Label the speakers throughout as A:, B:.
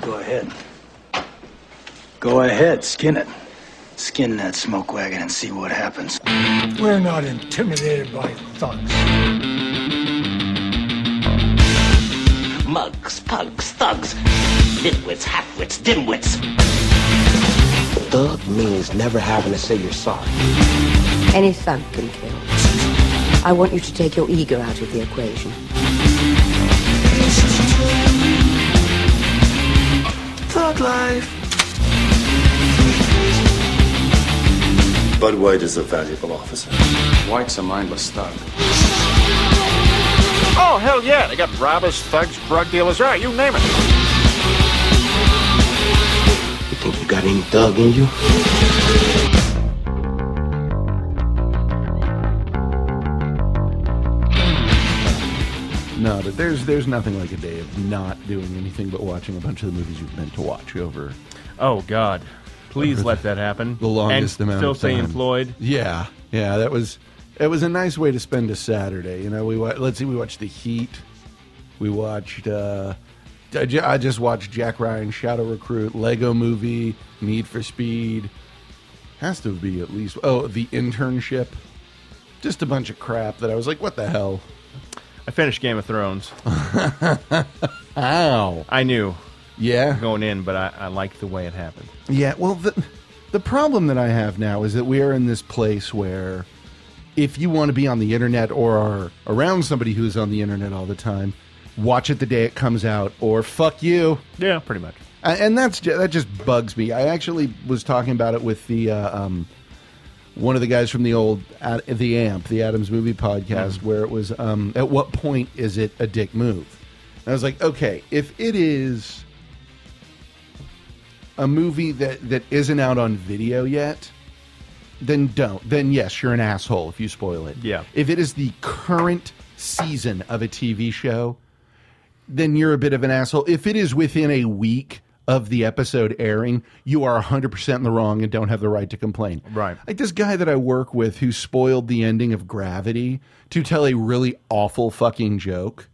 A: Go ahead. Go ahead, skin it. Skin that smoke wagon and see what happens.
B: We're not intimidated by thugs.
C: Mugs, pugs, thugs, nitwits, halfwits, dimwits.
D: Thug means never having to say you're sorry.
E: Any thug can kill. I want you to take your ego out of the equation.
F: Thug life.
G: Bud White is a valuable officer.
H: White's a mindless thug.
I: Oh, hell yeah. They got robbers, thugs, drug dealers, right, you name it.
D: You think you got any thug in you?
J: No, but there's there's nothing like a day of not doing anything but watching a bunch of the movies you've meant to watch over
K: Oh God! Please let that happen.
J: the longest
K: and
J: amount
K: still
J: of
K: stay
J: time.
K: employed.
J: Yeah, yeah, that was it was a nice way to spend a Saturday. You know, we wa- let's see, we watched The Heat, we watched. Uh, I ju- I just watched Jack Ryan, Shadow Recruit, Lego Movie, Need for Speed. Has to be at least oh the internship, just a bunch of crap that I was like, what the hell?
K: I finished Game of Thrones.
J: Ow!
K: I knew
J: Yeah,
K: going in, but I, I liked the way it happened.
J: Yeah, well, the, the problem that I have now is that we are in this place where if you want to be on the internet or are around somebody who's on the internet all the time, watch it the day it comes out or fuck you.
K: Yeah, pretty much.
J: A- Uh, And that's ju- that just bugs me. I actually was talking about it with the uh, um, one of the guys from the old Ad- the AMP, the Adams Movie Podcast, where it was um, at what point is it a dick move? And I was like, okay, if it is a movie that that isn't out on video yet, then don't. Then yes, you're an asshole if you spoil it.
K: Yeah.
J: If it is the current season of a TV show, then you're a bit of an asshole. If it is within a week of the episode airing, you are 100% in the wrong and don't have the right to complain.
K: Right.
J: Like this guy that I work with who spoiled the ending of Gravity to tell a really awful fucking joke.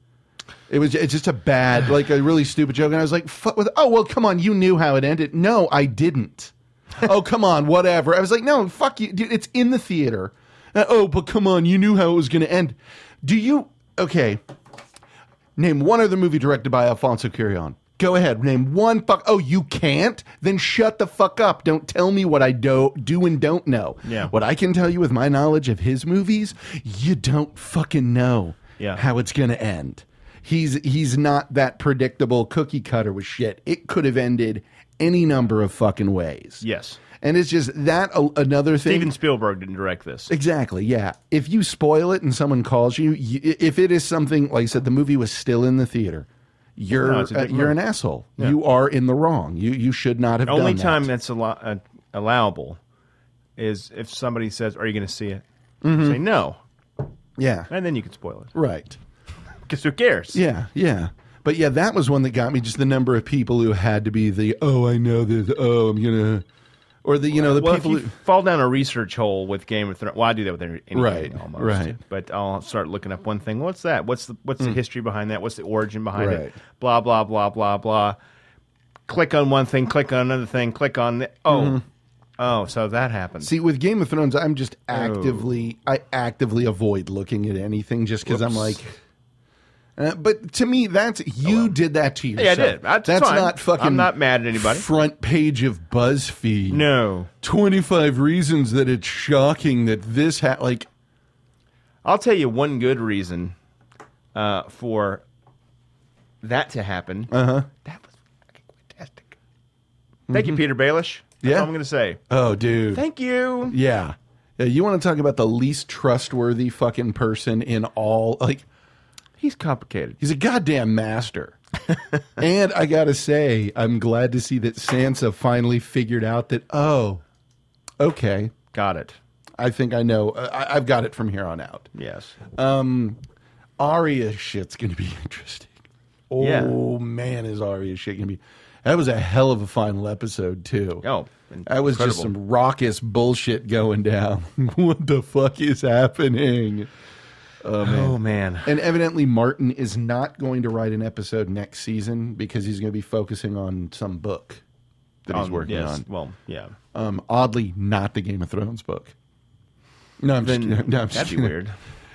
J: It was it's just a bad, like a really stupid joke. And I was like, fuck with, oh, well, come on, you knew how it ended. No, I didn't. oh, come on, whatever. I was like, no, fuck you. Dude, it's in the theater. Uh, oh, but come on, you knew how it was going to end. Do you, okay. Name one other movie directed by Alfonso Cuarón. Go ahead. Name one fuck. Oh, you can't? Then shut the fuck up. Don't tell me what I do do and don't know.
K: Yeah.
J: What I can tell you with my knowledge of his movies, you don't fucking know
K: Yeah.
J: how it's gonna end. He's he's not that predictable cookie cutter with shit. It could have ended any number of fucking ways.
K: Yes.
J: And it's just that a, another thing.
K: Steven Spielberg didn't direct this.
J: Exactly. Yeah. If you spoil it and someone calls you, you if it is something like I said, the movie was still in the theater. You're
K: No, it's a
J: uh,
K: big
J: you're an
K: movie.
J: asshole.
K: Yeah.
J: You are in the wrong. You you should not have.
K: The only
J: done that.
K: time that's allo- uh, allowable is if somebody says, "Are you going to see it?"
J: Mm-hmm.
K: Say no,
J: Yeah.
K: and then you can spoil it.
J: Right.
K: Because who cares?
J: Yeah. Yeah. But yeah, that was one that got me. Just the number of people who had to be the oh I know this oh I'm gonna or the you know the
K: well,
J: people
K: if you
J: who,
K: fall down a research hole with Game of Thrones, well, I do that with anything
J: Right,
K: almost.
J: right. Mm.
K: But I'll start looking up one thing. What's that? What's the what's the history behind that? What's the origin behind
J: Right.
K: it? Blah blah blah blah blah. Click on one thing. Click on another thing. Click on the, oh oh. So that happened.
J: Mm-hmm. See, with Game of Thrones, I'm just
K: Oh.
J: actively, I actively avoid looking at anything just because I'm like.
K: Whoops.
J: Uh, but to me, that's you did that to yourself.
K: I did. That's fine.
J: not fucking.
K: I'm not mad at anybody.
J: Front page of BuzzFeed.
K: no,
J: Twenty five reasons that it's shocking that this ha like
K: I'll tell you one good reason uh, for that to happen. Uh
J: Uh-huh.
K: huh. That was fucking fantastic. Thank you, Peter Baelish. That's
J: Mm-hmm. Yeah.
K: all I'm going to say.
J: oh dude
K: Thank you.
J: yeah yeah you want to talk about the least trustworthy fucking person in all like
K: He's complicated.
J: He's a goddamn master. and I gotta say, I'm glad to see that Sansa finally figured out that, oh, okay,
K: Got it.
J: I think I know. I, I've got it from here on out.
K: Yes.
J: Arya Um, shit's gonna be interesting. Oh,
K: Yeah.
J: man, is Arya shit gonna be. That was a hell of a final episode, too.
K: Oh,
J: That was just
K: incredible.
J: some raucous bullshit going down. what the fuck is happening?
K: Oh man. Oh man.
J: And evidently, Martin is not going to write an episode next season because he's going to be focusing on some book that he's
K: Um,
J: working
K: yes,
J: on.
K: Well, yeah.
J: Um, oddly, not the Game of Thrones book. No, I'm just kidding.
K: Then
J: No, I'm just
K: that'd be
J: kidding.
K: weird.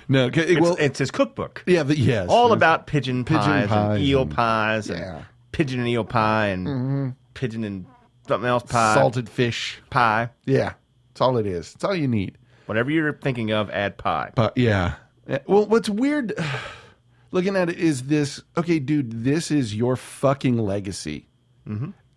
J: No, 'cause it-
K: It's,
J: well,
K: it's his cookbook.
J: yeah, the, yes,
K: All
J: there's-
K: about pigeon
J: Pigeon
K: pies,
J: pies
K: and eel
J: and-
K: pies, and
J: yeah. Mm-hmm.
K: pigeon and eel pie, and pigeon and something else pie,
J: salted fish.
K: pie.
J: Yeah, that's all it is. That's all you need.
K: Whatever you're thinking of, add pie.
J: But yeah. Eh, Well, what's weird looking at it is this okay, dude, this is your fucking legacy.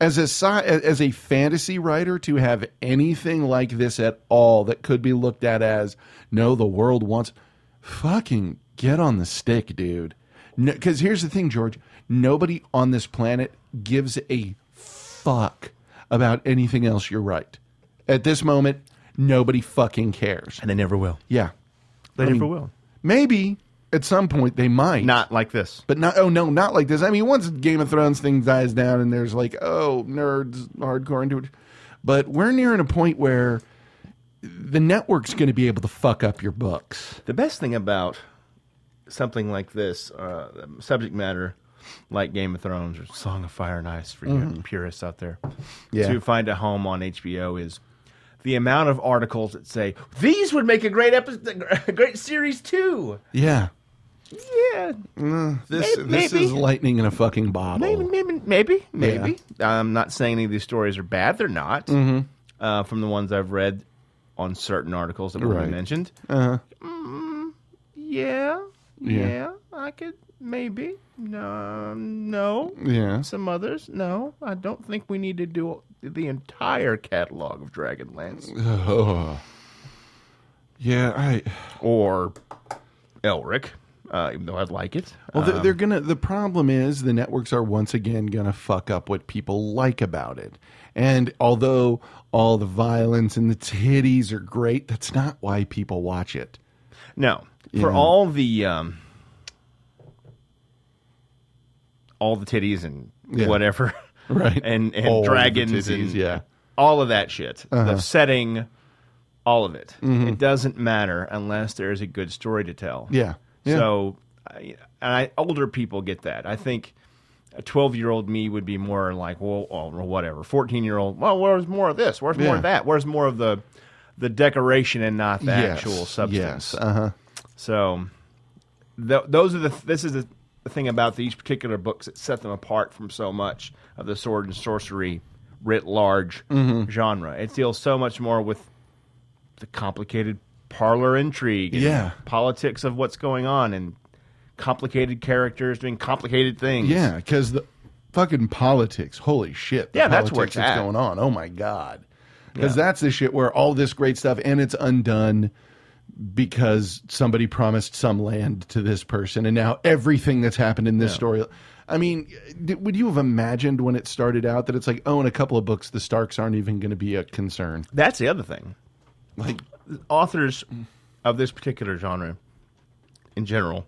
J: As a sci- as a fantasy writer to have anything like this at all that could be looked at as no, the world wants fucking get on the stick, dude. Because here's the thing, George. Nobody on this planet gives a fuck about anything else you write. At this moment, nobody fucking cares.
K: And they never will.
J: Yeah.
K: They
J: I
K: never
J: mean,
K: will.
J: Maybe at some point they might.
K: Not like this.
J: But not, oh no, not like this. I mean, once Game of Thrones thing dies down and there's like, oh, nerds, hardcore into it. But we're nearing a point where the network's going to be able to fuck up your books.
K: The best thing about something like this, uh, subject matter like Game of Thrones or Song of Fire and Ice for you purists out there,
J: Yeah.
K: to find a home on HBO is the amount of articles that say these would make a great episode, a great series too.
J: Yeah.
K: Yeah,
J: This,
K: May-
J: this
K: maybe.
J: is lightning in a fucking bottle.
K: maybe, maybe, maybe, maybe. I'm not saying any of these stories are bad; they're not.
J: Mm-hmm.
K: Uh, from the ones I've read on certain articles that were
J: Right.
K: mentioned, Mm,
J: Uh-huh.
K: Yeah,
J: Yeah.
K: yeah. I could maybe. No, no.
J: Yeah.
K: Some others. No, I don't think we need to do the entire catalog of Dragonlance
J: Ugh. Yeah, I.
K: or Elric. Uh, even though I'd like it.
J: Well, they're,
K: Um,
J: they're gonna. The problem is the networks are once again gonna fuck up what people like about it. And although all the violence and the titties are great, that's not why people watch it.
K: no, for
J: Yeah.
K: all the um, all the titties and
J: Yeah.
K: whatever,
J: Right.
K: And and
J: All the
K: dragons
J: titties,
K: and
J: yeah. Uh-huh.
K: all of that shit, the setting, all of it.
J: Mm-hmm.
K: It doesn't matter unless there is a good story to tell.
J: Yeah. Yeah.
K: So, I, and I, older people get that. I think a 12 year old me would be more like, well, oh, well, whatever. 14 year old, well, where's more of this? Where's more
J: Yeah.
K: of that? Where's more of the the decoration and not the
J: Yes.
K: actual substance?
J: Yes. Uh-huh.
K: So, th- those are the. This is the, the thing about these particular books that set them apart from so much of the sword and sorcery writ large
J: Mm-hmm.
K: genre. It deals so much more with the complicated parlor intrigue, and
J: Yeah.
K: politics of what's going on, and complicated characters doing complicated things.
J: Yeah, because the fucking politics. Holy shit! The
K: Yeah, that's where
J: politics
K: it's
J: that's
K: at.
J: going on. Oh my god! Because that's the shit where all this great stuff and it's undone because somebody promised some land to this person, and now everything that's happened in this story. I mean, d- would you have imagined when it started out that it's like, oh, in a couple of books, the Starks aren't even going to be a concern?
K: That's the other thing. Like authors of this particular genre, in general,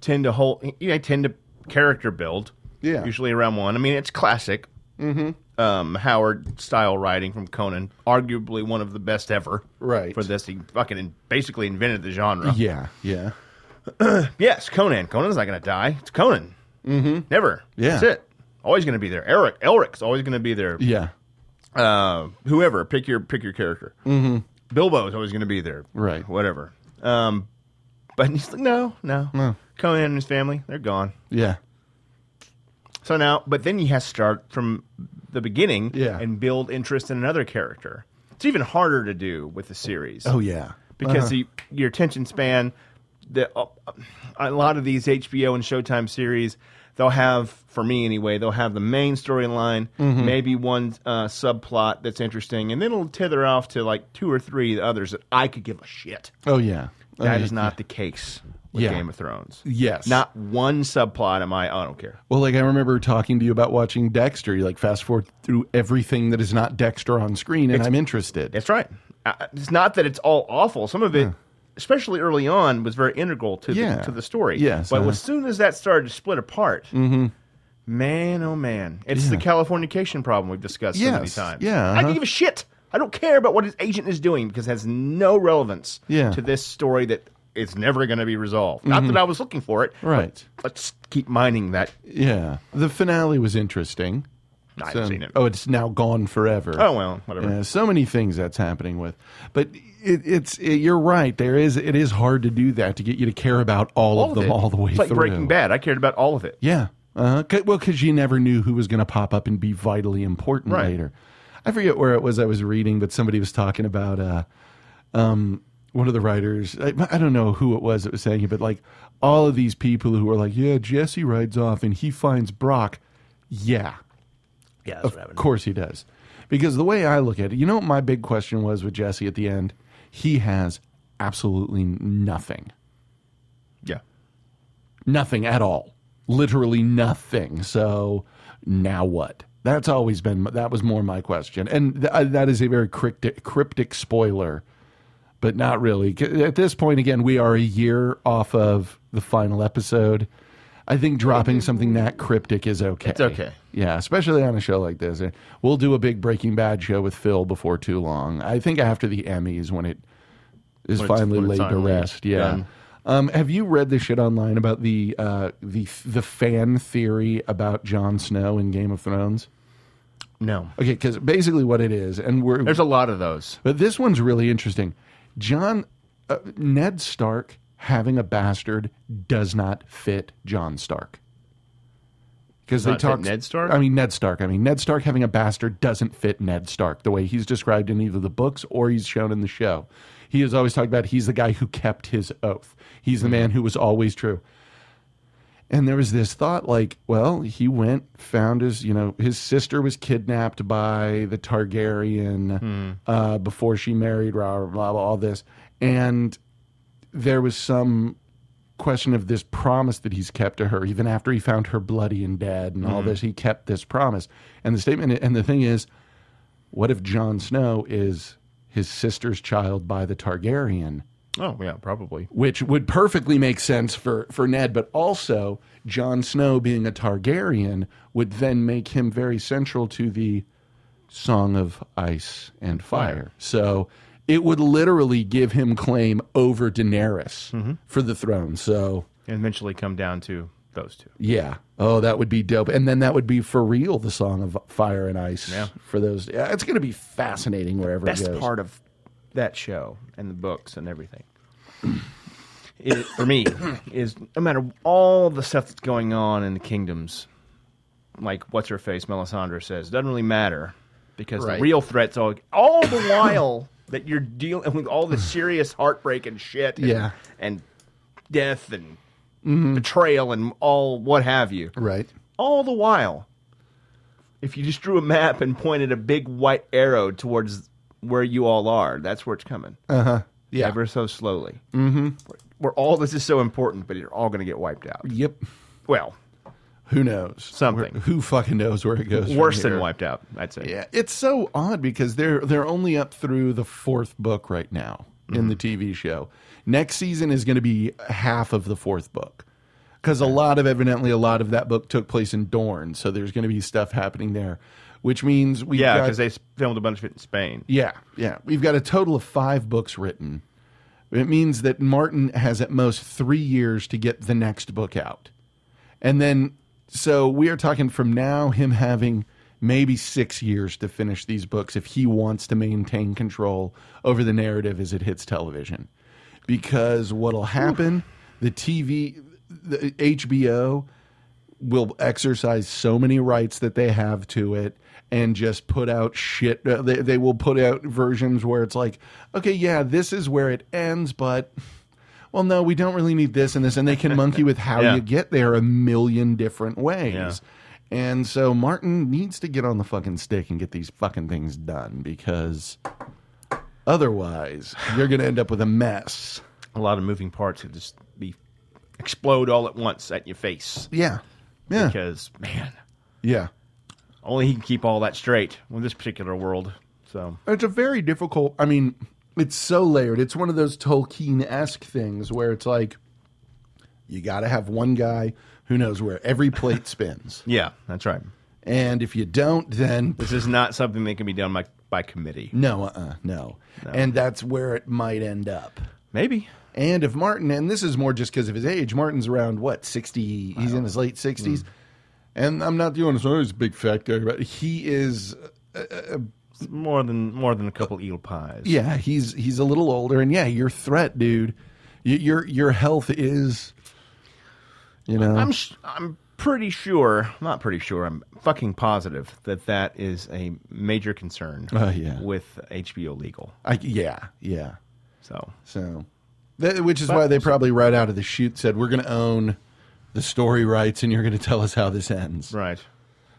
K: tend to hold. You know, tend to character build.
J: Yeah.
K: Usually around one. I mean, it's classic. Mm-hmm. Um, Howard style writing from Conan, arguably one of the best ever.
J: Right.
K: For this, he fucking in, basically invented the genre.
J: Yeah, yeah,
K: Yes, Conan. Conan's not going to die. It's Conan. Mm-hmm. Never.
J: Yeah.
K: That's it. Always going to be there. Eric. Elric's always going to be there
J: yeah.
K: uh, whoever pick your pick your character. Mm-hmm. Bilbo is always going to be there,
J: Right.
K: Whatever. Um, but he's like, no, no,
J: No.
K: Conan and his family, they're gone.
J: Yeah,
K: So now, but then you have to start from the beginning,
J: Yeah.
K: and build interest in another character. It's even harder to do with a series.
J: oh yeah,
K: because the, your attention span, the uh, a lot of these HBO and Showtime series, they'll have for me anyway, they'll have the main storyline,
J: Mm-hmm.
K: maybe one uh, subplot that's interesting, and then it'll tether off to like two or three others that I could give a shit.
J: oh yeah.
K: That
J: Oh,
K: is not the case with
J: Yeah.
K: Game of Thrones.
J: Yes.
K: not one subplot am I. I don't care.
J: Well, like I remember talking to you about watching Dexter. You like fast forward through everything that is not Dexter on screen, and I'm interested.
K: That's right. Uh, It's not that it's all awful. Some of it, especially early on, was very integral to
J: Yeah.
K: the, to the story.
J: Yes,
K: but
J: uh-huh. Mm-hmm.
K: as soon as that started to split apart, man, oh man, it's the Californication problem we've discussed so many
J: Yes.
K: times.
J: Yeah,
K: I
J: uh-huh.
K: don't give a shit. I don't care about what his agent is doing because it has no relevance
J: Yeah. Mm-hmm.
K: to this story that it's never going to be resolved. Not that I was looking for it. but
J: Right.
K: Let's keep mining that.
J: Yeah. The finale was interesting.
K: I haven't
J: So-
K: seen it.
J: Oh, it's now gone forever.
K: Oh, well, whatever.
J: Yeah, so many things that's happening with, but it, it's it, you're right. There is it is hard to do that to get you to care about all, of
K: of
J: them
K: it.
J: all the way
K: It's like
J: through.
K: Breaking Bad. I cared about all of it.
J: Yeah. Uh, c- well, because you never knew who was going to pop up and be vitally important
K: Right.
J: later. I forget where it was I was reading, but somebody was talking about uh, um, one of the writers. I, I don't know who it was that was saying it, but like all of these people who were like, yeah, Jesse rides off and he finds Brock. Yeah.
K: Yeah, that's
J: Of course he does. Because the way I look at it, you know what my big question was with Jesse at the end? He has absolutely nothing.
K: Yeah.
J: Nothing at all. Literally nothing. So now what? That's always been that was more my question. And th- I- that is a very cryptic cryptic spoiler, but not really. C- At this point again, we are a year off of the final episode. I think dropping something that cryptic is okay.
K: It's okay.
J: Yeah, especially on a show like this. And We'll do a big Breaking Bad show with Phil before too long. I think after the Emmys when it is
K: When it's-
J: finally
K: when
J: laid
K: it's
J: to
K: finally
J: rest. Yeah.
K: done.
J: Um, have you read the shit online about the uh, the the fan theory about Jon Snow in Game of Thrones?
K: No.
J: Okay, because basically what it is, and we're
K: There's a lot of those.
J: but this one's really interesting. John uh, Ned Stark having a bastard does not fit John Stark. Because they
K: Not fit
J: talk
K: Ned Stark?
J: I mean Ned Stark. I mean Ned Stark having a bastard doesn't fit Ned Stark the way he's described in either the books or he's shown in the show. He is always talked about he's the guy who kept his oath. He's
K: Mm-hmm.
J: the man who was always true. And there was this thought like, well, he went, found his, you know, his sister was kidnapped by the Targaryen uh, before she married, blah, blah, blah, blah, all this. And there was some question of this promise that he's kept to her, even after he found her bloody and dead and all this. He kept this promise. And the statement, and the thing is, what if Jon Snow is his sister's child by the Targaryen?
K: Oh, yeah, probably.
J: which would perfectly make sense for, for Ned, but also Jon Snow being a Targaryen would then make him very central to the Song of Ice and Fire. So it would literally give him claim over Daenerys
K: Mm-hmm.
J: for the throne. So
K: And eventually come down to those two.
J: yeah. Oh, that would be dope. And then that would be for real the Song of Fire and Ice
K: Yeah.
J: for those. yeah, It's going to be fascinating wherever
K: best
J: it goes.
K: part of that show and the books and everything is, for me is no matter all the stuff that's going on in the kingdoms like what's her face melisandre says doesn't really matter because
J: Right.
K: the real threats all, all the while that you're dealing with all the serious heartbreak and shit and,
J: Yeah. Mm-hmm.
K: and death and betrayal and all what have you
J: Right.
K: all the while, if you just drew a map and pointed a big white arrow towards where you all are, that's where it's coming.
J: Yeah.
K: Ever so slowly. Mm-hmm. Where, where all this is so important, but you're all going to get wiped out.
J: Yep.
K: Well,
J: Who knows?
K: Something.
J: Where- who fucking knows where it goes? from
K: worse than
J: here?
K: wiped out, I'd say.
J: Yeah, it's so odd because they're they're only up through the fourth book right now in the
K: Mm-hmm.
J: TV show. Next season is going to be half of the fourth book because a lot of evidently a lot of that book took place in Dorne, so there's going to be stuff happening there, which means we
K: Yeah, because they s- filmed a bunch of it in Spain.
J: yeah, yeah. We've got a total of five books written. It means that Martin has at most three years to get the next book out. And then, so we are talking from now, him having maybe six years to finish these books if he wants to maintain control over the narrative as it hits television. Because what'll happen, the TV, the HBO, will exercise so many rights that they have to it and just put out shit uh, they, they will put out versions where it's like okay yeah this is where it ends but well no we don't really need this and this and they can monkey with how
K: Yeah.
J: you get there a million different ways
K: Yeah.
J: and so martin needs to get on the fucking stick and get these fucking things done because otherwise you're going to end up with a mess
K: A lot of moving parts could just be explode all at once at your face.
J: yeah yeah
K: Because, man,
J: yeah
K: only he can keep all that straight with this particular world. So,
J: It's a very difficult. I mean, it's so layered. It's one of those Tolkien esque things where it's like you got to have one guy who knows where every plate spins,
K: yeah, that's right.
J: and if you don't, then
K: This is not something that can be done by, by committee.
J: uh-uh, no, uh, uh no. and that's where it might end up.
K: Maybe.
J: And if Martin, and this is more just because of his age, Martin's around what sixty? He's in his late sixties,
K: Hmm.
J: and I'm not doing this. Oh, he's a big fat guy, but he is
K: more than more than a couple eel pies.
J: Yeah, he's he's a little older, and yeah, your threat, dude. Y- Your your health is, you know,
K: I'm sh- I'm pretty sure, not pretty sure, I'm fucking positive that that is a major concern
J: Oh, yeah.
K: with HBO legal.
J: I, yeah, yeah.
K: So
J: So, that, which is why they probably right out of the chute said we're going to own the story rights, and you're going to tell us how this ends.
K: right.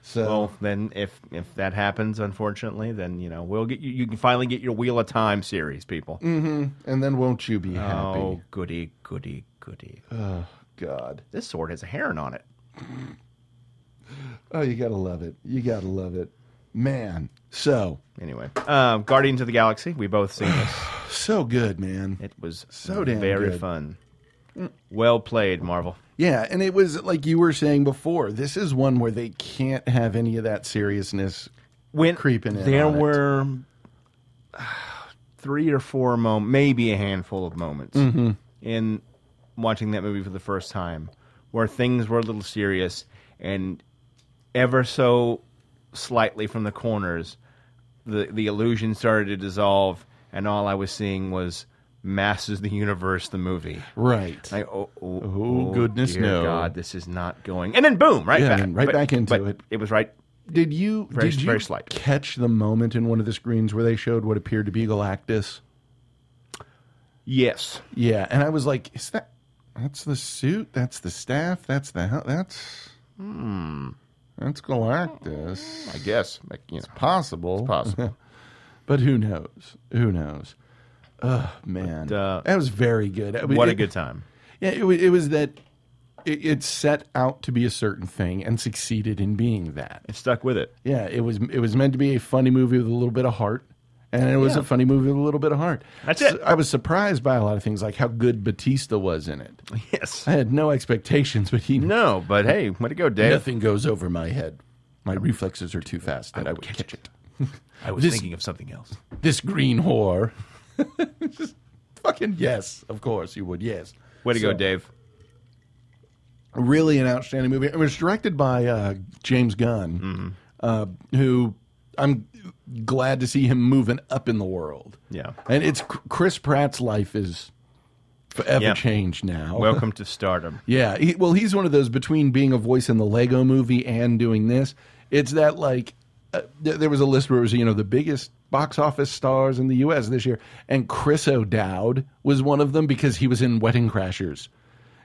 J: So,
K: Well, then if if that happens, unfortunately, then you know we'll get you. You can finally get your Wheel of Time series, people.
J: and then won't you be Mm. happy? Uh.
K: Oh, goody, goody, goody.
J: God.
K: This sword has a heron on it.
J: Oh, you gotta love it. You gotta love it, man. So
K: Anyway, uh, Guardians of the Galaxy. We both seen this.
J: so good, man.
K: It was
J: So damn
K: very
J: good.
K: fun. Well played, Marvel.
J: Yeah, and it was like you were saying before. This is one where they can't have any of that seriousness
K: when
J: creeping in
K: There
J: on it.
K: were three or four moments, maybe a handful of moments
J: Mm-hmm.
K: in watching that movie for the first time where things were a little serious and ever so slightly from the corners, the, the illusion started to dissolve, and all I was seeing was Masters of the Universe, the movie.
J: right.
K: Like, oh, oh,
J: Oh, goodness,
K: dear
J: no.
K: God, this is not going. And then boom, right
J: Yeah,
K: back.
J: and right back into
K: but
J: it.
K: It was right.
J: did you
K: Very-
J: did you
K: very slight.
J: catch the moment in one of the screens where they showed what appeared to be Galactus?
K: Yes.
J: Yeah, and I was like, is that that's the suit? That's the staff? That's the hel- that's hmm. That's Galactus.
K: I guess. Oh, Like, you know,
J: Possible.
K: possible.
J: But who knows? Who knows? Oh man,
K: But, uh,
J: that was very good. I mean,
K: what
J: it,
K: a good time.
J: Yeah, it, wa- it was that. It, it set out to be a certain thing and succeeded in being that.
K: It stuck with it.
J: Yeah, it was. It was meant to be a funny movie with a little bit of heart, and it was a funny movie with a little bit of heart.
K: That's
J: So
K: it.
J: I was surprised by a lot of things, like how good Batista was in it.
K: Yes.
J: I had no expectations, but he
K: No, but hey, way to go, Dave.
J: nothing goes over my head. My reflexes are too fast that I would catch it.
K: I was
J: This-
K: thinking of something else.
J: this green whore. Just fucking yes, of course you would. Yes,
K: Way to go,
J: So,
K: Dave.
J: Really an outstanding movie. It was directed by uh, James Gunn,
K: Mm-hmm.
J: uh, who I'm glad to see him moving up in the world.
K: Yeah.
J: and it's Chris Pratt's life is forever
K: Yeah.
J: changed now.
K: Welcome to stardom.
J: Yeah, he, well, he's one of those between being a voice in the Lego movie and doing this. It's that like uh, th- there was a list where it was you know the biggest box office stars in the U.S. this year, and Chris O'Dowd was one of them because he was in Wedding Crashers,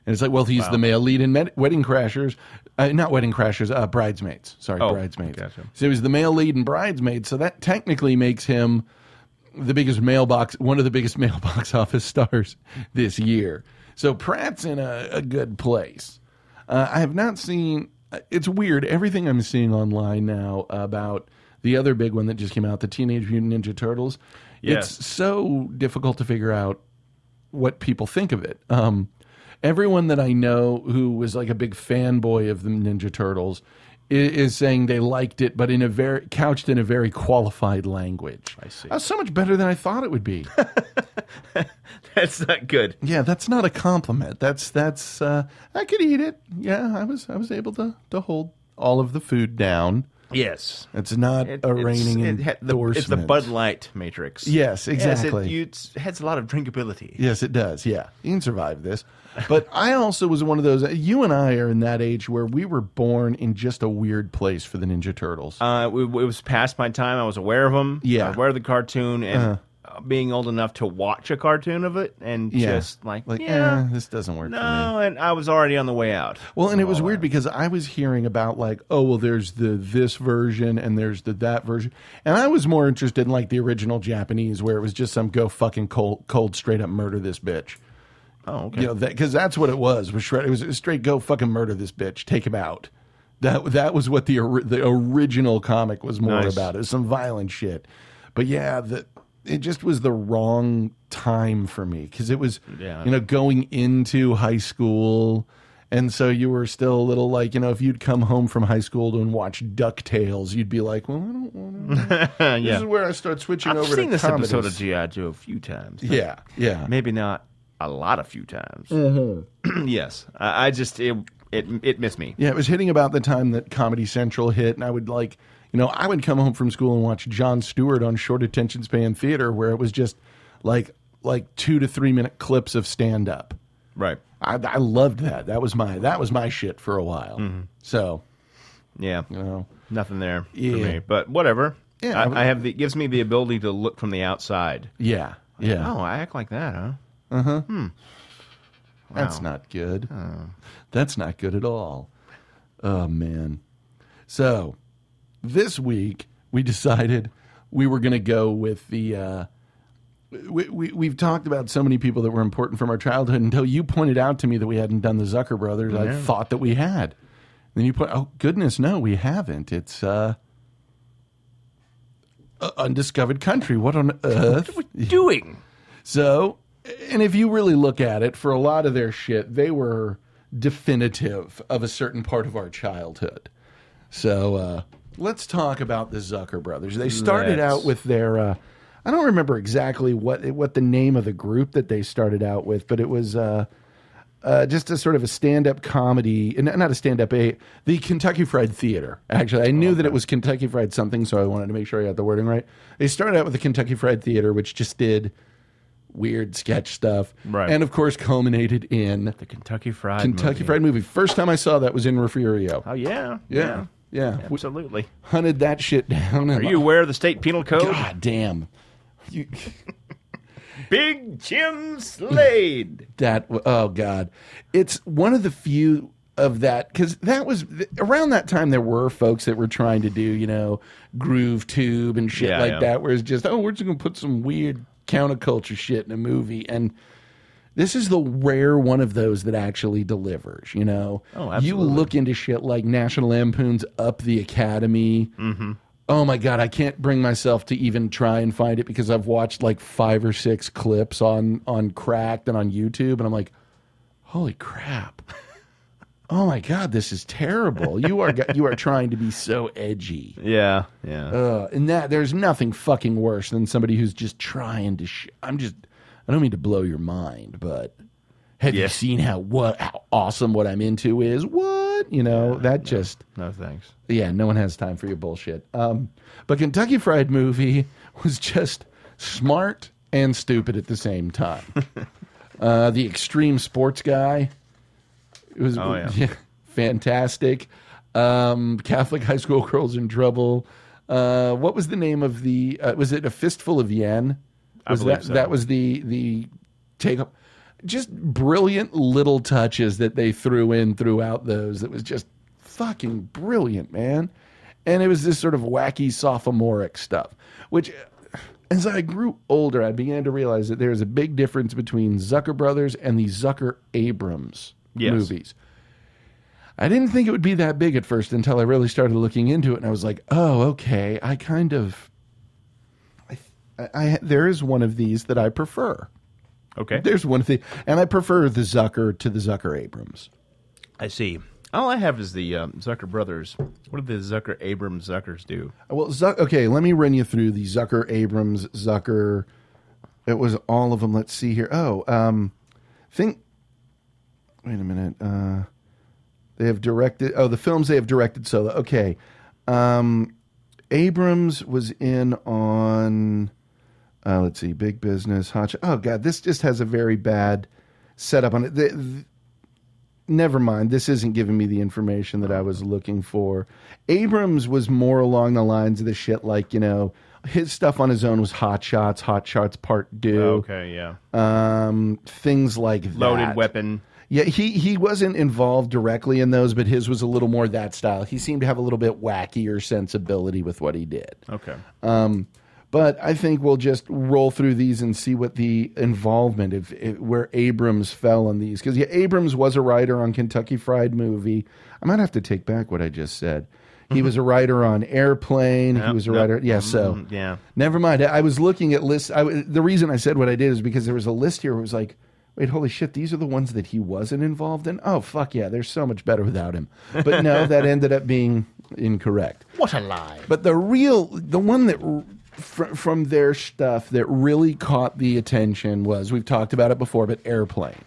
J: and it's like well he's the male lead in Med- Wedding Crashers, uh, not Wedding Crashers, uh, Bridesmaids. Sorry,
K: Oh,
J: Bridesmaids.
K: gotcha.
J: So he was the male lead in Bridesmaids, so that technically makes him the biggest mailbox, one of the biggest mailbox office stars this year. So Pratt's in a, a good place. Uh, I have not seen. It's weird. Everything I'm seeing online now about the other big one that just came out, the Teenage Mutant Ninja Turtles.
K: Yes.
J: It's so difficult to figure out what people think of it. Um, everyone that I know who was like a big fanboy of the Ninja Turtles i- is, saying they liked it, but in a very couched in a very qualified language. I see. That's so much better than I thought it would be.
K: That's not good.
J: yeah, that's not a compliment. That's that's uh, I could eat it. Yeah, I was I was able to to hold all of the food down.
K: Yes.
J: It's not
K: It-
J: a
K: it's-
J: raining
K: it had the-
J: endorsement.
K: It's the Bud Light Matrix.
J: Yes,
K: Yes,
J: exactly.
K: it, you, it's- has a lot of drinkability.
J: Yes, it does. Yeah, you can survive this. But I also was one of those. You and I are in that age where we were born in just a weird place for the Ninja Turtles.
K: Uh, it, it was past my time. I was aware of them.
J: Yeah. Uh-huh.
K: I was aware of the cartoon and uh, being old enough to watch a cartoon of it and
J: Yeah.
K: just like,
J: like,
K: yeah,
J: eh, this doesn't work for me.
K: no, and I was already on the way out.
J: Well, and it was
K: Well,
J: weird because I was hearing about like, oh, well, there's the this version and there's the that version, and I was more interested in like the original Japanese, where it was just some go fucking cold, cold straight up murder this bitch.
K: Oh, okay.
J: You know, because that's what it was. Was shred? It was straight go fucking murder this bitch, take him out. That that was what the ori- the original comic was more
K: Nice.
J: about. It was some violent shit. But yeah, the it just was the wrong time for me because it was
K: Yeah.
J: you know going into high school. And so you were still a little like, you know, if you'd come home from high school and watch DuckTales, you'd be like, well, I don't want to. This
K: yeah.
J: is where I start switching
K: I've
J: over
K: seen
J: to
K: this
J: comedies.
K: episode of GI Joe a few times. but
J: Yeah, yeah.
K: maybe not a lot of few times. yes, I, I just it, it it missed me.
J: Mm-hmm. Yeah, it was hitting about the time that Comedy Central hit, and I would like, you know, I would come home from school and watch John Stewart on short attention span theater, where it was just like like two to three minute clips of stand up.
K: Right.
J: I, I loved that. That was my that was my shit for a while. So
K: Yeah.
J: you know,
K: Nothing there for
J: Yeah.
K: me. But whatever.
J: Yeah, I would-
K: I, I have the gives me the ability to look from the outside.
J: yeah, yeah,
K: Oh, I act like that, huh?
J: Uh-huh.
K: Hmm.
J: that's
K: wow.
J: not good. That's not good at all. Oh man. So this week we decided we were going to go with the. Uh, we, we, we've talked about so many people that were important from our childhood until you pointed out to me that we hadn't done the Zucker brothers. I thought that we had. Then you put, oh goodness, no, we haven't. It's uh, uh, undiscovered country. What on earth?
K: Doing.
J: So, and if you really look at it, for a lot of their shit, they were definitive of a certain part of our childhood. So, uh, let's talk about the Zucker brothers. They started
K: Let's.
J: out with their. Uh, I don't remember exactly what what the name of the group that they started out with, but it was uh, uh, just a sort of a stand up comedy, n- not a stand up, a the Kentucky Fried Theater. Actually, I knew that it was Kentucky Fried something, so I wanted to make sure I got the wording right. They started out with the Kentucky Fried Theater, which just did weird sketch stuff,
K: Right.
J: and of course culminated in
K: The Kentucky Fried.
J: Kentucky
K: movie.
J: Fried Movie. First time I saw that was in Refugio.
K: Oh yeah.
J: yeah, yeah, We
K: Absolutely.
J: hunted that shit down.
K: Are you aware of the state penal code?
J: God damn. You,
K: Big Jim Slade.
J: that oh god it's one of the few of that because that was around that time there were folks that were trying to do you know groove tube and shit
K: Yeah,
J: like
K: yeah.
J: that where it's just oh we're just gonna put some weird counterculture shit in a movie and this is the rare one of those that actually delivers you know
K: Oh,
J: you
K: absolutely.
J: look into shit like national lampoon's up the academy
K: Mm-hmm.
J: oh my god i can't bring myself to even try and find it because i've watched like five or six clips on on cracked and on youtube and i'm like holy crap oh my god this is terrible you are you are trying to be so edgy
K: Yeah. Yeah.
J: uh, and that there's nothing fucking worse than somebody who's just trying to sh- i'm just i don't mean to blow your mind but have
K: Yeah.
J: you seen how what how awesome what i'm into is what you know that just
K: no thanks.
J: yeah, no one has time for your bullshit. Um, but Kentucky Fried Movie was just smart and stupid at the same time. uh, the extreme sports guy it was
K: Oh, yeah.
J: fantastic. Um, Catholic high school girls in trouble. Uh, what was the name of the? Uh, was it a fistful of yen? Was
K: believe
J: that
K: so.
J: that was the the take up? Just brilliant little touches that they threw in throughout those. That was just fucking brilliant, man. And it was this sort of wacky sophomoric stuff, which as I grew older, I began to realize that there is a big difference between Zucker Brothers and the Zucker Abrams
K: Yes.
J: movies. I didn't think it would be that big at first until I really started looking into it, and I was like, "Oh, okay. I kind of, I, I there is one of these that I prefer.
K: Okay.
J: There's one of the, and I prefer the Zucker to the Zucker Abrams.
K: I see. All I have is the um, Zucker brothers. What did the Zucker Abrams Zuckers do?
J: Well, Zuck, okay, let me run you through the Zucker Abrams Zucker. It was all of them. Let's see here. Oh, um, think. Wait a minute. Uh, they have directed. Oh, the films they have directed solo. Okay, um, Abrams was in on. Uh, let's see, Big Business, Hot. Shot- Oh God, this just has a very bad setup on it. The- the- never mind. This isn't giving me the information that I was looking for. Abrams was more along the lines of the shit like, you know, his stuff on his own was Hot Shots, Hot Shots Part Due,
K: Oh, Okay, yeah.
J: um, things like
K: Loaded
J: that.
K: weapon.
J: Yeah, he he wasn't involved directly in those, but his was a little more that style. He seemed to have a little bit wackier sensibility with what he did.
K: Okay.
J: Uh, But I think we'll just roll through these and see what the involvement of if, where Abrams fell on these. Because yeah, Abrams was a writer on Kentucky Fried Movie. I might have to take back what I just said. He was a writer on Airplane. he
K: Mm-hmm. Yep,
J: was a
K: yep.
J: writer. Yeah, so
K: Mm, yeah.
J: Never mind. I I was looking at lists. I, w- the reason I said what I did is because there was a list here. Where it was like, wait, holy shit, these are the ones that he wasn't involved in. Oh fuck yeah, they're so much better without him. But no, that ended up being incorrect.
K: What a lie.
J: But the real, the one that r- fr- from their stuff that really caught the attention was we've talked about it before, but Airplane.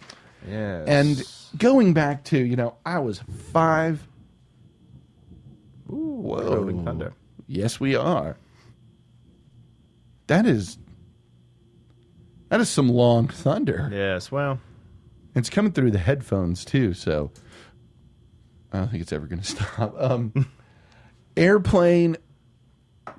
K: Yes.
J: And going back to you know, I was five. Oh.
K: Rolling Thunder.
J: Yes, we are. That is. That is some long thunder.
K: Yes. Well,
J: It's coming through the headphones too, so I don't think it's ever going to stop. Um, Airplane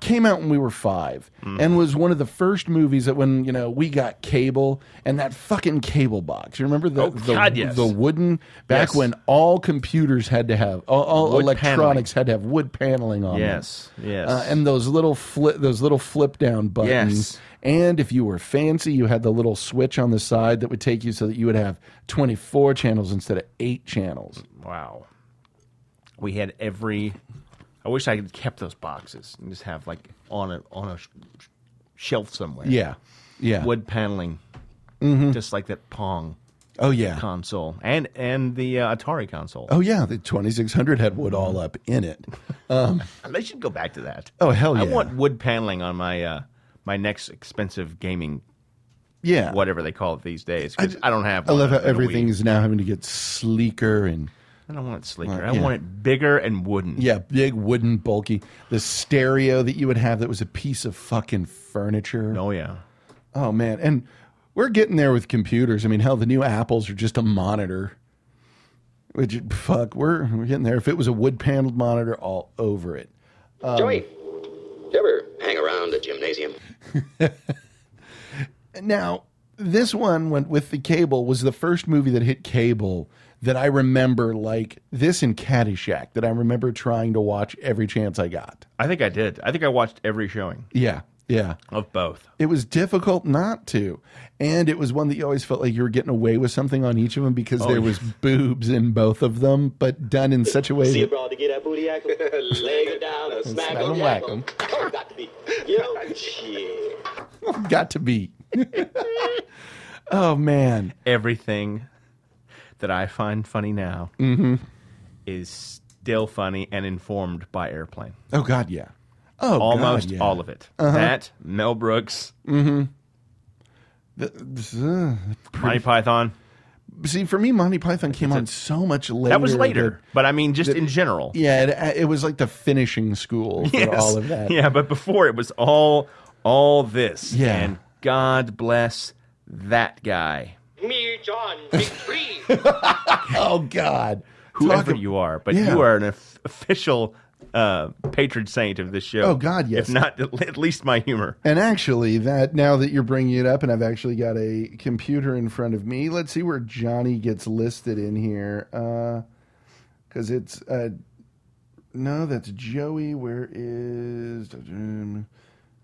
J: came out when we were 5
K: Mm.
J: and was one of the first movies that when you know we got cable and that fucking cable box. You remember the
K: Oh,
J: the,
K: God, yes.
J: the wooden back
K: Yes.
J: when all computers had to have all, all
K: Wood
J: electronics had to have wood paneling on them.
K: Yes, yes.
J: Uh, and those little flip those little flip down buttons.
K: Yes.
J: And if you were fancy, you had the little switch on the side that would take you so that you would have 24 channels instead of 8 channels.
K: wow. We had every. I wish I had kept those boxes and just have like on a on a sh- sh- shelf somewhere.
J: Yeah. Mm-hmm. Yeah.
K: Wood paneling, just like that Pong
J: oh yeah.
K: console and and the uh, Atari console.
J: oh yeah, the 2600 had wood all up in it.
K: They should go back to that.
J: Oh, hell
K: I
J: yeah.
K: want wood paneling on my uh, my next expensive gaming
J: Yeah.
K: whatever they call it these days. 'cause I, don't have.
J: I
K: one
J: love how
K: other than a
J: everything
K: Wii.
J: is now having to get sleeker and
K: I don't want it sleeker.
J: Uh,
K: I
J: yeah.
K: want it bigger and wooden.
J: yeah, big wooden bulky. The stereo that you would have that was a piece of fucking furniture.
K: Oh yeah.
J: Oh man, and we're getting there with computers. I mean, hell, the new Apples are just a monitor. Which fuck, we're we're getting there. If it was a wood paneled monitor, all over it.
C: Joey, do Um, you ever hang around a gymnasium?
J: Now, this one went with the cable was the first movie that hit cable that I remember like this and Caddyshack that I remember trying to watch every chance I got.
K: I think I did. I think I watched every showing
J: Yeah, yeah.
K: of both.
J: It was difficult not to, and it was one that you always felt like you were getting away with something on each of them because
K: Oh,
J: there was boobs in both of them, but done in such a way. that,
C: bro, to get that booty act, lay it down or smack
J: smack 'em, 'em, whack jack 'em. 'em.
C: Oh, got to be. You know, shit.
J: got to be. oh man,
K: Everything that I find funny now
J: Mm-hmm.
K: is still funny and informed by Airplane.
J: oh god, yeah, oh
K: Almost
J: God, yeah. Uh-huh.
K: all of it. That Mel Brooks,
J: Th- this is, uh,
K: Monty Python.
J: see, for me, Monty Python came on so much later.
K: That was later, but I mean, just in general.
J: that- yeah, it, it was like the finishing school for
K: Yes.
J: all of that.
K: Yeah, but before it was all all this.
J: Yeah.
K: And God bless that guy,
C: Me, John, big three.
J: Oh God,
K: whoever
J: Talk-
K: you are. But
J: Yeah.
K: you are an of- official uh, patron saint of this show.
J: Oh, God, yes.
K: If not, at le- at least my humor.
J: And actually, that now that you're bringing it up, and I've actually got a computer in front of me. Let's see where Johnny gets listed in here, because it's uh, no, that's Joey. Where is uh,
C: You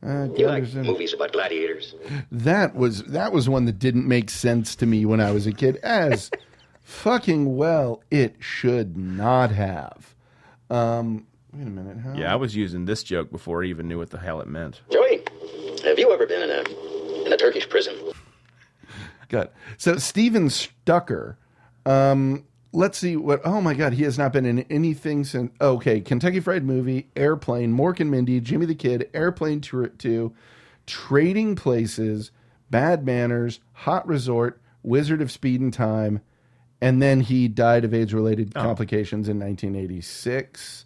C: like
J: Gunderson.
C: movies about gladiators?
J: that was that was one that didn't make sense to me when I was a kid, as fucking well it should not have. Um, wait a minute, how?
K: Yeah, I was using this joke before I even knew what the hell it meant.
C: Joey, have you ever been in a in a Turkish prison?
J: Good. So Steven Stucker. Um, let's see what. Oh my God, he has not been in anything since. Okay, Kentucky Fried Movie, Airplane, Mork and Mindy, Jimmy the Kid, Airplane Tour Two, Trading Places, Bad Manners, Hot Resort, Wizard of Speed and Time, and then he died of age-related complications in 1986.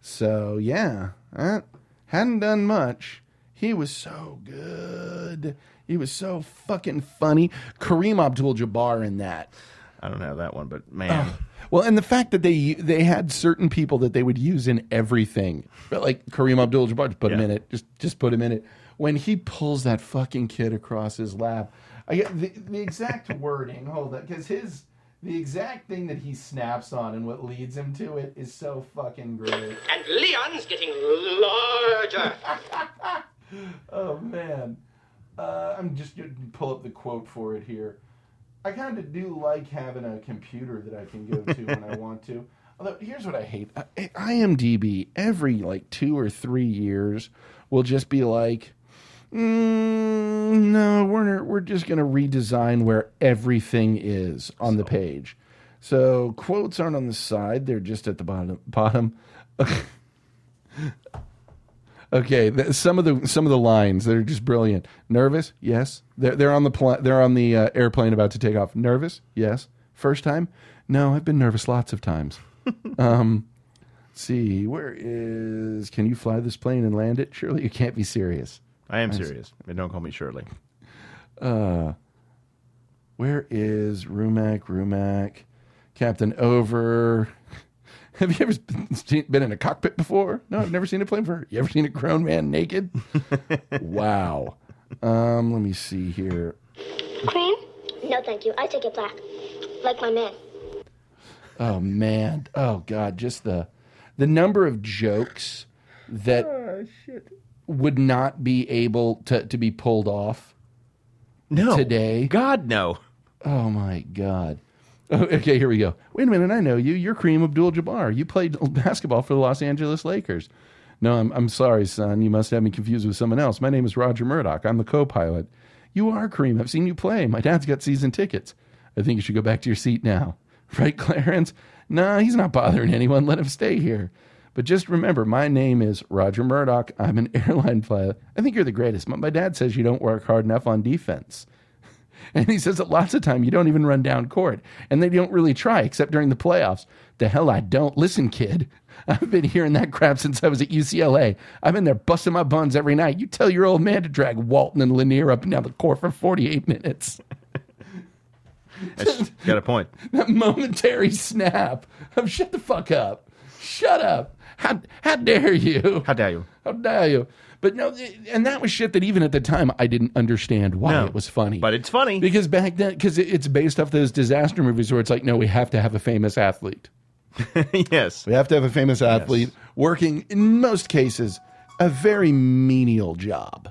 J: So yeah, that hadn't done much. He was so good. He was so fucking funny. Kareem Abdul-Jabbar in that.
K: I don't have that one, but man.
J: Well, and the fact that they they had certain people that they would use in everything, but like Kareem Abdul-Jabbar, just put him
K: Yeah.
J: in it. Just just put him in it. When he pulls that fucking kid across his lap, I get the, the exact wording. Hold on, because his the exact thing that he snaps on and what leads him to it is so fucking great.
C: And Leon's getting larger.
J: Oh man, uh, I'm just gonna pull up the quote for it here. I kind of do like having a computer that I can go to when I want to. Although here's what I hate: I- IMDb every like two or three years will just be like, mm, "No, we're not- we're just gonna redesign where everything is on the page." So quotes aren't on the side; they're just at the bottom. Bottom. Okay, th- some of the some of the lines that are just brilliant. Nervous? Yes. They're they're on the pl- they're on the uh, airplane about to take off. Nervous? Yes. First time? No, I've been nervous lots of times. um, let's see, where is? Can you fly this plane and land it? Surely you can't be serious.
K: I am serious. And don't call me Shirley.
J: Where is Rumac? Rumac, Captain Over. Have you ever seen- been in a cockpit before? No, I've never seen a plane before. You ever seen a grown man naked? wow. Um, let me see here.
L: Cream? No, thank you. I take it black. Like my man.
J: Oh man. Oh god. Just the the number of jokes that would not be able to to be pulled off.
K: No.
J: Today.
K: God, no.
J: Oh my God. Oh, okay, here we go. Wait a minute, I know you. You're Kareem Abdul-Jabbar. You played basketball for the Los Angeles Lakers. No, I'm I'm sorry, son. You must have me confused with someone else. My name is Roger Murdoch. I'm the co-pilot. You are Kareem. I've seen you play. My dad's got season tickets. I think you should go back to your seat now. Right, Clarence? Nah, he's not bothering anyone. Let him stay here. But just remember, my name is Roger Murdoch. I'm an airline pilot. I think you're the greatest. But my dad says you don't work hard enough on defense. And he says that lots of time you don't even run down court, and they don't really try except during the playoffs. The hell I don't. Listen, kid, I've been hearing that crap since I was at UCLA. I've been there busting my buns every night. You tell your old man to drag Walton and Lanier up and down the court for 48 minutes.
K: That's- got a point.
J: That momentary snap of shut the fuck up. Shut up. How, how dare you?
K: How dare you?
J: How dare you? But no, and that was shit that even at the time I didn't understand why
K: No.
J: it was funny.
K: But it's funny.
J: Because back then, because it, it's based off those disaster movies where it's like, no, we have to have a famous athlete.
K: yes.
J: We have to have a famous athlete working, in most cases, a very menial job.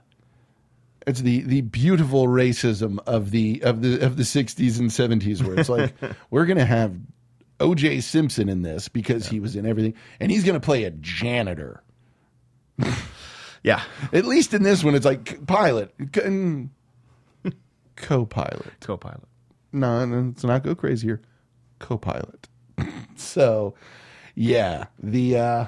J: It's the, the beautiful racism of the of the of the sixties and seventies where it's like we're gonna have OJ Simpson in this because he was in everything and he's gonna play a janitor.
K: Yeah.
J: At least in this one it's like c- pilot. c- mm, co-pilot.
K: Co pilot.
J: no, no, let's not go crazier. Co-pilot. so, yeah, the uh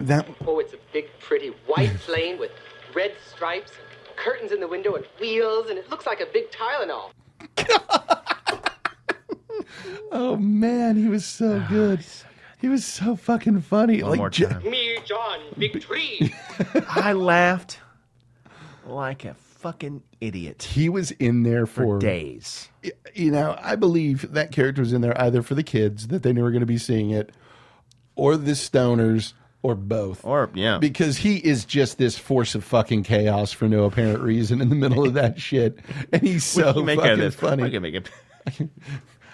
J: that
C: Oh, it's a big, pretty white plane with red stripes, and curtains in the window, and wheels, and it looks like a big Tylenol.
J: oh man, he was so good. He was so fucking funny.
K: One
J: like
K: more
J: ju-
K: time.
C: Me, John, big tree.
K: I laughed like a fucking idiot
J: he was in there for,
K: for days.
J: you know, I believe that character was in there either for the kids that they knew were going to be seeing it or the stoners or both.
K: Or, yeah.
J: because he is just this force of fucking chaos for no apparent reason in the middle of that shit, and he's
K: What
J: so
K: can you make
J: fucking
K: out of this?
J: funny.
K: I can make it.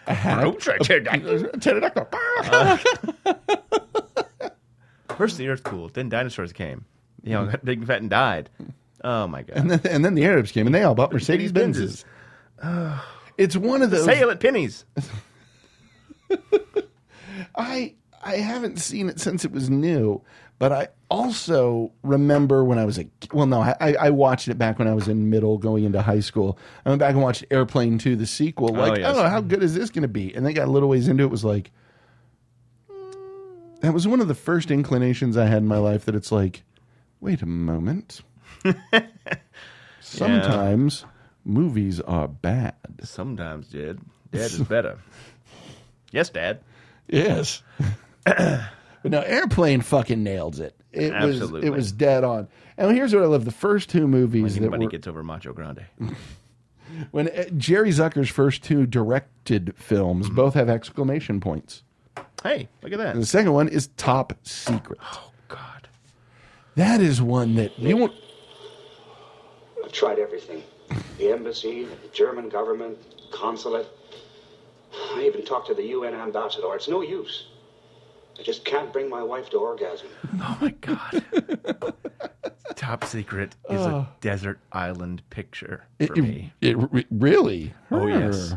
K: First, the earth cooled. Then dinosaurs came. You know, got big and fat and died. Oh my god!
J: and, then, and then the Arabs came, and they all bought Mercedes Benzes.
K: Mercedes-Benzes.
J: it's one of those.
K: Sale at pennies.
J: I I haven't seen it since it was new, but I also remember when I was a well, no, I, I watched it back when I was in middle, going into high school. I went back and watched Airplane Two, the sequel. Like,
K: yes.
J: I don't know how good is this going to be, and they got a little ways into it. Was like, that was one of the first inclinations I had in my life that it's like, wait a moment, sometimes movies are bad.
K: Sometimes, Dad. Dad is better. Yes, Dad.
J: Yes. but no, Airplane fucking nails it. It was
K: Absolutely.
J: it was dead on. And here's what I love: the first two movies that Mm.
K: Anybody
J: were,
K: gets over Macho Grande.
J: when uh, Jerry Zucker's first two directed films
K: Mm-hmm.
J: both have exclamation points.
K: Hey, look at
J: And the
K: that.
J: second one is top secret.
K: Oh God.
J: That is one that you won't.
F: I've tried everything the embassy, the German government, consulate. I even talked to the UN ambassador. It's no use. I just can't bring my wife to orgasm.
K: Oh my God. Top Secret is a desert island picture for me.
J: it, it- really.
K: Oh, yes.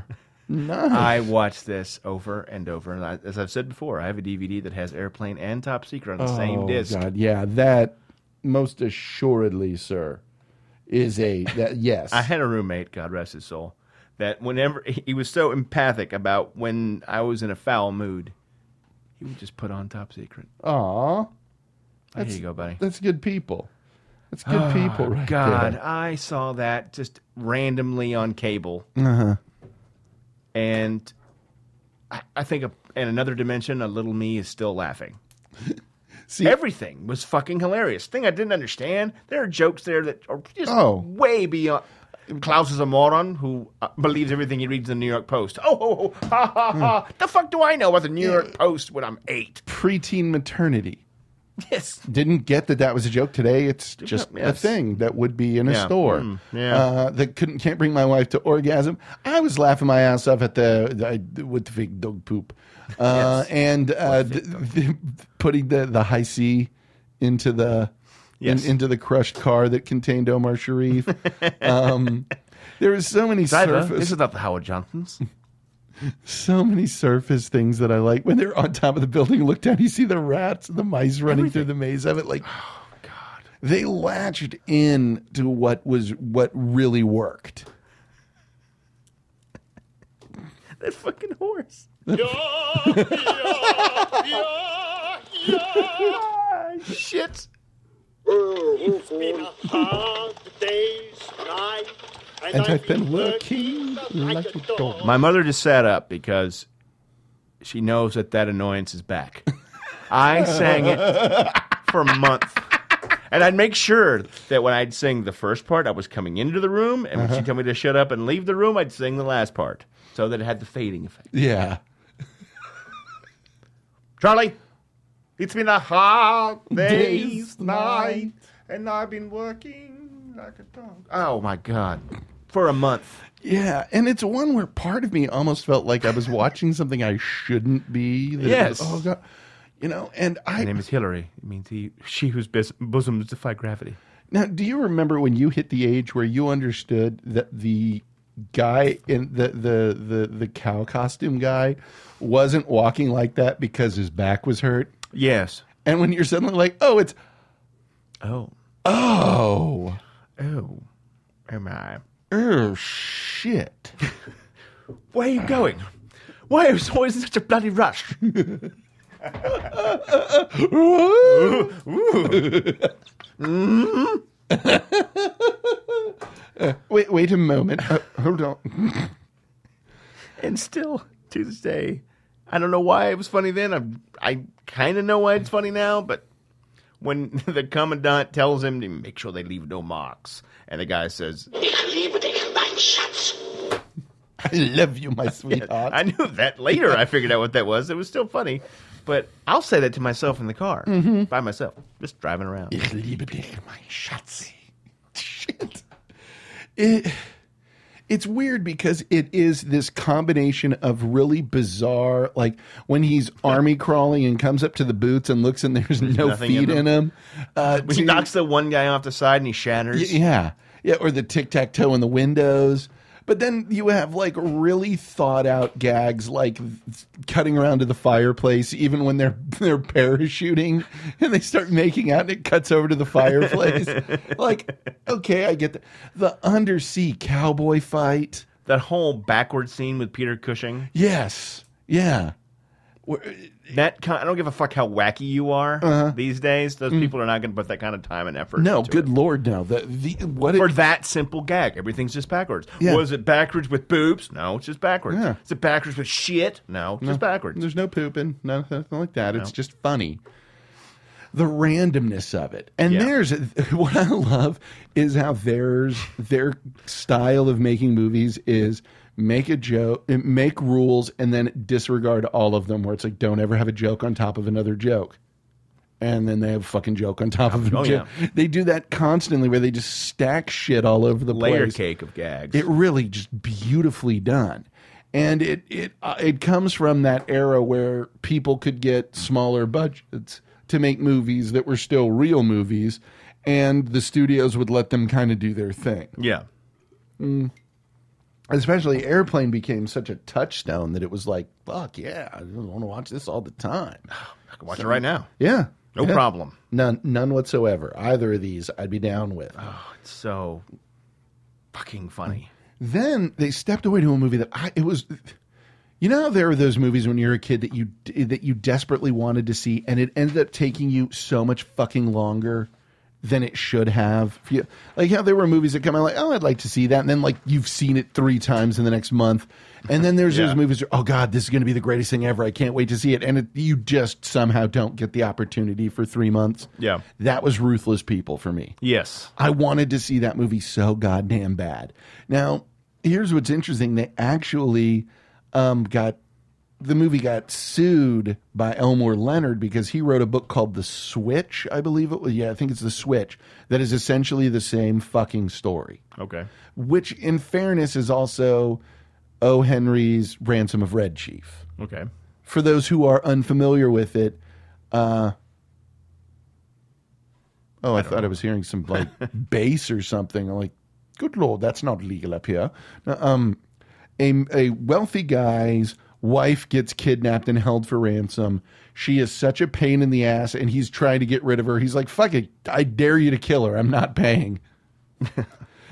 J: Nice.
K: I watch this over and over, and I, as I've said before, I have a DVD that has Airplane and Top Secret on the same
J: Oh,
K: disc.
J: God, yeah, that most assuredly, sir, is a that yes.
K: I had a roommate, God rest his soul, that whenever he he was so empathic about when I was in a foul mood, he would just put on Top Secret.
J: Aw.
K: There
J: That's-
K: you go, buddy.
J: That's good people. That's good people, right?
K: Ah, God,
J: there.
K: I saw that just randomly on cable,
J: Uh-huh.
K: and I, I think a, in another dimension, a little me is still laughing. Everything was fucking hilarious. Thing I didn't understand. There are jokes there that are just
J: Oh.
K: way beyond. Klaus is a moron who uh, believes everything he reads in the New York Post. Oh, oh, oh, ha ha
J: Hmm.
K: ha! The fuck do I know about the New York Post when I'm eight?
J: Preteen maternity.
K: Yes.
J: Didn't get that that was a joke today. It's just a
K: yes.
J: thing that would be in a
K: Yeah.
J: store.
K: Mm, yeah.
J: Uh, that couldn't can't bring my wife to orgasm. I was laughing my ass off at the, the with the big dog poop, uh, and uh, th- th- putting the the high C into the in-
K: Yes.
J: into the crushed car that contained Omar Sharif. um, there was so many
K: Diva,
J: surface
K: this is not the Howard Johnsons.
J: so many surface things that I like. When they're on top of the building, you look down, you see the rats and the mice running through the maze of it. Like, oh god, they latched in to what was what really worked.
K: that fucking horse. Shit.
M: It's been a hard day's night, and, I've been working like a dog.
K: My mother just sat up because she knows that that annoyance is back. I sang it for a month. And I'd make sure that when I'd sing the first part, I was coming into the room, and when she
J: Uh-huh.
K: told me to shut up and leave the room, I'd sing the last part so that it had the fading effect.
J: Yeah,
K: Charlie, it's been a hard
M: Day's
K: day's
M: night,
K: night.
M: and I've been working like a dog.
K: Oh my god, for a month.
J: yeah, and it's one where part of me almost felt like I was watching something I shouldn't be. that it was-
K: Yes.
J: oh god, you know. And I
K: My name is Hillary. It means he, she whose bos- bosoms defy gravity.
J: Now, do you remember when you hit the age where you understood that the guy in the the the, the cow costume guy wasn't walking like that because his back was hurt?
K: Yes.
J: And when you're suddenly like, "Oh, it's
K: Oh.
J: Oh.
K: Oh. Am I?
J: Oh shit.
K: Where are you going? Why is always such a bloody rush?
J: Uh, wait, wait a moment. Uh, hold on.
K: and still to this day, I don't know why it was funny then. I I kind of know why it's funny now, but when the commandant tells him to make sure they leave no marks, and the guy says,
J: "I love you, my sweetheart."
K: I knew that later. I figured out what that was. It was still funny, but I'll say that to myself in the car
J: Mhm.
K: by myself, just driving around.
J: Ich liebe dich, mein Schatz. Shit. It, it's weird because it is this combination of really bizarre, like when he's army crawling and comes up to the boots and looks and there's no
K: nothing in
J: feet
K: them.
J: in him. Uh,
K: When he
J: to-
K: knocks the one guy off the side and he shatters.
J: Y- Yeah. Yeah. Or the tic tac toe in the windows. But then you have like really thought out gags like th- cutting around to the fireplace, even when they're they're parachuting and they start making out and it cuts over to the fireplace. like, okay, I get that. The undersea cowboy fight.
K: That whole backward scene with Peter Cushing.
J: Yes. Yeah.
K: That kind I don't give a fuck how wacky you are
J: Uh-huh.
K: these days. Those
J: Mm.
K: people are not going to put that kind of time and effort.
J: No,
K: into
J: good lord, no. The, the, what
K: for
J: it,
K: that simple gag. Everything's just backwards.
J: Yeah.
K: Was it backwards with boobs? No, it's just backwards.
J: Yeah.
K: Is it backwards with shit? No, it's
J: No.
K: just backwards.
J: There's no pooping, no- nothing like that. It's just funny. The randomness of it, and there's what I love is how theirs their style of making movies is make a joke, make rules, and then disregard all of them. Where it's like, don't ever have a joke on top of another joke, and then they have a fucking joke on top of a
K: Oh,
J: joke. They do that constantly, where they just stack shit all over the
K: Layer
J: place.
K: cake of gags.
J: It really just beautifully done, and it it uh, it comes from that era where people could get smaller budgets to make movies that were still real movies, and the studios would let them kind of do their thing.
K: yeah.
J: Mm. Especially Airplane became such a touchstone that it was like, fuck yeah, I want to watch this all the time. I
K: can watch it right now.
J: Yeah,
K: No
J: Yeah.
K: problem.
J: None, none whatsoever. Either of these, I'd be down with.
K: It's so fucking funny.
J: Mm. then they stepped away to a movie that I it was You know how there are those movies when you're a kid that you that you desperately wanted to see, and it ended up taking you so much fucking longer than it should have. For you. Like how there were movies that come out like, oh, I'd like to see that, and then like you've seen it three times in the next month, and then there's
K: Yeah.
J: those movies. Where, oh God, this is going to be the greatest thing ever! I can't wait to see it, and it, you just somehow don't get the opportunity for three months.
K: Yeah.
J: that was ruthless people for me.
K: Yes.
J: I wanted to see that movie so goddamn bad. Now, here's what's interesting. They actually um, got the movie got sued by Elmore Leonard because he wrote a book called The Switch, I believe it was. Yeah, I think it's The Switch. That is essentially the same fucking story.
K: Okay.
J: Which, in fairness, is also O. Henry's Ransom of Red Chief
K: Okay.
J: for those who are unfamiliar with it, uh, oh, I, thought I was hearing some like bass or something. I'm like, good lord, that's not legal up here. No, Um, a, a wealthy guy's wife gets kidnapped and held for ransom. She is such a pain in the ass, and he's trying to get rid of her. He's like, fuck it, I dare you to kill her. I'm not paying.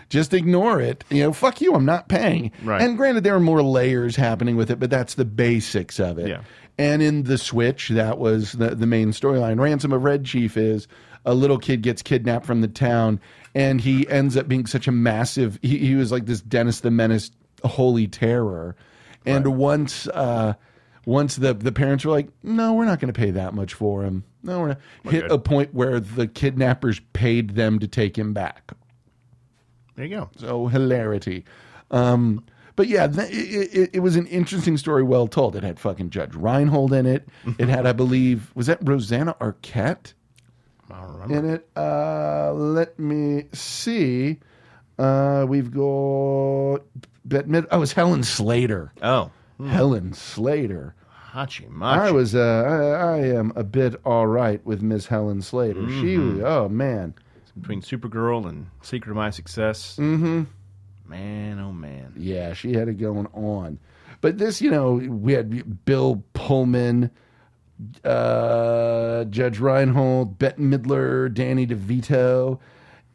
J: Just ignore it. You know, fuck you. I'm not paying.
K: Right.
J: And granted, there are more layers happening with it, but that's the basics of it.
K: Yeah.
J: And in the Switch, that was the, the main storyline. Ransom of Red Chief is a little kid gets kidnapped from the town, and he ends up being such a massive. He, he was like this Dennis the Menace, holy terror. And once, uh, once the the parents were like, "No, we're not going to pay that much for him." No, we're not. hit
K: good.
J: a point where the kidnappers paid them to take him back.
K: There you go.
J: So hilarity. Um, but yeah, th- it, it, it was an interesting story, well told. It had fucking Judge Reinhold in it. It had, I believe, was that Rosanna Arquette
K: I don't remember.
J: in it? Uh, let me see. Uh, we've got Bette Mid- Oh, it's Helen Slater.
K: Oh,
J: Helen Slater.
K: Hachimachi.
J: I was. Uh, I, I am a bit all right with Miss Helen Slater. She.
K: Mhm.
J: Oh man.
K: between Supergirl and Secret of My Success.
J: Mm-hmm.
K: Man, oh man.
J: Yeah, she had it going on. But this, you know, we had Bill Pullman, uh, Judge Reinhold, Bette Midler, Danny DeVito.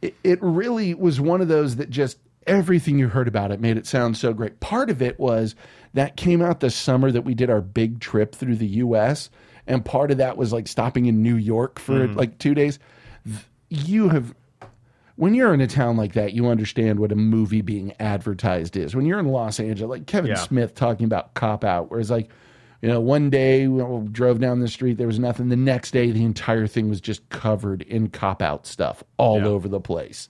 J: It, it really was one of those that just everything you heard about it made it sound so great. Part of it was that came out the summer that we did our big trip through the U.S., and part of that was like stopping in New York for
K: Mhm.
J: like two days. Th- You have when you're in a town like that, you understand what a movie being advertised is. When you're in Los Angeles, like Kevin
K: Yeah.
J: Smith talking about Cop Out, where it's like, you know, one day we all drove down the street, there was nothing. The next day, the entire thing was just covered in Cop Out stuff all over the place.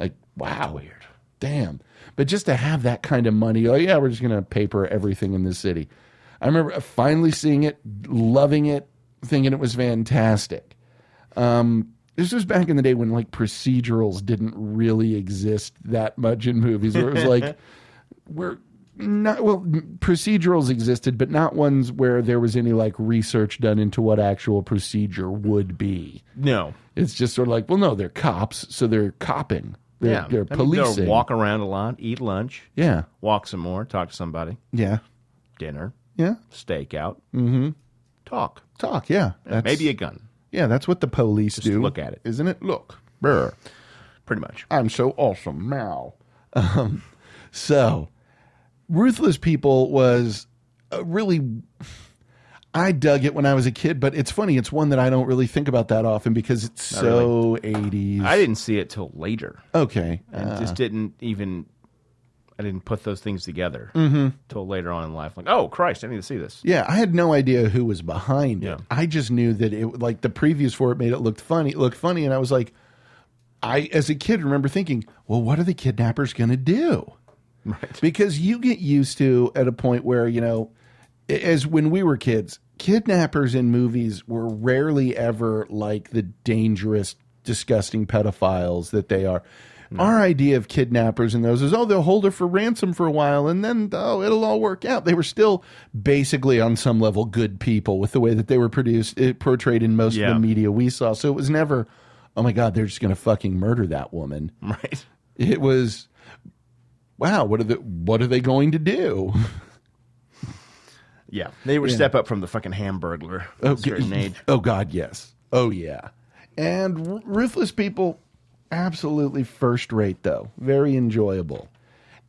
J: Like, wow. Weird. Damn. But just to have that kind of money, like, yeah, we're just going to paper everything in this city. I remember finally seeing it, loving it, thinking it was fantastic. Um, this was back in the day when like procedurals didn't really exist that much in movies. Where it was like we're not well, m- procedurals existed, but not ones where there was any like research done into what actual procedure would be.
K: No.
J: It's just sort of like, well, no, they're cops, so they're copping. They're,
K: yeah.
J: they're
K: I mean, go
J: policing.
K: walk around a lot, eat lunch.
J: Yeah.
K: Walk some more, talk to somebody.
J: Yeah.
K: Dinner.
J: Yeah.
K: Stakeout.
J: Mm-hmm.
K: Talk.
J: Talk. Yeah.
K: And maybe a gun.
J: Yeah, that's what the police do. Look at it, isn't it? Look, brr.
K: Pretty much.
J: I'm so awesome now. Um, so, ruthless people was a really. I dug it when I was a kid, but it's funny. It's one that I don't really think about that often because it's
K: Not
J: so 80s.
K: I didn't see it till later.
J: Okay. uh,
K: I just didn't even. I didn't put those things together
J: Mhm.
K: till later on in life. Like, oh Christ, I need to see this.
J: Yeah, I had no idea who was behind
K: Yeah.
J: it. I just knew that it like the previews for it made it look funny, look funny, and I was like, I as a kid remember thinking, well, what are the kidnappers going to do? Right. Because you get used to at a point where you know, a- as when we were kids, kidnappers in movies were rarely ever like the dangerous, disgusting pedophiles that they are. Our idea of kidnappers and those is, oh, they'll hold her for ransom for a while and then, oh, it'll all work out. They were still basically on some level good people with the way that they were produced, eh, portrayed in most
K: Yeah.
J: of the media we saw. So it was never, oh my God, they're just going to fucking murder that woman.
K: Right.
J: It was, wow, what are the, what are they going to do?
K: Yeah, they were
J: Yeah.
K: step up from the fucking Hamburglar. at a
J: Oh,
K: certain
J: g-
K: age.
J: oh God, yes. Oh yeah. And r- ruthless people, absolutely first rate though, very enjoyable.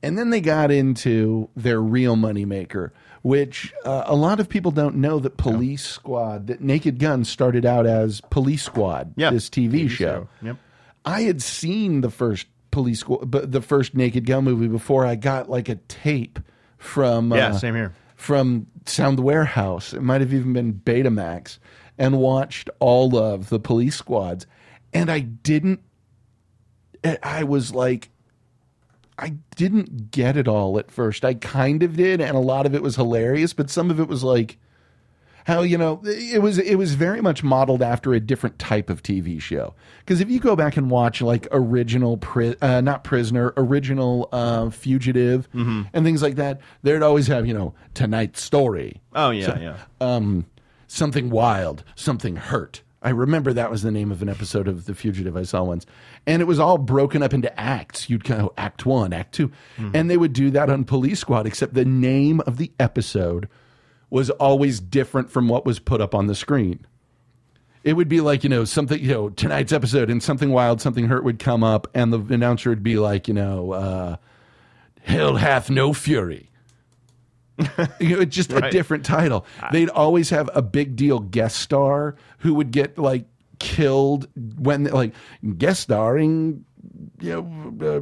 J: And then they got into their real moneymaker, which uh, a lot of people don't know that Police Squad, that Naked Gun started out as Police Squad,
K: Yeah.
J: this TV,
K: TV
J: show.
K: show. Yep.
J: I had seen the first Police Squad, but the first Naked Gun movie before I got like a tape from uh,
K: Yeah, same here.
J: from Sound Warehouse. It might have even been Betamax, and watched all of the Police Squads, and I didn't. I- I was like, I didn't get it all at first. I kind of did, and a lot of it was hilarious, but some of it was like how you know it was it was very much modeled after a different type of TV show. Because if you go back and watch like original, pri- uh, not prisoner, original uh, fugitive, and things like that, they'd always have you know tonight's story.
K: Oh, yeah,
J: So-
K: yeah.
J: um, something wild, something hurt. I remember that was the name of an episode of The Fugitive I saw once, and it was all broken up into acts. You'd go Act One, Act 2 and they would do that on Police Squad. Except the name of the episode was always different from what was put up on the screen. It would be like you know something you know tonight's episode, and something wild, something hurt would come up, and the announcer would be like you know, uh, "Hell hath no fury." you know, it's just a
K: Right.
J: different title. They'd always have a big deal guest star who would get like killed when like guest starring, you know,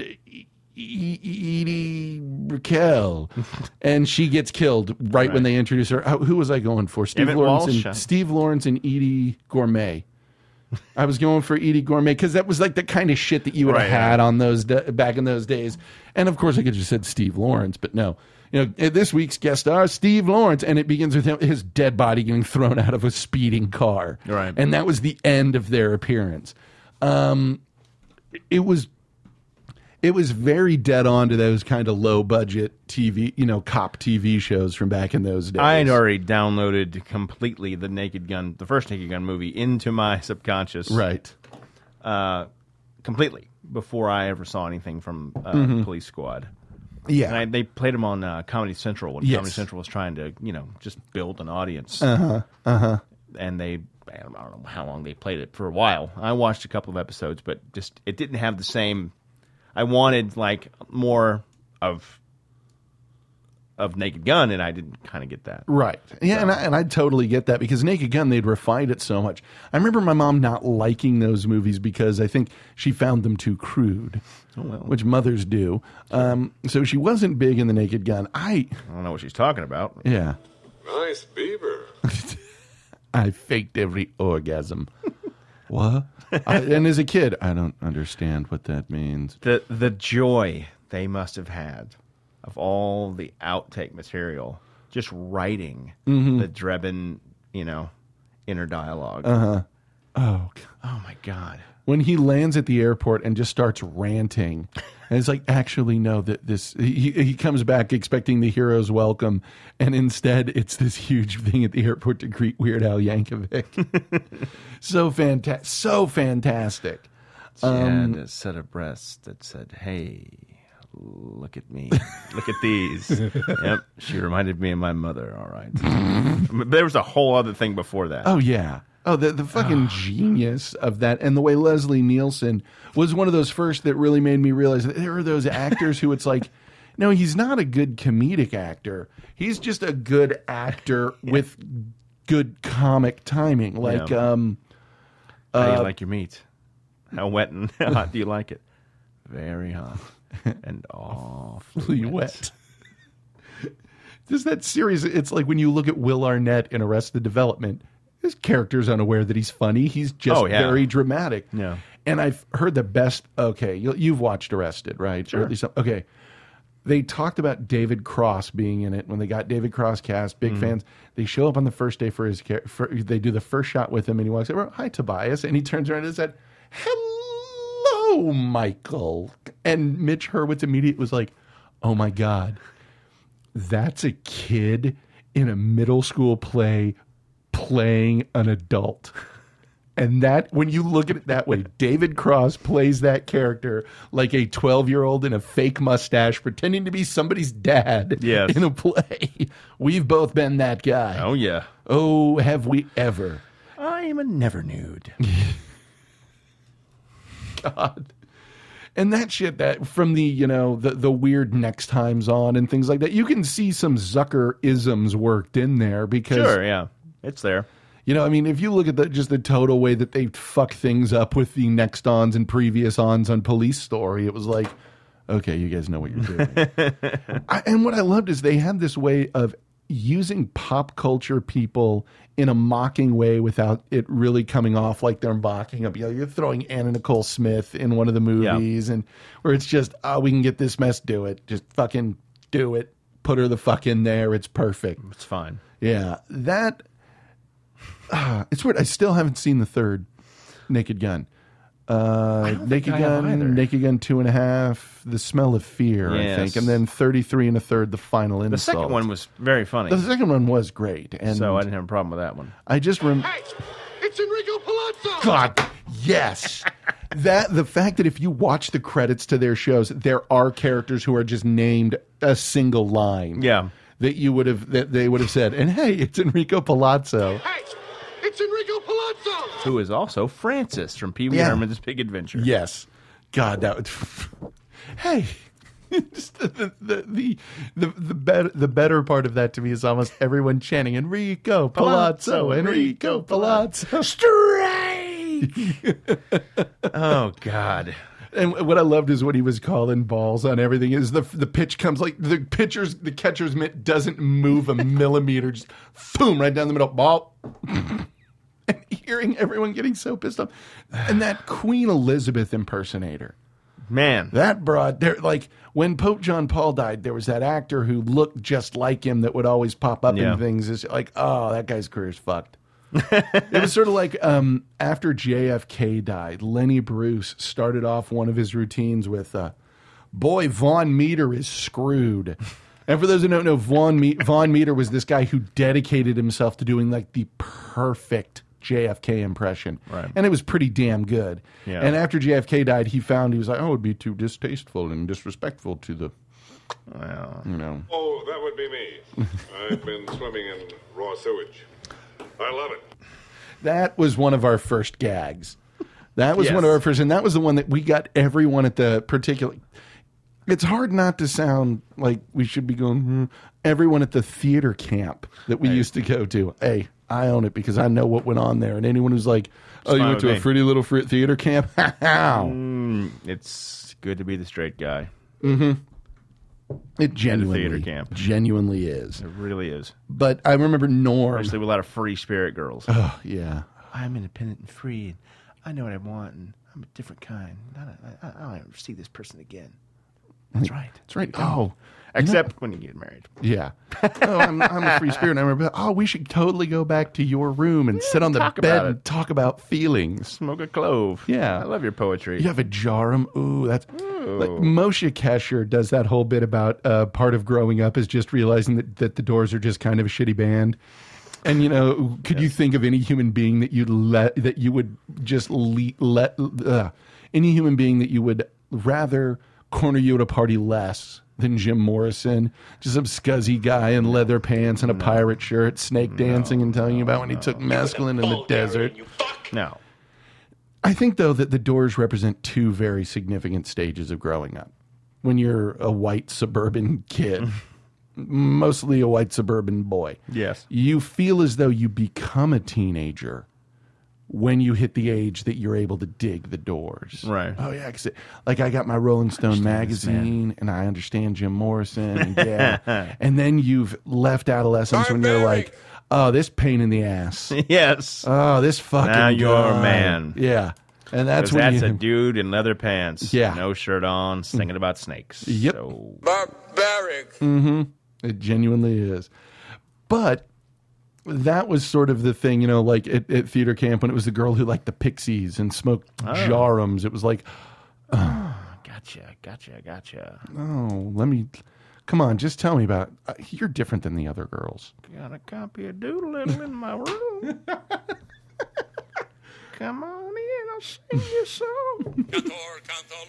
J: uh, E- E- Edie Raquel, and she gets killed right, when they introduce her. Oh, Who was I going for? Steve
K: Emmett
J: Lawrence
K: Walsh,
J: and
K: uh,
J: Steve Lawrence and Edie Gourmet. I was going for Edie Gourmet because that was like the kind of shit that you would
K: Right,
J: have had on those da- back in those days. And of course, I could have just said Steve Lawrence, but no. You know, eh, this week's guest star Steve Lawrence, and it begins with him, his dead body getting thrown out of a speeding car.
K: Right.
J: and that was the end of their appearance. Um, it was it was very dead on to those kind of low budget TV, you know, cop TV shows from back in those days.
K: I had already downloaded completely the Naked Gun, the first Naked Gun movie, into my subconscious,
J: Right.
K: Uh, completely before I ever saw anything from uh,
J: Mhm.
K: Police Squad.
J: Yeah.
K: and I, they played them on uh, Comedy Central when
J: Yes.
K: Comedy Central was trying to, you know, just build an audience.
J: Uh-huh, uh-huh.
K: And they, I don't know how long they played it for a while. I watched a couple of episodes, but just it didn't have the same. I wanted like more of of Naked Gun, and I didn't kind of get that.
J: Right. Yeah, and, I, and I totally get that because Naked Gun, they'd refined it so much. I remember my mom not liking those movies because I think she found them too crude,
K: Oh, well.
J: which mothers do. Um, so she wasn't big in the Naked Gun. I,
K: I don't know what she's talking about.
J: yeah,
N: Nice beaver.
J: I faked every orgasm. what? I, and as a kid, I don't understand what that means.
K: The the joy they must have had of all the outtake material, just writing
J: Mhm.
K: the Drebin, you know, inner dialogue.
J: Uh huh. Oh, God.
K: Oh my god.
J: when he lands at the airport and just starts ranting and it's like actually no that this he, he comes back expecting the hero's welcome and instead it's this huge thing at the airport to greet weird al yankovic so fantastic so fantastic
K: She
J: Um,
K: had a set of breasts that said, "Hey, look at me, look at these." yep, she reminded me of my mother. All right, But there was a whole other thing before that.
J: Oh yeah. Oh, the
K: Ah.
J: the fucking genius of that, and the way Leslie Nielsen was one of those first that really made me realize that there are those actors who it's like, no, he's not a good comedic actor. He's just a good actor with good comic timing. Like,
K: Yeah.
J: um,
K: How do
J: uh,
K: you like your meat? How wet and hot do you like it? Very hot and awfully
J: wet. Just that series. It's like when you look at Will Arnett in Arrested Development, his character's unaware that he's funny. He's just
K: Oh, yeah.
J: very dramatic.
K: Yeah.
J: And I've heard the best. Okay, you, you've watched Arrested, right? Or
K: Sure.
J: at least some- okay. They talked about David Cross being in it when they got David Cross cast. Big
K: Mhm.
J: fans. They show up on the first day for his. ca- For, they do the first shot with him, and he walks over. Hi, Tobias, and he turns around and said, "Hello, Michael." And Mitch Hurwitz immediately was like, "Oh my god, that's a kid in a middle school play playing an adult. And that, when you look at it that way, David Cross plays that character like a 12 year old in a fake mustache pretending to be somebody's dad
K: Yes.
J: in a play. We've both been that guy.
K: Oh yeah.
J: Oh, have we ever?
K: I am a never nude.
J: God. and that shit that from the you know the the weird next times on and things like that. You can see some Zucker isms worked in there because
K: Sure, yeah, it's there.
J: You know, I mean, if you look at the, just the total way that they fuck things up with the next ons and previous ons on Police Story, it was like, okay, you guys know what you're doing. I, and what I loved is they had this way of using pop culture people in a mocking way without it really coming off like they're mocking them. You know, you're throwing Anna Nicole Smith in one of the movies, and where it's just, oh, we can get this mess, do it, just fucking do it, put her the fuck in there, it's perfect,
K: it's fine.
J: Yeah, that Ah, it's weird. I still haven't seen the third Naked Gun. Uh, Naked
K: I have either.
J: Gun, Naked Gun two and a half, The Smell of Fear, I
K: Yes.
J: think, and then thirty three and a third, The Final Insult.
K: The second one was very funny,
J: The second one was great, and
K: so I didn't have a problem with that one.
J: I just remember.
M: It's Enrico Palazzo!
J: God, yes. That the fact that if you watch the credits to their shows, there are characters who are just named a single line.
K: Yeah.
J: That you would have that they would have said, and hey, it's Enrico Palazzo.
M: It's Enrico Palazzo!
K: Who is also Francis from Pee Wee
J: Yeah.
K: Herman's Big Adventure?
J: Yes. God, that would. hey. Just the, the, the, the, the, better, the better part of that to me is almost everyone chanting Enrico Palazzo, Enrico Palazzo.
K: oh, God.
J: And what I loved is what he was calling balls on everything. Is the the pitch comes like the pitcher's the catcher's mitt doesn't move a millimeter, just boom right down the middle. Ball. and hearing everyone getting so pissed off, and that Queen Elizabeth impersonator.
K: Man,
J: that broad there like when Pope John Paul died, there was that actor who looked just like him that would always pop up
K: Yeah.
J: in things. It's like, oh, that guy's career's fucked. it was sort of like um, after JFK died, Lenny Bruce started off one of his routines with, uh, "Boy, Von Meter is screwed." And for those who don't know, Von, Me- Von Meter was this guy who dedicated himself to doing like the perfect JFK impression, right. and it was pretty damn good.
K: Yeah.
J: And after JFK died, he found he was like, "Oh, it would be too distasteful and disrespectful to the, you know."
N: Oh, that would be me. I've been swimming in raw sewage. I love it.
J: That was one of our first gags. That was
N: Yes.
J: one of our first, and that was the one that we got everyone at the particular. It's hard not to sound like we should be going. "Hmm." Everyone at the theater camp that we used to go to. Hey, I own it because I know what went on there. And anyone who's like, "Oh, you
K: fine
J: went
K: with
J: to a
K: me."
J: Fruity Little Fruit theater camp?" How?
K: Mm, it's good to be the straight guy.
J: mm-hmm. It genuinely,
K: theater camp.
J: genuinely is.
K: It really is.
J: But I remember Norm.
K: Especially with a lot of free spirit girls.
J: Oh yeah.
K: I'm independent and free. And I know what I want, and I'm a different kind. I don't, I, I don't ever see this person again. That's right.
J: That's right. Oh,
K: Except when you get married.
J: Yeah. oh, I'm, I'm a free spirit. And I remember, oh, we should totally go back to your room and sit on the
K: talk
J: bed
K: about
J: and talk about feelings.
K: Smoke a clove.
J: Yeah.
K: I love your poetry.
J: You have a jarum. Ooh, that's. Like
K: Ooh.
J: Moshe Kesher does that whole bit about uh, part of growing up is just realizing that, that the Doors are just kind of a shitty band. And you know, could you think of any human being that you'd let that you would just le- let uh, any human being that you would rather corner you at a party less than Jim Morrison, just some scuzzy guy in leather pants and a pirate shirt, snake dancing and telling you about when he took mescaline in the desert.
K: No.
J: I think though that the Doors represent two very significant stages of growing up. When you're a white suburban kid, mostly a white suburban boy,
K: Yes.
J: you feel as though you become a teenager when you hit the age that you're able to dig the Doors.
K: Right.
J: Oh yeah, 'cause it- like I got my Rolling Stone magazine, and I understand Jim Morrison. And yeah, and then you've left adolescence when you're like, oh, this pain in the ass.
K: yes.
J: Oh, this fucking.
K: Now you're a
J: guy.
K: man.
J: Yeah, and that's
K: 'Cause
J: when
K: that's
J: you.
K: a dude in leather pants.
J: Yeah. Mm.
K: No shirt on, singing about snakes.
J: Yep.
K: So,
J: hmm It genuinely is. But that was sort of the thing, you know, like at, at theater camp when it was the girl who liked the Pixies and smoked
K: Oh.
J: jarums. It was like,
K: gotcha, gotcha, gotcha.
J: oh, let me, come on, just tell me about. Uh, you're different than the other girls.
K: Got a copy of Doolittle in my room. Come on in, I'll sing you a song.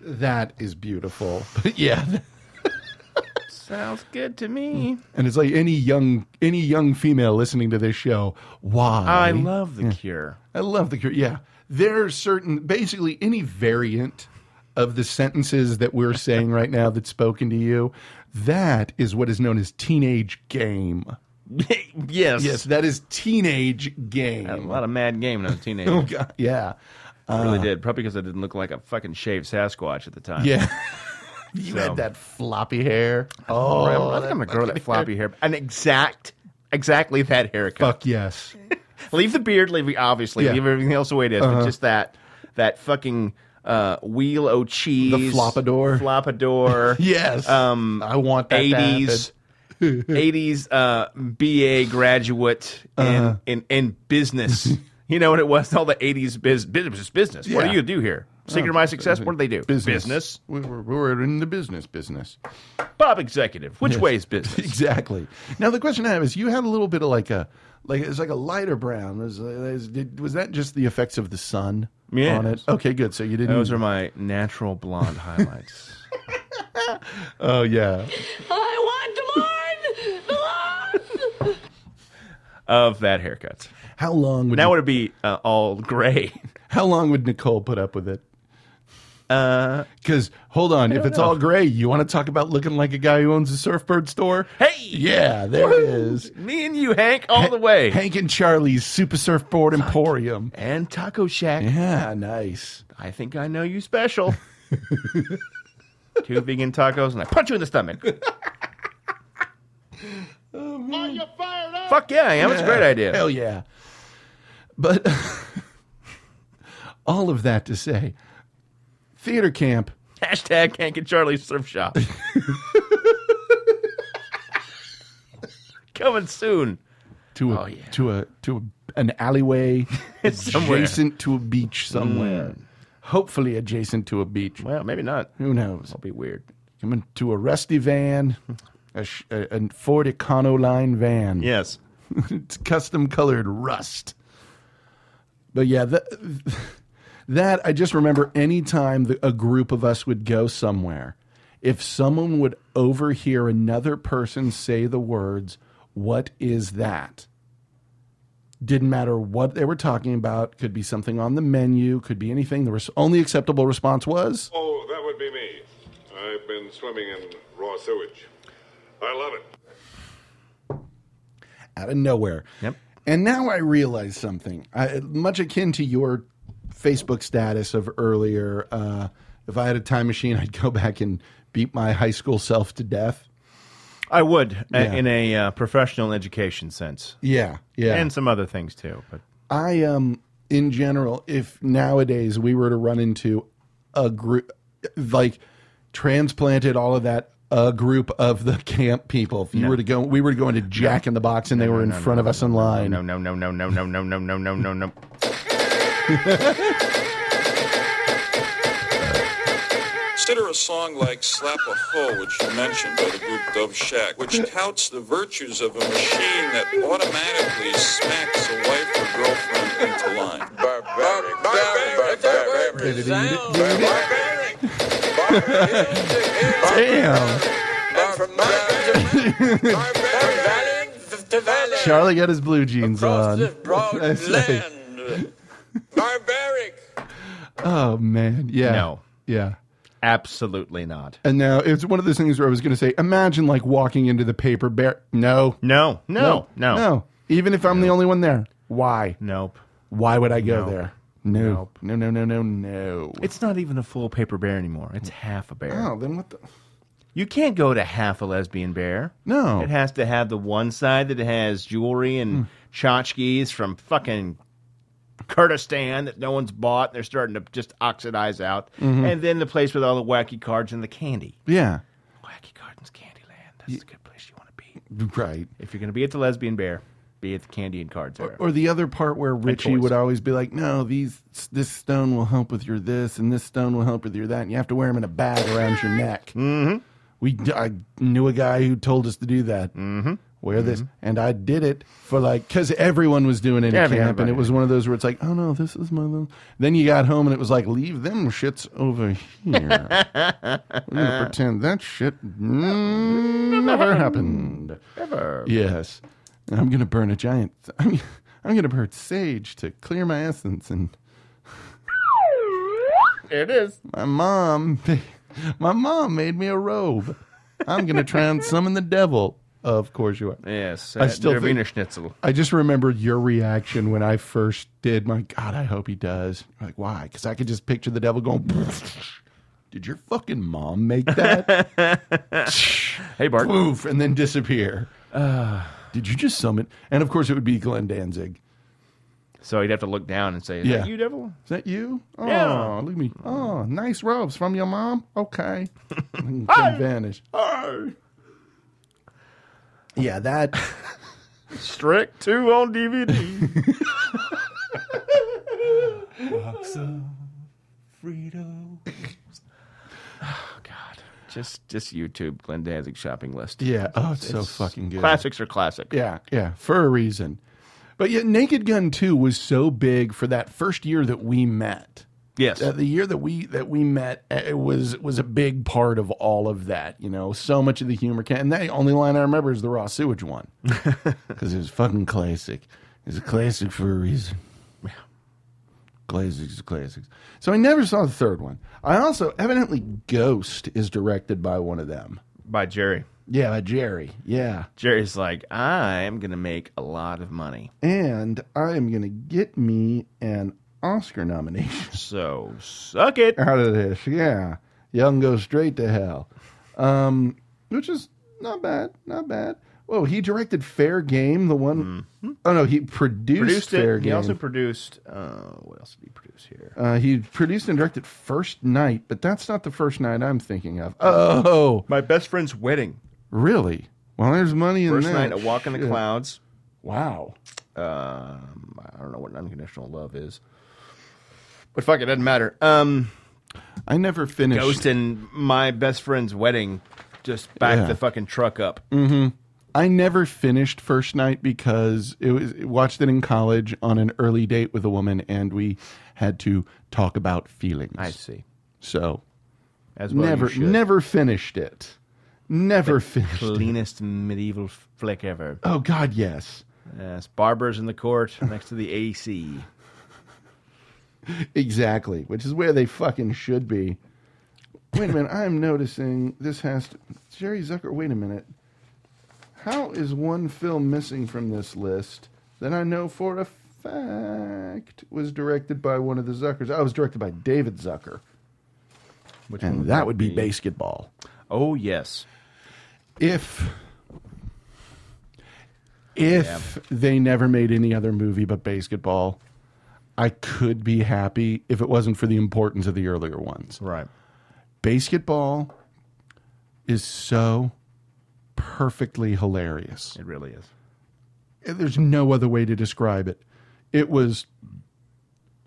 J: That is beautiful. But yeah,
K: Sounds good to me.
J: And it's like any young any young female listening to this show, why?
K: I love The Cure.
J: I love The Cure. Yeah. There are certain basically any variant of the sentences that we're saying right now that's spoken to you, that is what is known as teenage game.
K: yes.
J: Yes, that is teenage game.
K: Had a lot of mad game when I was a teenager.
J: Oh, God. Yeah.
K: I really
J: Uh,
K: did. Probably because I didn't look like a fucking shaved Sasquatch at the time.
J: Yeah. you
K: So-
J: had that floppy hair.
K: Oh,
J: Oh,
K: I think I'm gonna grow that floppy hair. An exact, exactly that haircut.
J: Fuck yes.
K: leave the beard. Leave the- obviously.
J: Yeah.
K: Leave everything else the way it is,
J: Uh-huh.
K: But just that, that fucking uh, wheel o' cheese.
J: The floppador.
K: Floppador.
J: Yes.
K: Um,
J: I want that to happen.
K: 80s. 80s uh, BA graduate
J: Uh-huh.
K: in, in in business. you know what it was? All the 80s biz, business business. What
J: Yeah.
K: do you do here? Secret of
J: Oh,
K: my success. What do they do? business.
J: We were, we were in the business business.
K: Bob executive. Which
J: Yes.
K: way is business?
J: Exactly. Now the question I have is, you had a little bit of like a like it's like a lighter brown. Was, was, did, was that just the effects of the sun
K: Yes.
J: on it? Okay, good. So you didn't.
K: Those are my natural blonde highlights.
J: oh yeah.
K: of that haircut.
J: How long would
K: now would it be uh, all gray?
J: How long would Nicole put up with it? Because hold on,
K: Uh, I
J: if
K: don't
J: it's
K: know.
J: all gray, you want to talk about looking like a guy who owns a surfboard store?
K: Hey,
J: yeah, there it is.
K: Me and you, Hank, all the way.
J: Hank and Charlie's Super Surfboard Emporium.
K: And Taco Shack.
J: Yeah, nice.
K: I think I know you special. Two vegan tacos, and I punch you in the stomach. Fuck yeah, I am. It's a great
J: Oh, Yeah,
K: idea.
J: Hell yeah. But all of that to say, theater camp.
K: Hashtag Hank and Charlie's Surf Shop. Coming soon.
J: To a
K: Oh, yeah.
J: to a to a, an alleyway
K: Somewhere. Mm.
J: adjacent to a beach somewhere. Hopefully adjacent to a beach.
K: Well, maybe not.
J: Who knows?
K: That'll be weird.
J: Coming to a rusty van, a, sh- a, a Ford Econoline van.
K: Yes.
J: it's custom colored rust. But yeah, that, that I just remember any time that a group of us would go somewhere, if someone would overhear another person say the words, "What is that?" Didn't matter what they were talking about. Could be something on the menu. Could be anything. The res- only acceptable response was,
N: Oh, that would be me. I've been swimming in raw sewage. I love it.
J: out of nowhere.
K: Yep.
J: And now I realize something, I, much akin to your Facebook status of earlier. Uh, if I had a time machine, I'd go back and beat my high school self to death.
K: I would, a-
J: Yeah.
K: in a uh, professional education sense,
J: Yeah, yeah.
K: and some other things too. But
J: I um, in general, if nowadays we were to run into a group, like transplanted all of that. A group of the camp people. If you were to go, we were to go into Jack in the Box, and they were in front of us in line.
K: no, no, no, no, no, no, no, no, no, no, no, no.
O: Consider a song like Slap a Hole, which you mentioned by the group Dove Shack, which touts the virtues of a machine that automatically smacks a wife or girlfriend into line. Barbaric, barbaric, barbaric,
J: Damn. Charlie got his blue jeans on. That's like-
O: Barbaric.
J: oh man, yeah,
K: No.
J: yeah.
K: Absolutely not.
J: And now it's one of those things where I was going to say, imagine like walking into the paper bear. No,
K: No, no, no,
J: no. Even if I'm the only one there, why?
K: Nope.
J: Why would I go
K: Nope.
J: there? No,
K: Nope.
J: no, no, no, no, no.
K: It's not even a full paper bear anymore. It's half a bear.
J: oh, then what the?
K: You can't go to half a lesbian bear.
J: No. Hmm.
K: It has to have the one side that has jewelry and tchotchkes from fucking Kurdistan that no one's bought. They're starting to just oxidize out.
J: Mhm.
K: And then the place with all the wacky cards and the candy.
J: Yeah,
K: Wacky Gardens Candyland. That's a good place you want to be.
J: right.
K: If you're going to be at the lesbian bear, be at the candy and cards bear.
J: Or the other part where Richie
K: toys.
J: would always be like, "No, these this stone will help with your this, and this stone will help with your that, and you have to wear them in a bag around your neck." Mm-hmm. We I knew a guy who told us to do that. Mm-hmm. wear this. And I did it for like, because everyone was doing it in
K: Everybody.
J: camp. And it was one of those where it's like, oh no, this is my little. Then you got home and it was like, leave them shits over here. We're going to pretend that shit mm, never happened.
K: Ever.
J: Yes. And I'm going to burn a giant. I'm, I'm going to burn sage to clear my essence. And
K: There it is.
J: my mom, my mom made me a robe. I'm going to try and summon the devil. Of course you are.
K: Yes.
J: I
K: uh,
J: still
K: Der
J: think-
K: Wiener Schnitzel.
J: I just remembered your reaction when I first did. My God, I hope he does. You're like, why? Because I could just picture the devil going. Did your fucking mom make that?
K: hey, Bart.
J: Poof, and then disappear.
K: Uh.
J: Did you just summon? And of course, it would be Glenn Danzig.
K: So he'd have to look down and say, "Is
J: Yeah.
K: that you, devil?"
J: Is that you? Oh,
K: Yeah.
J: look at me. Oh, nice robes from your mom. Okay. And then vanish. Oh. Yeah, that.
K: Strict two on DVD.
J: Freedom.
K: Oh, just just YouTube Glenn Danzig shopping list.
J: Yeah. Oh, it's, so fucking good.
K: Classics are classic.
J: Yeah, yeah, for a reason. But yet, Naked Gun Two was so big for that first year that we met.
K: Yes.
J: That Uh, the year that we that we met, eh, it was was a big part of all of that. You know, so much of the humor. Can- and the only line I remember is the raw sewage one because it was fucking classic. It's a classic for a reason. Classics, classics. So I never saw the third one. I also evidently Ghost is directed by one of them.
K: By Jerry.
J: Yeah, by Jerry. Yeah.
K: Jerry's like, I am gonna make a lot of money.
J: and I am going to get me an Oscar nomination
K: So suck it.
J: out of this. Yeah, young go straight to hell, um, which is not bad, not bad. Whoa, he directed Fair Game, the one oh no, he produced,
K: Mm-hmm. Produced it.
J: Fair
K: he
J: Game.
K: also produced. Uh, what else did he produce here?
J: uh, he produced and directed First Night, but that's not the first night I'm thinking of. Oh,
K: My best friend's wedding.
J: really? Well, there's money in
K: First
J: that.
K: night, a walk in the
J: Shit.
K: clouds.
J: Wow.
K: Um, I don't know what unconditional love is, but fuck, it doesn't matter. Um,
J: I never finished.
K: Ghost and my best friend's wedding just backed
J: Yeah.
K: the fucking truck up.
J: hmm I never finished first night because it was watched it in college on an early date with a woman, and we had to talk about feelings.
K: I see.
J: So
K: As well, you
J: never,
K: should.
J: never finished it. Never finished. It.
K: cleanest medieval flick ever.
J: Oh God, yes,
K: Yes, barbers in the court next to the AC.
J: exactly. Which is where they fucking should be. Wait a minute, I'm noticing this has to. Jerry Zucker. Wait a minute. How is one film missing from this list that I know for a fact was directed by one of the Zuckers? I was directed by David Zucker.
K: Which one
J: And that would be
K: be?
J: basketball.
K: Oh yes,
J: If if they never made any other movie but basketball, I could be happy if it wasn't for the importance of the earlier ones.
K: right.
J: Basketball is so perfectly hilarious.
K: It really is.
J: there's no other way to describe it. It was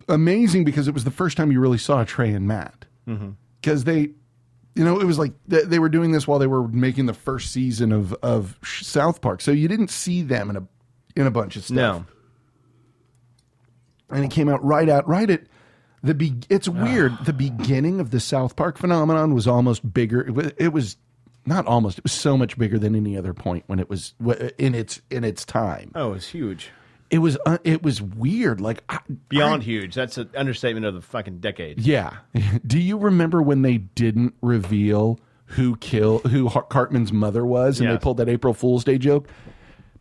J: amazing because it was the first time you really saw Trey and Matt. Because they, you know, it was like they, they were doing this while they were making the first season of of South Park, so you didn't see them in a in a bunch of stuff
K: No,
J: and it came out right out right at the be- it's weird the beginning of the south park phenomenon was almost bigger it was, it was not almost it was so much bigger than any other point when it was w- in its in its time
K: oh, it's huge.
J: it was uh, it was weird like I,
K: Beyond
J: I-
K: huge. That's an understatement of the fucking decade.
J: yeah do you remember when they didn't reveal who kill who Har- cartman's mother was and
K: Yeah.
J: they pulled that april fool's day joke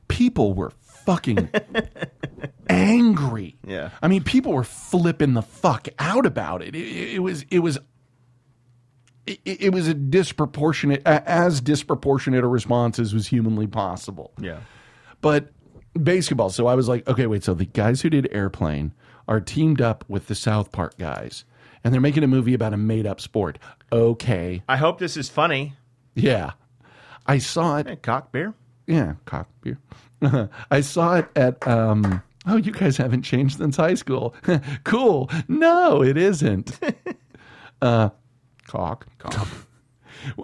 J: people were fucking angry
K: Yeah.
J: I mean, people were flipping the fuck out about it. It, it was it was it, it was a disproportionate a- as disproportionate a response as was humanly possible.
K: Yeah.
J: But basketball. So I was like, okay, wait. So the guys who did Airplane are teamed up with the South Park guys, and they're making a movie about a made up sport. Okay,
K: I hope this is funny.
J: yeah, I saw it.
K: Hey, cock beer.
J: Yeah, cock beer. I saw it at. Um, oh, you guys haven't changed since high school. cool. No, it isn't. uh, cock. Cock.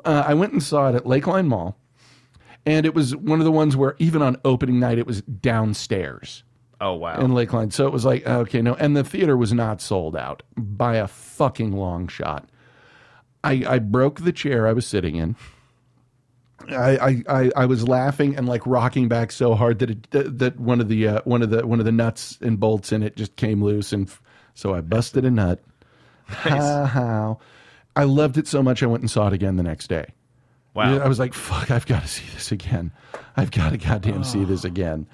J: uh, I went and saw it at Lakeline Mall, and it was one of the ones where even on opening night it was downstairs.
K: Oh wow!
J: In Lakeline, so it was like okay, no, and the theater was not sold out by a fucking long shot. I, I broke the chair I was sitting in. I, I, I, I was laughing and like rocking back so hard that it, that that one of the uh, one of the one of the nuts and bolts in it just came loose and f- so I busted a nut. Ha ha. I loved it so much I went and saw it again the next day.
K: Wow.
J: I was like, fuck, I've got to see this again. I've got to goddamn see this again.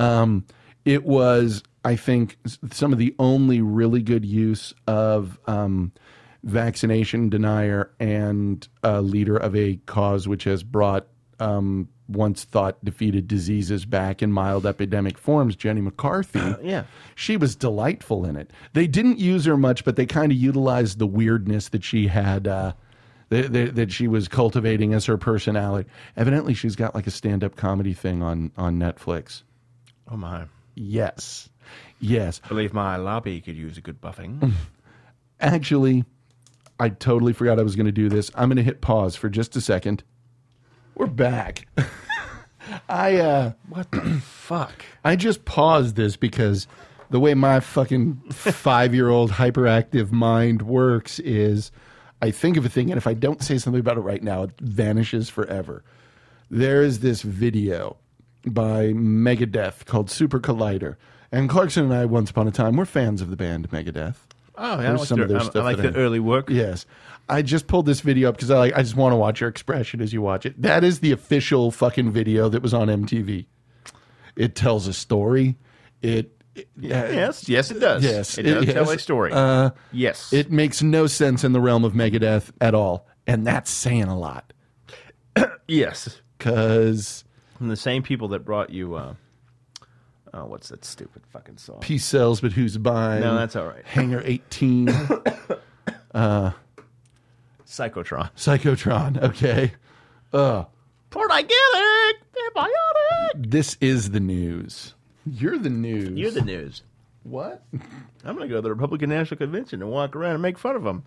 J: Um, it was, I think, s- some of the only really good use of um, vaccination denier and a leader of a cause which has brought um, once thought defeated diseases back in mild epidemic forms, Jenny McCarthy.
K: yeah.
J: She was delightful in it. They didn't use her much, but they kind of utilized the weirdness that she had. Uh, that, that, that she was cultivating as her personality. Evidently, she's got like a stand-up comedy thing on on Netflix.
K: Oh my!
J: Yes, yes.
K: Believe my lobby could use a good
J: Hmm.
K: buffing.
J: Actually, I totally forgot I was going to do this. I'm going to hit pause for just a second. We're back. I uh
K: what the fuck?
J: I just paused this because the way my fucking 5-year-old hyperactive mind works is I think of a thing and if I don't say something about it right now, it vanishes forever. There is this video by Megadeth called Super Collider. And Clarkson and I once upon a time were fans of the band Megadeth.
K: Oh yeah, I
J: There's
K: like,
J: some
K: their,
J: of their
K: I- I
J: stuff
K: like
J: that
K: the early work.
J: Yes, I just pulled this video up because I like I just want to watch your expression as you watch it. That is the official fucking video that was on MTV. It tells a story. It, it-
K: Yes, yes, it does.
J: Yes,
K: it does
J: yes.
K: tell a story.
J: Uh,
K: yes,
J: it makes no sense in the realm of Megadeth at all, and that's saying a lot
K: yes.
J: because
K: From the same people that brought you, uh, oh, what's that stupid fucking song?
J: peace sells, but who's buying?
K: No, that's all right.
J: Hanger eighteen. uh,
K: Psychotron.
J: Psychotron. Okay. Uh,
K: Portigelic, antibiotic.
J: this is the news. You're the news.
K: You're the news.
J: What?
K: I'm going to go to the Republican National Convention and walk around and make fun of them.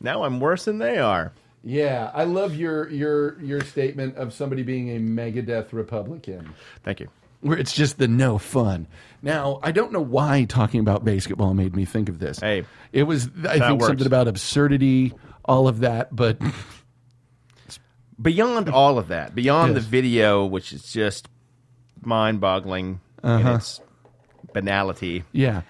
K: Now I'm worse than they are.
J: Yeah, I love your your your statement of somebody being a Megadeth Republican.
K: Thank you.
J: Where it's just the no fun. Now, I don't know why talking about basketball made me think of this. Hey, it was I
K: that
J: think
K: works.
J: something about absurdity, all of that, but
K: Beyond all of that, beyond
J: Mm. Yes.
K: the video, which is just mind boggling in
J: Uh-huh.
K: its banality,
J: yeah.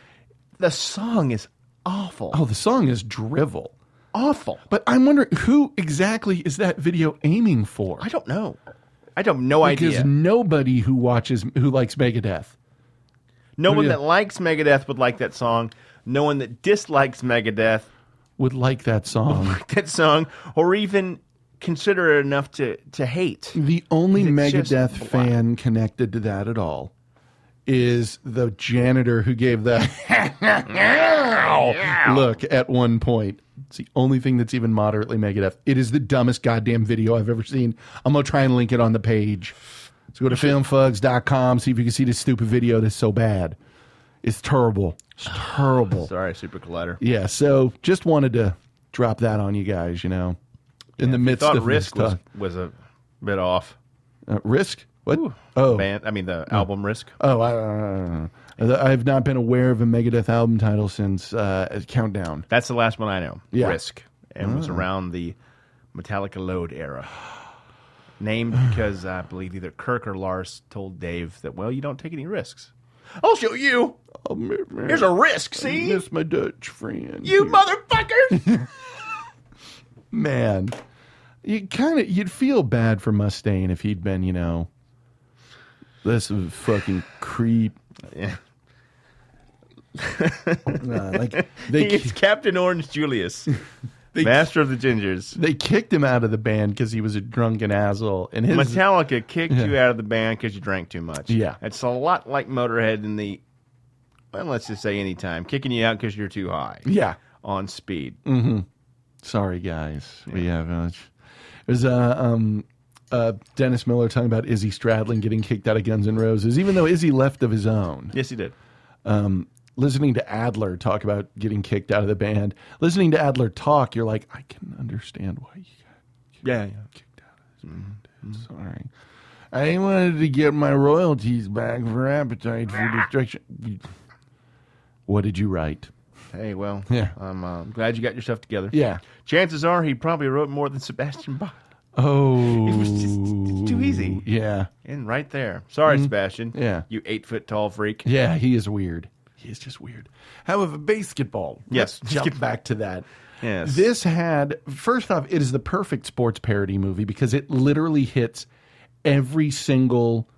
K: the song is awful.
J: Oh, the song is drivel.
K: Awful.
J: But I'm wondering who exactly is that video aiming for? I
K: don't know. I don't have no
J: because
K: idea.
J: nobody who watches who likes Megadeth
K: No
J: What
K: one
J: do you-
K: that likes Megadeth would like that song. No one that dislikes Megadeth
J: would like that song.
K: would like that song, or even consider it enough to, to hate.
J: The only
K: It's just
J: Megadeth fan connected to that at all is the janitor who gave the look at one point. It's the only thing that's even moderately Megadeth. It is the dumbest goddamn video I've ever seen. I'm going to try and link it on the page. So go to filmfugs.com, see if you can see this stupid video that's so bad. It's terrible. It's terrible.
K: Sorry, Super Collider.
J: Yeah, so just wanted to drop that on you guys, you know, in the
K: If you
J: midst
K: thought
J: of this
K: Risk was,
J: talk.
K: was a bit off.
J: Uh, risk? What? oh,
K: Band, I mean, the album Risk.
J: Oh, I, I- I, I, I've not been aware of a Megadeth album title since uh, Countdown.
K: That's the last one I know.
J: Yeah.
K: Risk. And was
J: Ah.
K: around the Metallica Load era. Named because I believe either Kirk or Lars told Dave that, well, you don't take any risks. I'll show you. Here's a risk, see?
J: Oh, I miss my Dutch friend.
K: You motherfucker!
J: Man, you kind of you'd feel bad for Mustaine if he'd been, you know, this fucking creep.
K: Yeah.
J: Nah, like
K: He
J: they
K: is Captain Orange Julius, master of the gingers.
J: they kicked him out of the band because he was a drunken asshole. And his
K: Metallica kicked
J: Yeah.
K: you out of the band because you drank too much.
J: Yeah.
K: It's a lot like Motorhead in the, well, let's just say any time, kicking you out because you're too high.
J: Yeah.
K: On speed.
J: Mm-hmm. Sorry, guys. We have uh, there's uh, um, uh, Dennis Miller talking about Izzy Stradlin getting kicked out of Guns N' Roses, even though Izzy left of his own.
K: Yes, he did.
J: Um, listening to Adler talk about getting kicked out of the band, listening to Adler talk, you're like, I can understand why you
K: Yeah, yeah.
J: Sorry. I wanted to get my royalties back for Appetite for Destruction. What did you write?
K: Hey, well,
J: Yeah.
K: I'm uh, glad you got yourself together.
J: Yeah.
K: Chances are he probably wrote more than Sebastian Bach.
J: Oh,
K: It was just it's too easy.
J: Yeah.
K: And right there. Sorry,
J: Mhm.
K: Sebastian.
J: Yeah.
K: You eight foot tall freak.
J: Yeah, he is weird. He is just weird. However, basketball.
K: Yes.
J: Let's jump back to that.
K: Yes.
J: This had, first off, it is the perfect sports parody movie because it literally hits every single,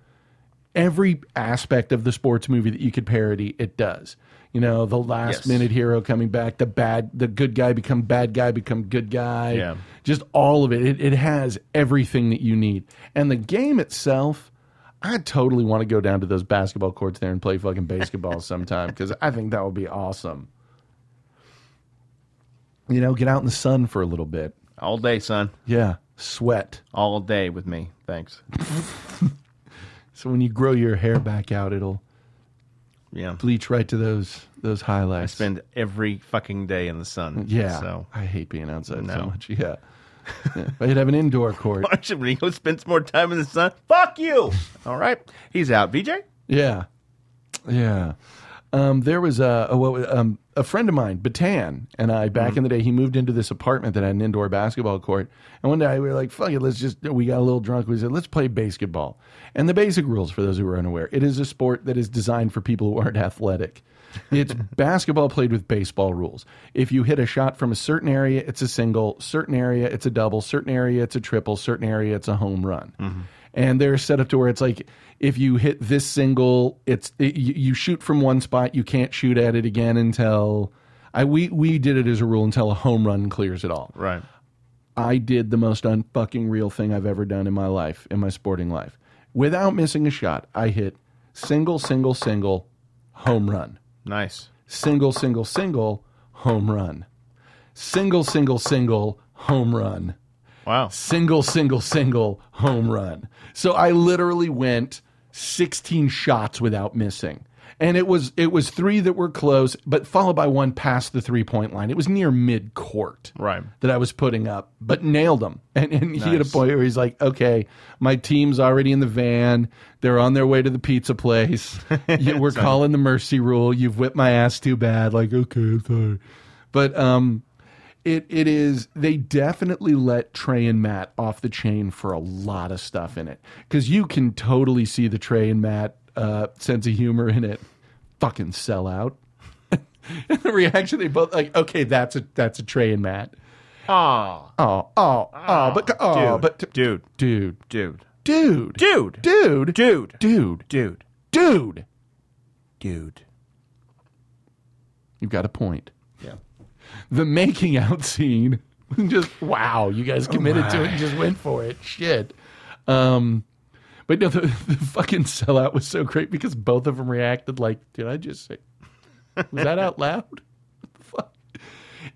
J: every aspect of the sports movie that you could parody, it does. You know, the last
K: Yes.
J: minute hero coming back, the bad, the good guy become bad guy, become good guy.
K: Yeah.
J: Just all of it. It, it has everything that you need. And the game itself, I totally want to go down to those basketball courts there and play fucking basketball sometime because I think that would be awesome. You know, get out in the sun for a little bit.
K: All day, son.
J: Yeah, sweat.
K: All day with me. Thanks.
J: So when you grow your hair back out, it'll
K: Yeah.
J: bleach right to those those highlights.
K: Spend every fucking day in the sun.
J: yeah,
K: So
J: I hate being outside so
K: No.
J: much. Yeah, yeah. But you'd have an indoor court.
K: Why should Rico spends more time in the sun? Fuck you. All right. He's out. VJ?
J: Yeah, yeah. Um, there was a a, what was- um, a friend of mine, Batan, and I back in the day. He moved into this apartment that had an indoor basketball court, and one day we were like, "Fuck it, let's just." We got a little drunk. We said, "Let's play basketball." And the basic rules for those who are unaware: it is a sport that is designed for people who aren't athletic. It's basketball played with baseball rules. If you hit a shot from a certain area, it's a single. Certain area, it's a double. Certain area, it's a triple. Certain area, it's a home run and they're set up to where it's like if you hit this single, it's it, you, you shoot from one spot, you can't shoot at it again until I we we did it as a rule until a home run clears it all.
K: Right.
J: I did the most unfucking real thing I've ever done in my life, in my sporting life. Without missing a shot, I hit single, single, single, home run.
K: Nice.
J: Single, single, single, home run. Single, single, single, home run
K: Wow.
J: single, single, single, home run. So I literally went 16 shots without missing. And it was it was three that were close, but followed by one past the three point line. It was near mid court
K: Right.
J: that I was putting up, but nailed them. And, and he had a
K: Nice.
J: point where he's like, "Okay, my team's already in the van. They're on their way to the pizza place. You- We're calling the mercy rule. You've whipped my ass too bad. Like, okay, I'm sorry." But um, it it is they definitely let Trey and Matt off the chain for a lot of stuff in it because you can totally see the Trey and Matt uh, sense of humor in it. Fucking sell out. and the reaction they both like, okay, that's a that's a Trey and Matt.
K: Aw.
J: Oh, oh, oh, but oh,
K: dude,
J: but
K: dude,
J: dude,
K: dude,
J: dude,
K: dude,
J: dude,
K: dude,
J: dude,
K: dude,
J: dude.
K: dude.
J: You've got a point.
K: Yeah.
J: The making out scene, just wow, you
K: Oh
J: guys committed to it, and just went for it. Shit. Um, but no, the, the fucking sellout was so great because both of them reacted like, "Did I just say? Was that out loud?" Fuck.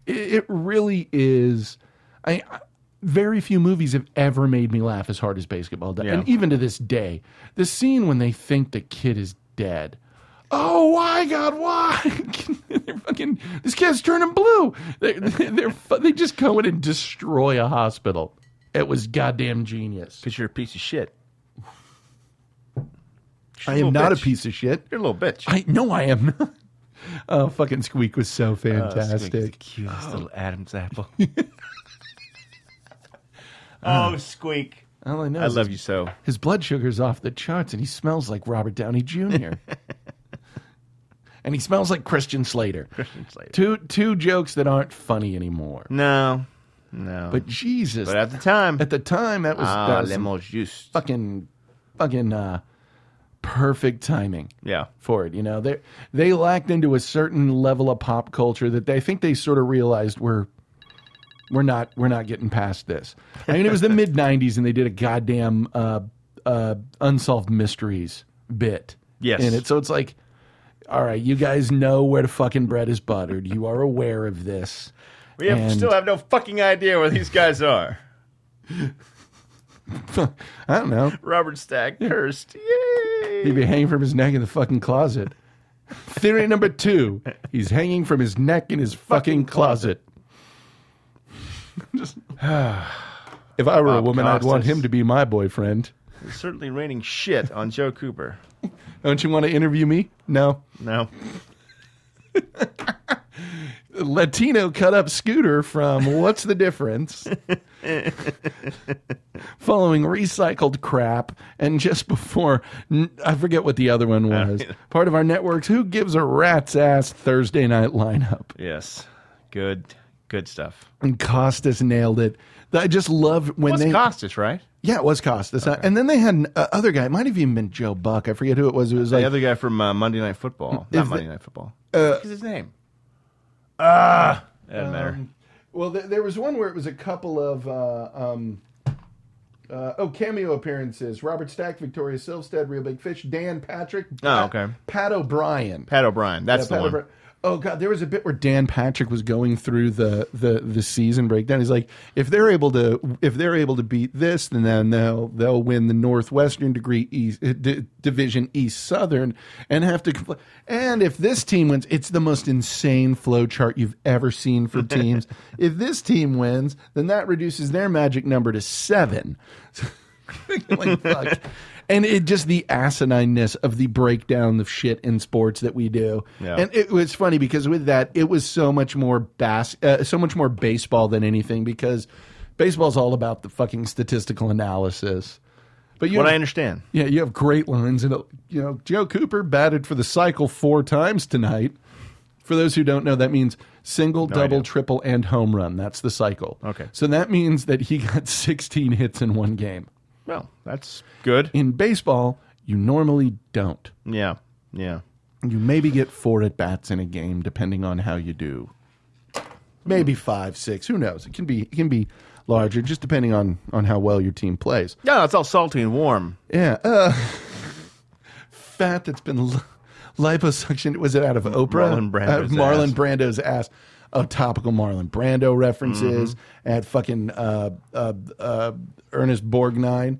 J: It, it really is. I, I- very few movies have ever made me laugh as hard as basketball does,
K: Yeah.
J: and even to this day, the scene when they think the kid is dead. Oh, why, God, why? they're fucking. This kid's turning blue. They're, they're fu- they just go in and destroy a hospital. It was goddamn genius.
K: Because you're a piece of shit.
J: I am not a
K: bitch.
J: piece of shit.
K: You're a little bitch.
J: I no, I am not. Oh, fucking Squeak was so
K: Oh, Squeak's the
J: fantastic.
K: cutest little Adam's apple. oh, Squeak.
J: All I know,
K: I
J: is
K: love
J: his-
K: you so.
J: His blood sugar's off the charts, and he smells like Robert Downey Jr. and he smells like Christian Slater.
K: Christian Slater.
J: Two two jokes that aren't funny anymore.
K: No, no.
J: But Jesus,
K: But at the time,
J: at the time that was, that
K: ah,
J: was some
K: lemon juice.
J: fucking fucking uh, perfect timing.
K: Yeah.
J: for it. You know, they they lacked into a certain level of pop culture that they I think they sort of realized we're we're not we're not getting past this. I mean, it was the mid '90s, and they did a goddamn uh, uh, unsolved mysteries bit
K: Yes.
J: in it. So it's like, all right, you guys know where the fucking bread is buttered. You are aware of this.
K: We have,
J: And-
K: still have no fucking idea where these guys are.
J: I don't know.
K: Robert Stack cursed.
J: He'd
K: Yay!
J: be hanging from his neck in the fucking closet. Theory number two: He's hanging from his neck in his fucking closet. Just, if I were a
K: Bob
J: woman, I'd want
K: Costas.
J: him to be my boyfriend.
K: It's certainly raining shit on Joe Cooper.
J: Don't you want to interview me? No.
K: No.
J: Latino cut up scooter from What's the Difference? Following recycled crap, and just before, I forget what the other one was, part of our network's Who Gives a Rat's Ass Thursday night lineup.
K: Yes. Good, good stuff.
J: And Costas nailed it. I just love when
K: What's
J: they.
K: Costas, right?
J: Yeah, it was Costas. And then they had an, uh, other guy. It might have even been Joe Buck. I forget who it was. It was
K: The
J: like.
K: other guy from uh, Monday Night Football.
J: Is
K: Not
J: the-
K: Monday Night Football.
J: uh,
K: What's his name? Ah, doesn't matter.
J: Um, well, th- there was one where it was a couple of uh, um, uh, oh cameo appearances: Robert Stack, Victoria Silvstead, Real Big Fish, Dan Patrick.
K: Oh,
J: Pat-
K: okay.
J: Pat O'Brien.
K: Pat O'Brien. That's
J: Yeah,
K: the
J: Pat
K: one.
J: O'Brien. Oh god, there was a bit where Dan Patrick was going through the, the the season breakdown. He's like, if they're able to if they're able to beat this, then they'll they'll, they'll win the Northwestern degree East, uh, D- Division East Southern and have to. Compl- and if this team wins, it's the most insane flow chart you've ever seen for teams. if this team wins, then that reduces their magic number to seven. like, fuck. And it just the asinineness of the breakdown of shit in sports that we do,
K: Yeah.
J: and it was funny because with that it was so much more bas- uh, so much more baseball than anything because baseball's all about the fucking statistical analysis. But you
K: What
J: have-
K: I understand.
J: yeah, you have great lines, and uh, you know Joe Cooper batted for the cycle four times tonight. For those who don't know, that means single, double, triple, and home run. That's the cycle. Okay. So that means that he got 16 hits in one game.
K: Well, that's good.
J: In baseball, you normally don't.
K: Yeah. Yeah.
J: You maybe get four at bats in a game, depending on how you do. Maybe five, six. Who knows? It can be it can be larger, just depending on on how well your team plays.
K: No, it's all salty and warm.
J: Yeah. Uh, fat that's been li- liposuction. Was it out of Oprah?
K: Marlon Brando's
J: Out of Marlon
K: ass.
J: Brando's ass. Oh, topical Marlon Brando references
K: Mm-hmm.
J: at fucking uh, uh, uh, Ernest Borgnine.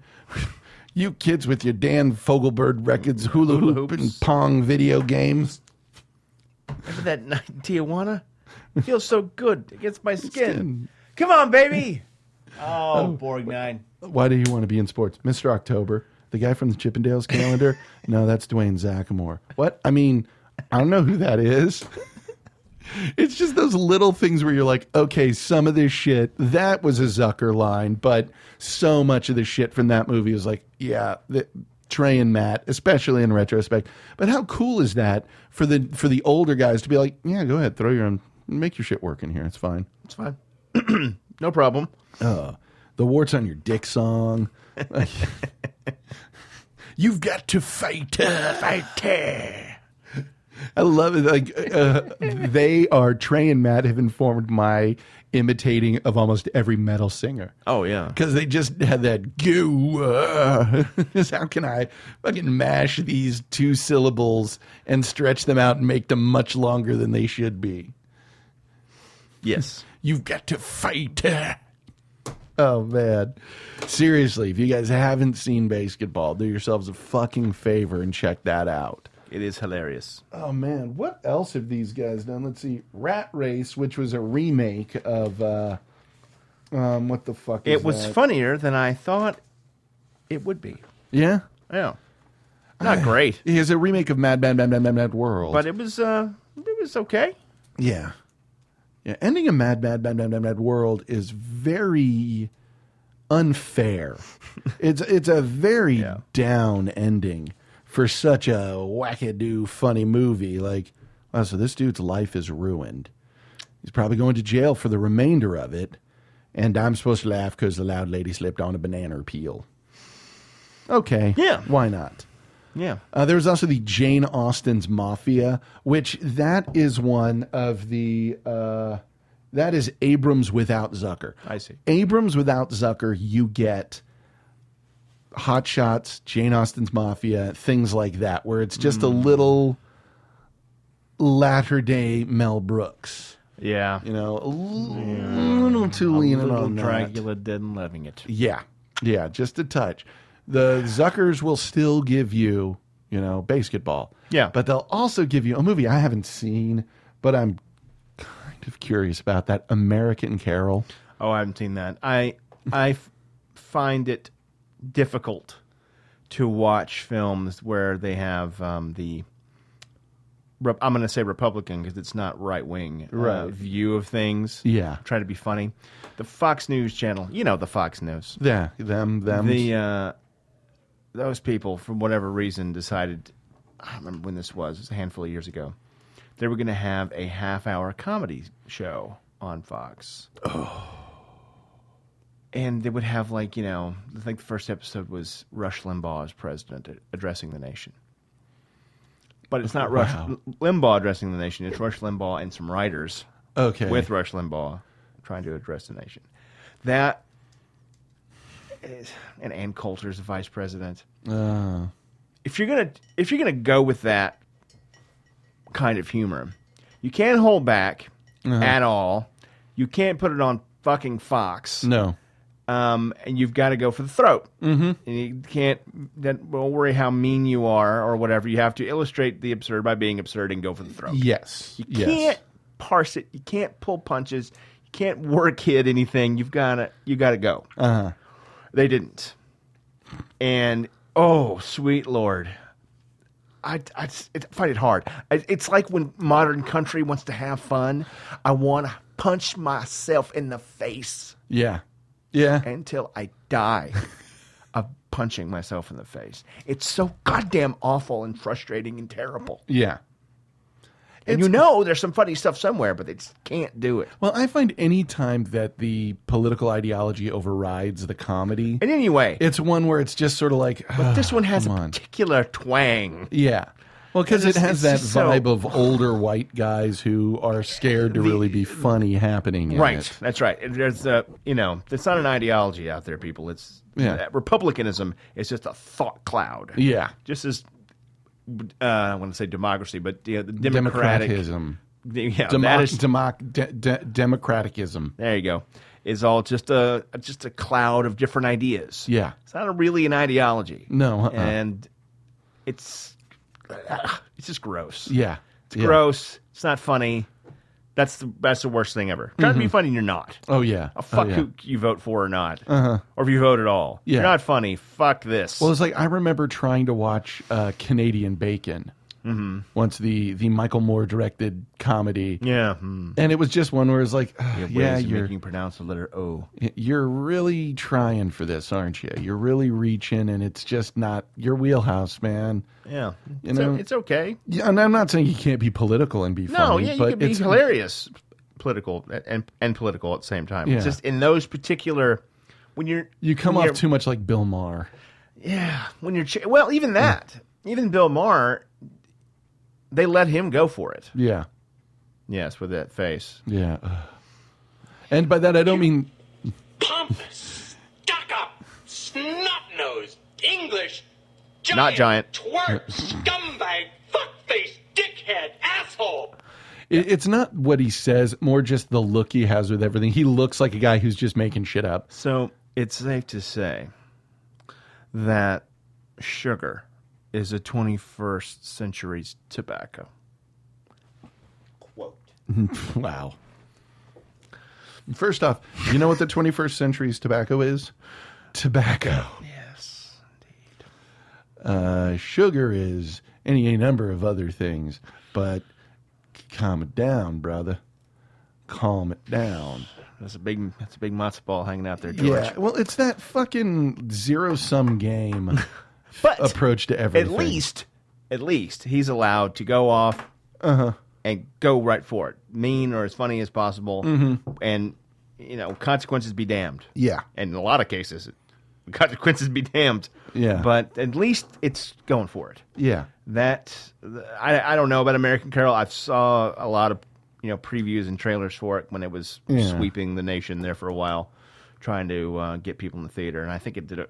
J: you kids with your Dan Fogelberg records, hula hoop, and pong video games.
K: Remember that night in Tijuana? It feels so good against my skin. Come on, baby. Oh, Borgnine.
J: Why do you want to be in sports, Mister October? The guy from the Chippendales calendar? no, that's Dwayne Zackamore. What? I mean, I don't know who that is. it's just those little things where you're like, okay, some of this shit that was a Zucker line, but so much of the shit from that movie was like, yeah, the, Trey and Matt, especially in retrospect. But how cool is that for the for the older guys to be like, yeah, go ahead, throw your own, make your shit work in here. It's fine.
K: It's fine. no problem.
J: Uh, the warts on your dick song. You've got to fight, uh, fight. uh. I love it. Like uh, they are Trey and Matt have informed my imitating of almost every metal singer
K: Oh, yeah.
J: because they just had that goo. uh, just how can I fucking mash these two syllables and stretch them out and make them much longer than they should be?
K: Yes.
J: You've got to fight. Oh man. Seriously, if you guys haven't seen basketball, do yourselves a fucking favor and check that out.
K: It is hilarious.
J: Oh man, what else have these guys done? Let's see. Rat Race, which was a remake of uh um what the fuck is
K: It was
J: that?
K: funnier than I thought it would be.
J: Yeah.
K: Yeah. Not great.
J: It is a remake of Mad Mad Mad Mad Mad Mad World.
K: But it was uh it was okay.
J: Yeah. Yeah. Ending a mad, mad, mad, mad, mad, mad world is very unfair. it's it's a very down ending for such a wackadoo funny movie. Like, wow, so this dude's life is ruined. He's probably going to jail for the remainder of it. And I'm supposed to laugh because the loud lady slipped on a banana peel. Okay.
K: Yeah.
J: Why not?
K: Yeah.
J: Uh, there was also the Jane Austen's Mafia, which that is one of the uh, that is Abrams without Zucker.
K: I see.
J: Abrams without Zucker, you get Hot Shots, Jane Austen's Mafia, things like that, where it's just a
K: Hmm.
J: little latter day Mel Brooks.
K: Yeah.
J: You know, a little too leaning
K: little
J: on that.
K: Dracula dead and loving it.
J: Yeah. Yeah, just a touch. The Zuckers will still give you, you know, basketball.
K: Yeah.
J: But they'll also give you a movie I haven't seen, but I'm kind of curious about that American Carol.
K: Oh, I haven't seen that. I I f- find it difficult to watch films where they have um, the rep- I'm going to say Republican because it's not right wing uh,
J: Right.
K: view of things.
J: Yeah.
K: try to be funny. The Fox News channel, you know the Fox News.
J: Yeah, them, them.
K: The uh, those people, for whatever reason, decided. I don't remember when this was. It was a handful of years ago. They were going to have a half-hour comedy show on Fox. Oh. And they would have like you know, I think the first episode was Rush Limbaugh as president a- addressing the nation. But it's not Rush
J: Wow.
K: Limbaugh addressing the nation. It's Rush Limbaugh and some writers.
J: Okay.
K: With Rush Limbaugh trying to address the nation. That is, and Ann Coulter's the vice president.
J: Uh,
K: If you're gonna if you're gonna go with that kind of humor, you can't hold back
J: Uh-huh.
K: at all. You can't put it on fucking Fox.
J: no.
K: Um, and you've got to go for the throat.
J: Mhm.
K: And you can't. Then don't worry how mean you are or whatever. You have to illustrate the absurd by being absurd and go for the throat.
J: Yes.
K: You
J: yes.
K: can't parse it. You can't pull punches. You can't work hit anything. You've got to you got to go.
J: Uh-huh.
K: They didn't. And oh, sweet lord. I, I, it, I find it hard. I, it's like when modern country wants to have fun. I want to punch myself in the face
J: Yeah. Yeah.
K: until I die of punching myself in the face. It's so goddamn awful and frustrating and terrible.
J: Yeah.
K: And you know there's some funny stuff somewhere, but they just can't do it.
J: Well, I find any time that the political ideology overrides the comedy in
K: any way,
J: it's one where it's just sort of like.
K: But this one has a
J: Ah, come on.
K: particular twang.
J: Yeah. Well, because it
K: It's-
J: has
K: it's
J: that
K: just so-
J: vibe of older white guys who are scared to really be funny happening. in
K: Right,
J: it.
K: that's right. And There's a you know, it's not an ideology out there, people. It's
J: Yeah.
K: that republicanism is just a thought cloud.
J: Yeah.
K: just as uh, I want to say democracy, but you know, the democratic
J: Democraticism.
K: Yeah,
J: Democ-
K: that is
J: democ- de- de- democraticism.
K: There you go. Is all just a just a cloud of different ideas.
J: Yeah.
K: It's not a, really an ideology.
J: No, uh-uh.
K: And it's ah, it's just gross.
J: Yeah.
K: It's
J: Yeah.
K: gross. It's not funny. That's the that's the worst thing ever. Try to be
J: Mhm.
K: funny and you're not.
J: Oh, yeah.
K: Oh, fuck
J: Oh, yeah.
K: who you vote for or not.
J: Uh-huh.
K: Or if you vote at all.
J: Yeah.
K: You're not funny. Fuck this.
J: Well, it's like I remember trying to watch uh, Canadian Bacon
K: Mhm.
J: once the the Michael Moore directed comedy.
K: Yeah. hmm.
J: and it was just one where it's like, "Ah,
K: You have
J: yeah,
K: ways of
J: you're
K: making you pronounce the letter O.
J: you're really trying for this, aren't you? You're really reaching, and it's just not your wheelhouse, man.
K: Yeah.
J: You
K: it's,
J: know,
K: it's okay.
J: Yeah, and I'm not saying you can't be political and be
K: No,
J: funny,
K: yeah, you
J: but
K: can be
J: it's
K: hilarious, political and and political at the same time. It's
J: Yeah.
K: just in those particular when you're
J: You come
K: when
J: off
K: you're-
J: too much like Bill Maher.
K: yeah when you're ch- well even that even Bill Maher they let him go for it.
J: Yeah,
K: Yes, with that face.
J: yeah. Ugh. And by that, I don't mean
P: pompous, stuck up, snot nosed, English, giant,
K: Not giant.
P: twerp, scumbag, fuckface, dickhead, asshole.
J: It, it's not what he says, more just the look he has with everything. He looks like a guy who's just making shit up.
K: So it's safe to say that sugar is a 21st century tobacco.
J: wow. First off, you know what the 21st century's tobacco is? Tobacco.
K: Yes.
J: Uh, sugar is any number of other things, but calm it down, brother. Calm it down.
K: That's a big that's a big matzo ball hanging out there, George.
J: Yeah, well, it's that fucking zero sum game approach to everything.
K: At least, at least he's allowed to go off
J: Uh-huh.
K: and go right for it, mean or as funny as possible,
J: Mhm.
K: and you know consequences be damned.
J: Yeah.
K: and in a lot of cases, consequences be damned.
J: Yeah.
K: but at least it's going for it.
J: Yeah.
K: That I, I don't know about American Carol. I saw a lot of you know previews and trailers for it when it was
J: Yeah.
K: sweeping the nation there for a while, trying to uh, get people in the theater, and I think it did uh,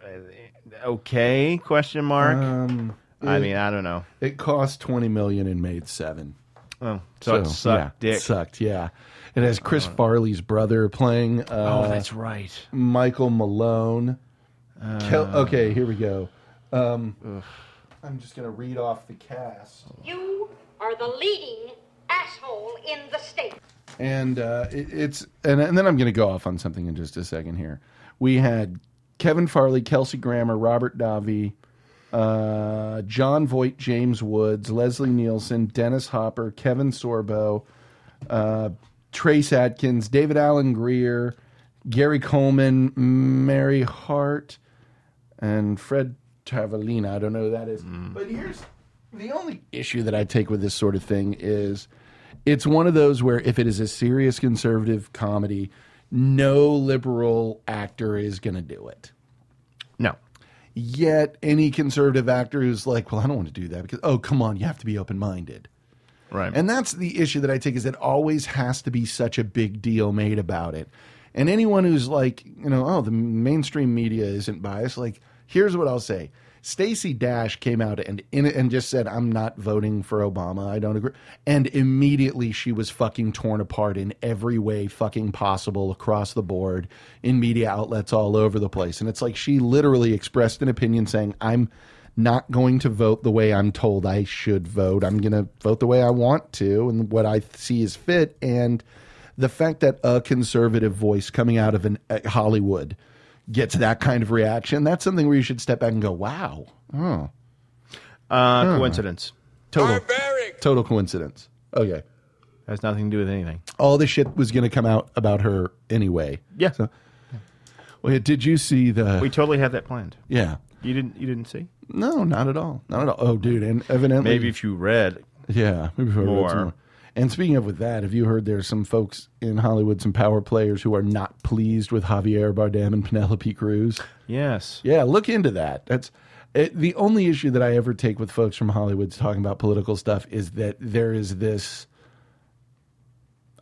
K: okay? Question mark.
J: Um,
K: I
J: it-
K: mean, I don't know.
J: It cost twenty million and made seven.
K: Oh, so it sucked
J: yeah,
K: dick.
J: It sucked, yeah. It has Chris Farley's brother playing. Uh,
K: Oh, that's right.
J: Michael Malone. Kel-
K: Uh.
J: okay, here we go. Um, I'm just gonna read off the cast,
Q: You are the leading asshole in the state.
J: and uh, it, it's and, and then I'm gonna go off on something in just a second here. We had Kevin Farley, Kelsey Grammer, Robert Davi, uh, John Voight, James Woods, Leslie Nielsen, Dennis Hopper, Kevin Sorbo, uh, Trace Adkins, David Allen Greer, Gary Coleman, Mary Hart, and Fred Tavolina. I don't know who that is. But here's the only issue that I take with this sort of thing is it's one of those where if it is a serious conservative comedy, no liberal actor is going to do it.
K: No.
J: Yet any conservative actor who's like, well, I don't want to do that because, oh, come on, you have to be open minded.
K: Right.
J: And that's the issue that I take is it always has to be such a big deal made about it. And anyone who's like, you know, oh, the mainstream media isn't biased, like, here's what I'll say. Stacy Dash came out and in, and just said, "I'm not voting for Obama. I don't agree." And immediately she was fucking torn apart in every way fucking possible across the board in media outlets all over the place. And it's like she literally expressed an opinion saying, "I'm not going to vote the way I'm told I should vote. I'm going to vote the way I want to and what I th- see is fit." And the fact that a conservative voice coming out of an, uh, Hollywood gets that kind of reaction, that's something where you should step back and go, "Wow, oh,
K: Uh,
J: Huh.
K: Coincidence.
J: total, total coincidence." Okay,
K: has nothing to do with anything.
J: all this shit was going to come out about her anyway.
K: Yeah.
J: Well, yeah, did you see the?
K: we totally had that planned.
J: yeah,
K: You didn't. You didn't see.
J: no, not at all, not at all. Oh, dude, and evidently,
K: Maybe if you read.
J: yeah, maybe if I read
K: More.
J: some more. And speaking of with that, have you heard there's some folks in Hollywood, some power players who are not pleased with Javier Bardem and Penelope Cruz?
K: Yes.
J: Yeah, look into that. That's it, the only issue that I ever take with folks from Hollywood talking about political stuff is that there is this.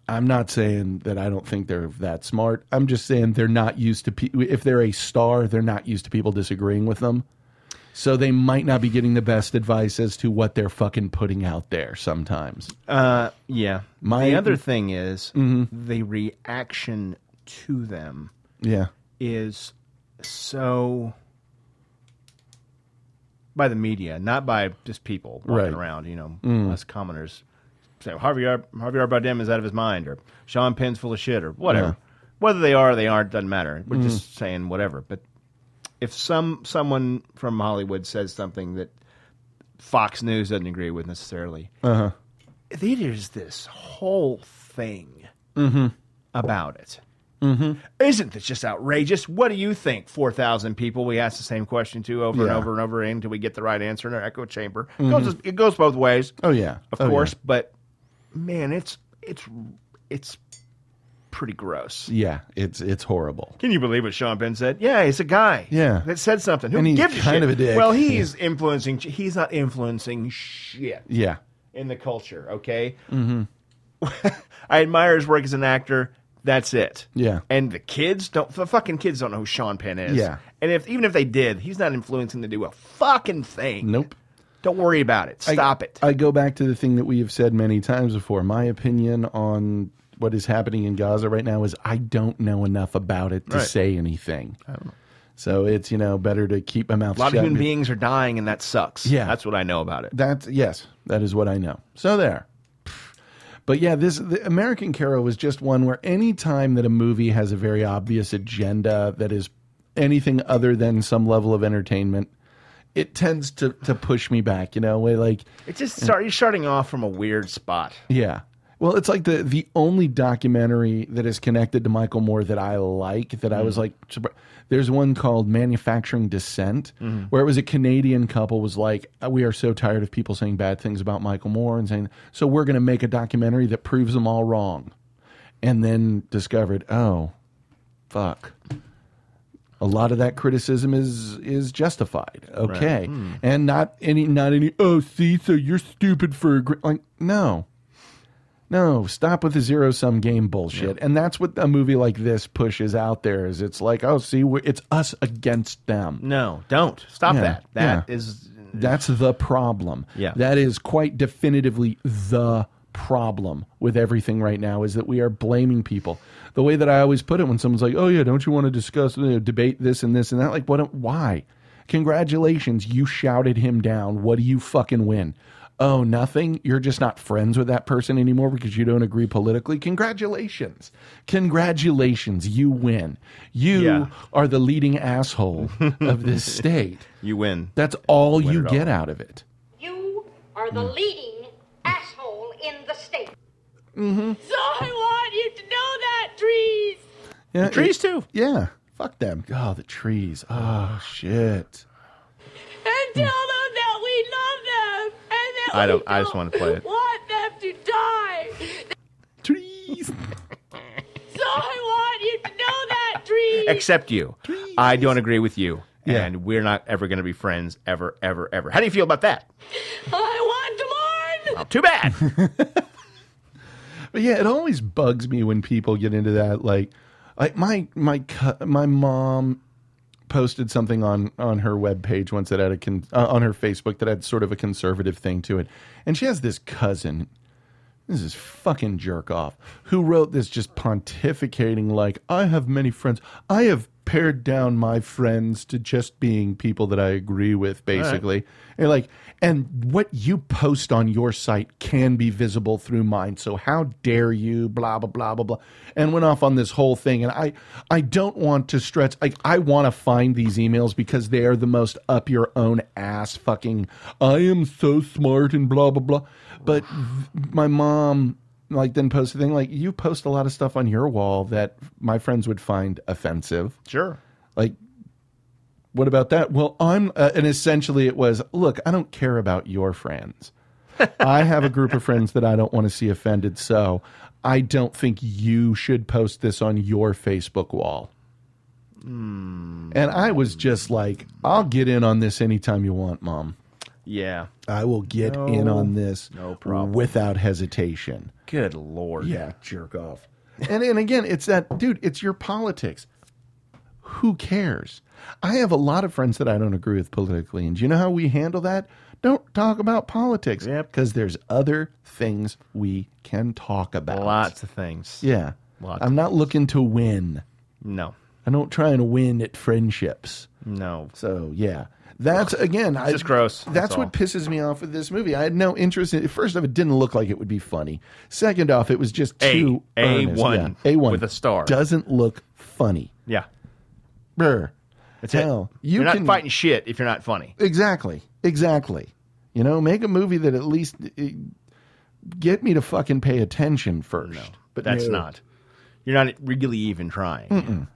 J: I'm not saying that I don't think they're that smart. I'm just saying they're not used to pe- if they're a star, they're not used to people disagreeing with them. So they might not be getting the best advice as to what they're fucking putting out there sometimes.
K: Uh, yeah.
J: My-
K: the other thing is the reaction to them
J: Yeah.
K: is so by the media, not by just people walking
J: Right.
K: around. You know,
J: Mm.
K: us commoners say Harvey R- Harvey R. Bardem is out of his mind, or Sean Penn's full of shit, or whatever.
J: Yeah.
K: Whether they are or they aren't doesn't matter. We're
J: Mm.
K: just saying whatever. But if some someone from Hollywood says something that Fox News doesn't agree with necessarily,
J: Uh
K: there's this whole thing
J: huh. Mm hmm.
K: about it.
J: Mm
K: Isn't this just outrageous? What do you think? 4,000 people we ask the same question to over
J: Yeah.
K: and over and over again until we get the right answer in our echo chamber.
J: Mhm.
K: It, goes, it goes both ways,
J: Oh yeah.
K: of
J: Oh, yeah.
K: course, but man, it's it's it's pretty gross.
J: Yeah, it's it's horrible.
K: Can you believe what Sean Penn said? Yeah, he's a guy.
J: Yeah.
K: That said something. Who
J: And he's
K: gives a
J: kind
K: shit?
J: of a dick.
K: Well, he's influencing. He's not influencing shit
J: Yeah.
K: in the culture, okay?
J: Mm-hmm.
K: I admire his work as an actor. That's it.
J: Yeah.
K: And the kids don't. The fucking kids don't know who Sean Penn is.
J: Yeah.
K: And if even if they did, he's not influencing them to do a fucking thing.
J: Nope.
K: Don't worry about it.
J: I-
K: Stop it.
J: I go back to the thing that we have said many times before. My opinion on what is happening in Gaza right now is I don't know enough about it to
K: Right.
J: say anything. So it's you know better to keep my mouth.
K: A lot
J: shut
K: of human
J: and be-
K: beings are dying, and that sucks.
J: Yeah.
K: That's what I know about it.
J: That's yes, that is what I know. So there. But yeah, this the American Carol was just one where any time that a movie has a very obvious agenda that is anything other than some level of entertainment, it tends to to push me back. You know, where like
K: It's just start, you're starting off from a weird spot.
J: Yeah. Well, it's like the the only documentary that is connected to Michael Moore that I like that I was like surpri- there's one called Manufacturing Descent where it was a Canadian couple was like "Uh, we are so tired of people saying bad things about Michael Moore and saying so we're going to make a documentary that proves them all wrong. And then discovered, oh, fuck. A lot of that criticism is is justified. Okay.
K: Hmm.
J: And not any not any oh, see, so you're stupid for agree-" like no. No, stop with the zero sum game bullshit. And that's what a movie like this pushes out there is it's like, oh, see, we're, it's us against them.
K: No, don't stop
J: Yeah,
K: that. That
J: yeah.
K: is
J: That's the problem.
K: Yeah.
J: That is quite definitively the problem with everything right now is that we are blaming people. The way that I always put it when someone's like, "Oh yeah, don't you want to discuss you know, debate this and this and that?" Like, what why? Congratulations, you shouted him down. What do you fucking win? oh, nothing, you're just not friends with that person anymore because you don't agree politically, congratulations. Congratulations. You win. You
K: Yeah.
J: are the leading asshole of this state.
K: You win.
J: That's all
K: Win
J: you
K: it
J: get
K: all.
J: out of it.
Q: You are the leading asshole in the state.
J: Mm-hmm.
Q: So I want you to know that, trees.
J: Yeah,
K: The trees,
J: too. Yeah. Fuck them. Oh, the trees. Oh, shit.
P: And tell them that we love them and that
K: I
P: we
K: don't. I just want to play it.
P: want them to die.
J: Trees.
P: So I want you to know that, trees.
K: Except you. I don't agree with you. And we're not ever going to be friends ever, ever, ever. How do you feel about that?
P: I want to mourn.
K: Well, too bad.
J: But yeah, it always bugs me when people get into that. Like, like my my cu- my mom posted something on on her webpage once that had a con- uh, on her Facebook that had sort of a conservative thing to it, and she has this cousin. This is fucking jerk off. Who wrote this just pontificating like I have many friends. I have pared down my friends to just being people that I agree with
K: right.
J: basically. And like and what you post on your site can be visible through mine. So how dare you blah blah blah blah blah. And went off on this whole thing and I I don't want to stretch like I want to find these emails because they are the most up your own ass fucking I am so smart and blah blah blah. But th- my mom like then posted a thing like you post a lot of stuff on your wall that my friends would find offensive.
K: Sure.
J: Like what about that? Well, I'm, uh, and essentially it was, look, I don't care about your friends. I have a group of friends that I don't want to see offended, so I don't think you should post this on your Facebook wall. And I was just like, I'll get in on this anytime you want, mom.
K: Yeah.
J: I will get
K: No-
J: in on this
K: no problem.
J: without hesitation.
K: Good lord.
J: Yeah, jerk off. and and again, it's that dude. It's your politics. Who cares? I have a lot of friends that I don't agree with politically, and do you know how we handle that? Don't talk about politics because there's other things we can talk about.
K: Lots of things.
J: Yeah,
K: Lots
J: I'm not looking to win.
K: No.
J: I don't try and win at friendships.
K: No.
J: So yeah, that's again. I,
K: just gross.
J: That's,
K: That's
J: what
K: all.
J: pisses me off with this movie. I had no interest in. it. First off, it didn't look like it would be funny. Second off, it was just
K: A-
J: too earnest.
K: A1
J: Yeah, a one
K: with a star.
J: Doesn't look funny.
K: Yeah.
J: Brr.
K: That's
J: Hell,
K: it.
J: you
K: are not
J: can-
K: fighting shit if you're not funny.
J: Exactly. Exactly. You know, make a movie that at least eh, get me to fucking pay attention first.
K: But that's
J: no.
K: not. You're not really even trying.
J: Mm-mm.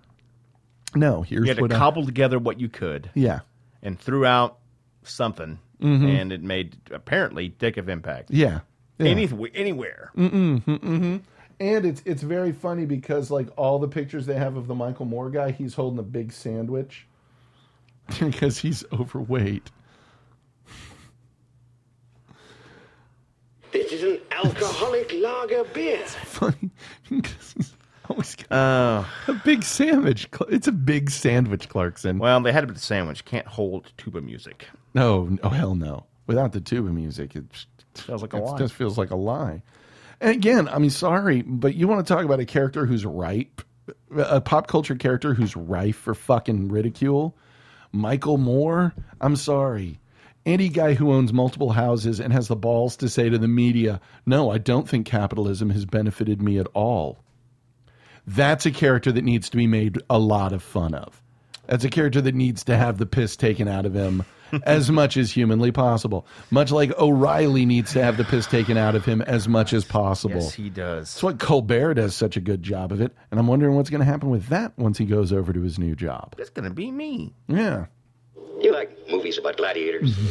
J: No. Here's
K: you had to
J: what uh, I-
K: cobble together what you could.
J: Yeah.
K: And threw out something,
J: Mhm.
K: and it made apparently dick of impact.
J: Yeah. Yeah. Mm.
K: Anyth- anywhere.
J: Mm-mm, mm-mm. And it's it's very funny because like all the pictures they have of the Michael Moore guy, he's holding a big sandwich because he's overweight.
M: This is an alcoholic lager beer.
J: Funny Oh. because he's always got a big sandwich. Cl- It's a big sandwich, Clarkson.
K: Well, they had it with the sandwich. Can't hold tuba music.
J: No, oh hell no. Without the tuba music, it
K: Sounds like a
J: it
K: lie.
J: just feels like a lie. And again, I mean, sorry, but you want to talk about a character who's ripe, a pop culture character who's rife for fucking ridicule. Michael Moore, I'm sorry. Any guy who owns multiple houses and has the balls to say to the media, no, I don't think capitalism has benefited me at all. That's a character that needs to be made a lot of fun of. That's a character that needs to have the piss taken out of him as much as humanly possible. Much like O'Reilly needs to have the piss taken out of him as much as possible.
K: Yes, he does.
J: That's what Colbert does such a good job of it. And I'm wondering what's going to happen with that once he goes over to his new job.
K: That's gonna be me.
J: Yeah.
F: You like movies about gladiators?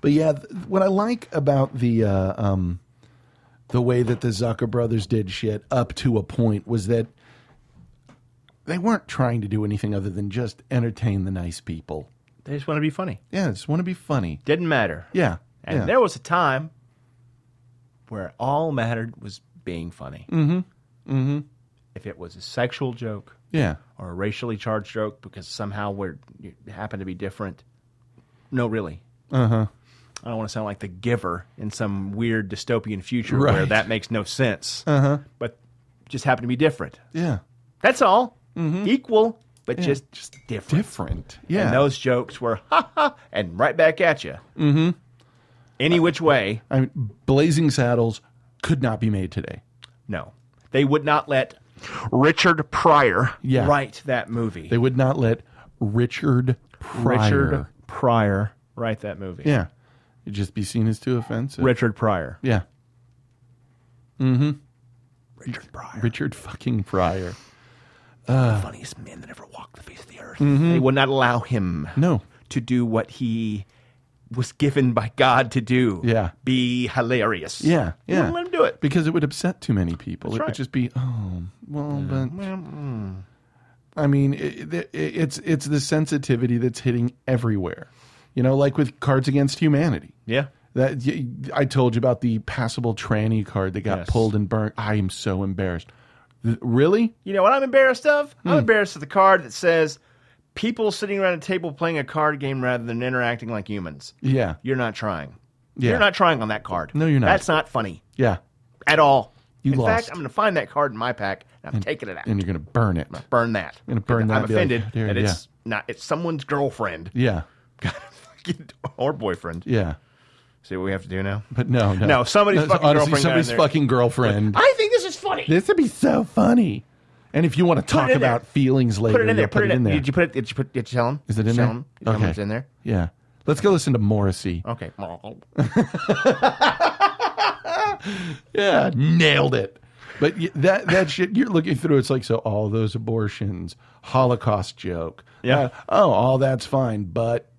J: But yeah, th- what I like about the uh, um, the way that the Zucker brothers did shit up to a point was that they weren't trying to do anything other than just entertain the nice people.
K: They just want to be funny.
J: Yeah, just want to be funny.
K: Didn't matter.
J: Yeah,
K: And
J: yeah.
K: there was a time where all mattered was being funny.
J: Mm-hmm. Mm-hmm.
K: If it was a sexual joke,
J: Yeah.
K: or a racially charged joke because somehow we're you happen to be different. No, really.
J: Uh huh.
K: I don't want to sound like the giver in some weird dystopian future where
J: Right.
K: that makes no sense.
J: Uh-huh.
K: But just happen to be different.
J: Yeah.
K: That's all. Equal, but
J: Mm-hmm. Yeah,
K: just, just different.
J: Different. Yeah.
K: And those jokes were ha ha and right back at you.
J: Mm-hmm.
K: any which way.
J: I mean, Blazing Saddles could not be made today.
K: No, they would not let Richard Pryor
J: Yeah.
K: write that movie.
J: They would not let Richard Pryor.
K: Richard Pryor write that movie.
J: Yeah. It'd just be seen as too offensive.
K: Richard Pryor.
J: Yeah. Mm hmm. Richard Pryor. Richard fucking Pryor. Uh,
K: funniest man that ever walked the face of the earth.
J: Mhm.
K: They would not allow him
J: no.
K: to do what he was given by God to do.
J: Yeah.
K: Be hilarious.
J: Yeah.
K: They
J: Yeah.
K: wouldn't let him do it.
J: Because it would upset too many people.
K: That's
J: it
K: right. mm.
J: would just be, oh, well, but. I mean, it, it, it's it's the sensitivity that's hitting everywhere. You know, like with Cards Against Humanity.
K: Yeah.
J: That y- I told you about the passable tranny card that got
K: Yes.
J: pulled and burnt. I am so embarrassed. Th- Really?
K: You know what I'm embarrassed of?
J: Hmm.
K: I'm embarrassed of the card that says people sitting around a table playing a card game rather than interacting like humans.
J: Yeah.
K: You're not trying.
J: Yeah.
K: You're not trying on that card.
J: No, you're not.
K: That's not funny
J: Yeah.
K: at all.
J: You
K: in
J: lost.
K: fact, I'm going to find that card in my pack and I'm
J: And-
K: taking it out.
J: And you're gonna burn it.
K: burn that.
J: I'm gonna burn that.
K: I'm
J: and be like,
K: offended
J: "There-
K: that
J: yeah.
K: it's not it's someone's girlfriend
J: Yeah.
K: or boyfriend.
J: Yeah.
K: See what we have to do now?
J: But no, no.
K: No, somebody's
J: That's
K: fucking
J: honestly,
K: girlfriend got in
J: somebody's
K: there.
J: fucking girlfriend.
K: I think this is funny.
J: This would be so funny. And if you want to talk
K: in
J: about
K: there.
J: feelings later,
K: put it in there.
J: you'll
K: Put, it in there.
J: there.
K: Did you put it? Did you put? Did you tell him?
J: Is it in
K: Did you
J: there?
K: Tell him? Did you tell him it's in there.
J: Yeah. Let's go listen to Morrissey.
K: Okay.
J: Yeah, nailed it. But y- that that shit you're looking through, it's like so all those abortions, Holocaust joke.
K: Yeah.
J: Uh, oh, all that's fine, but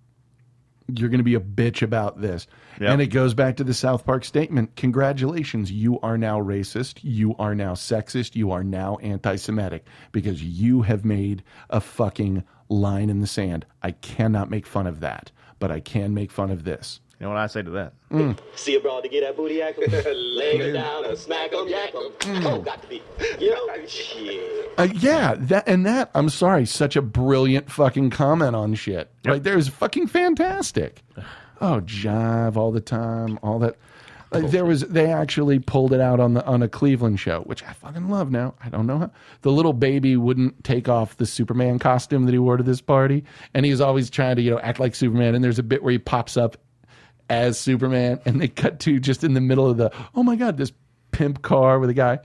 J: you're going to be a bitch about this.
K: Yep.
J: And it goes back to the South Park statement. Congratulations, you are now racist, you are now sexist, you are now anti-Semitic because you have made a fucking line in the sand. I cannot make fun of that, but I can make fun of this.
K: You know what I say to that?
J: Mm.
M: See a broad to get that booty act. Lay it down or smack 'em, yak 'em. Oh, got to be. You know? Shit.
J: Uh, yeah, that and that. I'm sorry, such a brilliant fucking comment on shit. Right there is fucking fantastic. Oh, jive all the time, all that. Like there was, they actually pulled it out on the on a Cleveland show, which I fucking love. Now I don't know how the little baby wouldn't take off the Superman costume that he wore to this party, and he was always trying to you know act like Superman. And there's a bit where he pops up as Superman, and they cut to just in the middle of the oh my god, this pimp car with a guy.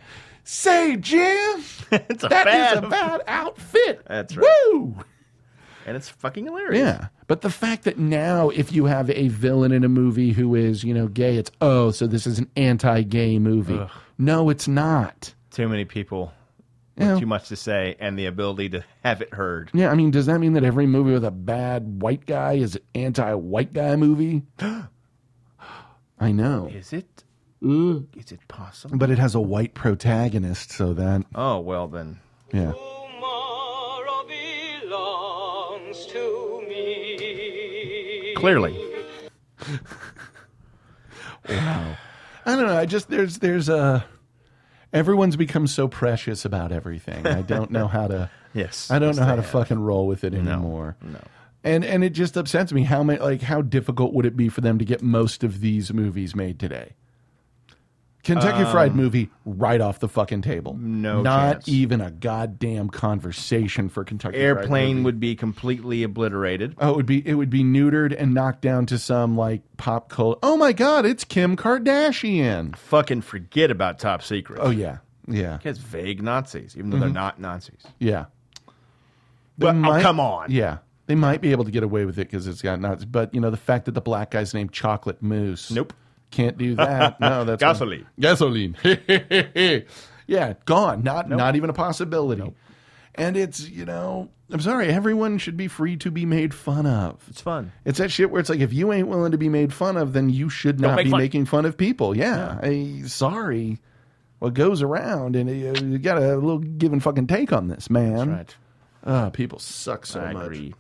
J: Say, Jim,
K: It's a
J: that is
K: bad-
J: a bad outfit.
K: That's right.
J: Woo!
K: And it's fucking hilarious.
J: Yeah. But the fact that now, if you have a villain in a movie who is, you know, gay, it's, oh, so this is an anti gay movie.
K: Ugh.
J: No, it's not.
K: Too many people with
J: Yeah.
K: too much to say and the ability to have it heard.
J: Yeah. I mean, does that mean that every movie with a bad white guy is an anti white guy movie? I know.
K: Is it?
J: Mm.
K: Is it possible?
J: But it has a white protagonist, so that,
K: Oh well then.
J: yeah.
K: Clearly.
J: Wow. I don't know. I just there's there's a everyone's become so precious about everything. I don't know how to
K: Yes.
J: I don't
K: Yes,
J: know how
K: they
J: to
K: have.
J: fucking roll with it anymore. No. And and it just upsets me how many like how difficult would it be for them to get most of these movies made today? Kentucky
K: Um,
J: Fried Movie right off the fucking table. No, not
K: chance.
J: even a goddamn conversation for Kentucky Fried
K: Airplane
J: Movie.
K: would be completely obliterated.
J: Oh, it would be it would be neutered and knocked down to some like pop culture. Oh my god, it's Kim Kardashian.
K: Fucking forget about top secret.
J: Oh yeah, yeah,
K: Because vague Nazis, even though they're
J: Mhm.
K: not Nazis.
J: yeah. They
K: But oh, come on.
J: yeah, they might be able to get away with it because it's got nuts. But you know, the fact that the black guy's named Chocolate Moose. Nope, can't do that. No, that's
K: Gasoline.
J: Gasoline. yeah, gone. Not not even a possibility. And it's you know, I'm sorry. Everyone should be free to be made fun of.
K: It's fun.
J: It's that shit where it's like if you ain't willing to be made fun of, then you should
K: Don't
J: not
K: make
J: be
K: fun.
J: making fun of people. Yeah, I, sorry. What goes around, and uh, you got a little give and fucking take on this, man.
K: right.
J: Uh, people suck so
K: I
J: much.
K: agree.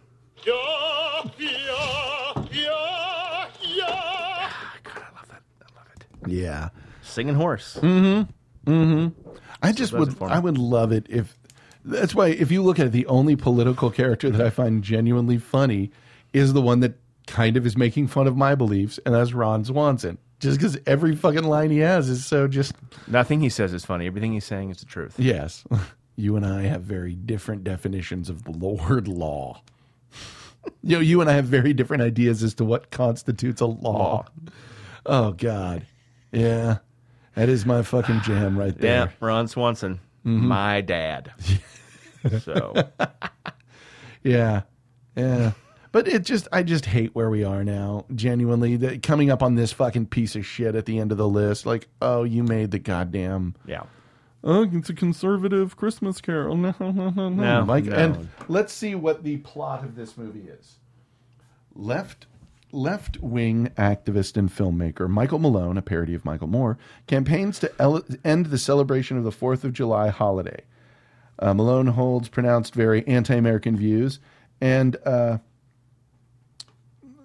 J: Yeah,
K: Singing horse.
J: Mm-hmm. Mm-hmm. I
K: So
J: just
K: does it
J: would.
K: for me.
J: I would love it if. That's why if you look at it, the only political character that I find genuinely funny is the one that kind of is making fun of my beliefs, and that's Ron Swanson. Just because every fucking line he has is so just
K: Nothing he says is funny. Everything he's saying is the truth.
J: Yes. You and I have very different definitions of the Lord law. you know, you and I have very different ideas as to what constitutes a law. Oh God, yeah, that is my fucking jam right
K: Yeah,
J: there.
K: Ron Swanson,
J: Mhm.
K: my dad. so
J: Yeah, yeah. But it just, I just hate where we are now. Genuinely, that coming up on this fucking piece of shit at the end of the list, like, oh, you made the goddamn
K: yeah.
J: Oh, it's a conservative Christmas Carol. No, no, no, no. Like,
K: no.
J: and let's see what the plot of this movie is. Left left wing activist and filmmaker Michael Malone, a parody of Michael Moore, campaigns to ele- end the celebration of the Fourth of July holiday. Uh, Malone holds pronounced very anti American views and uh,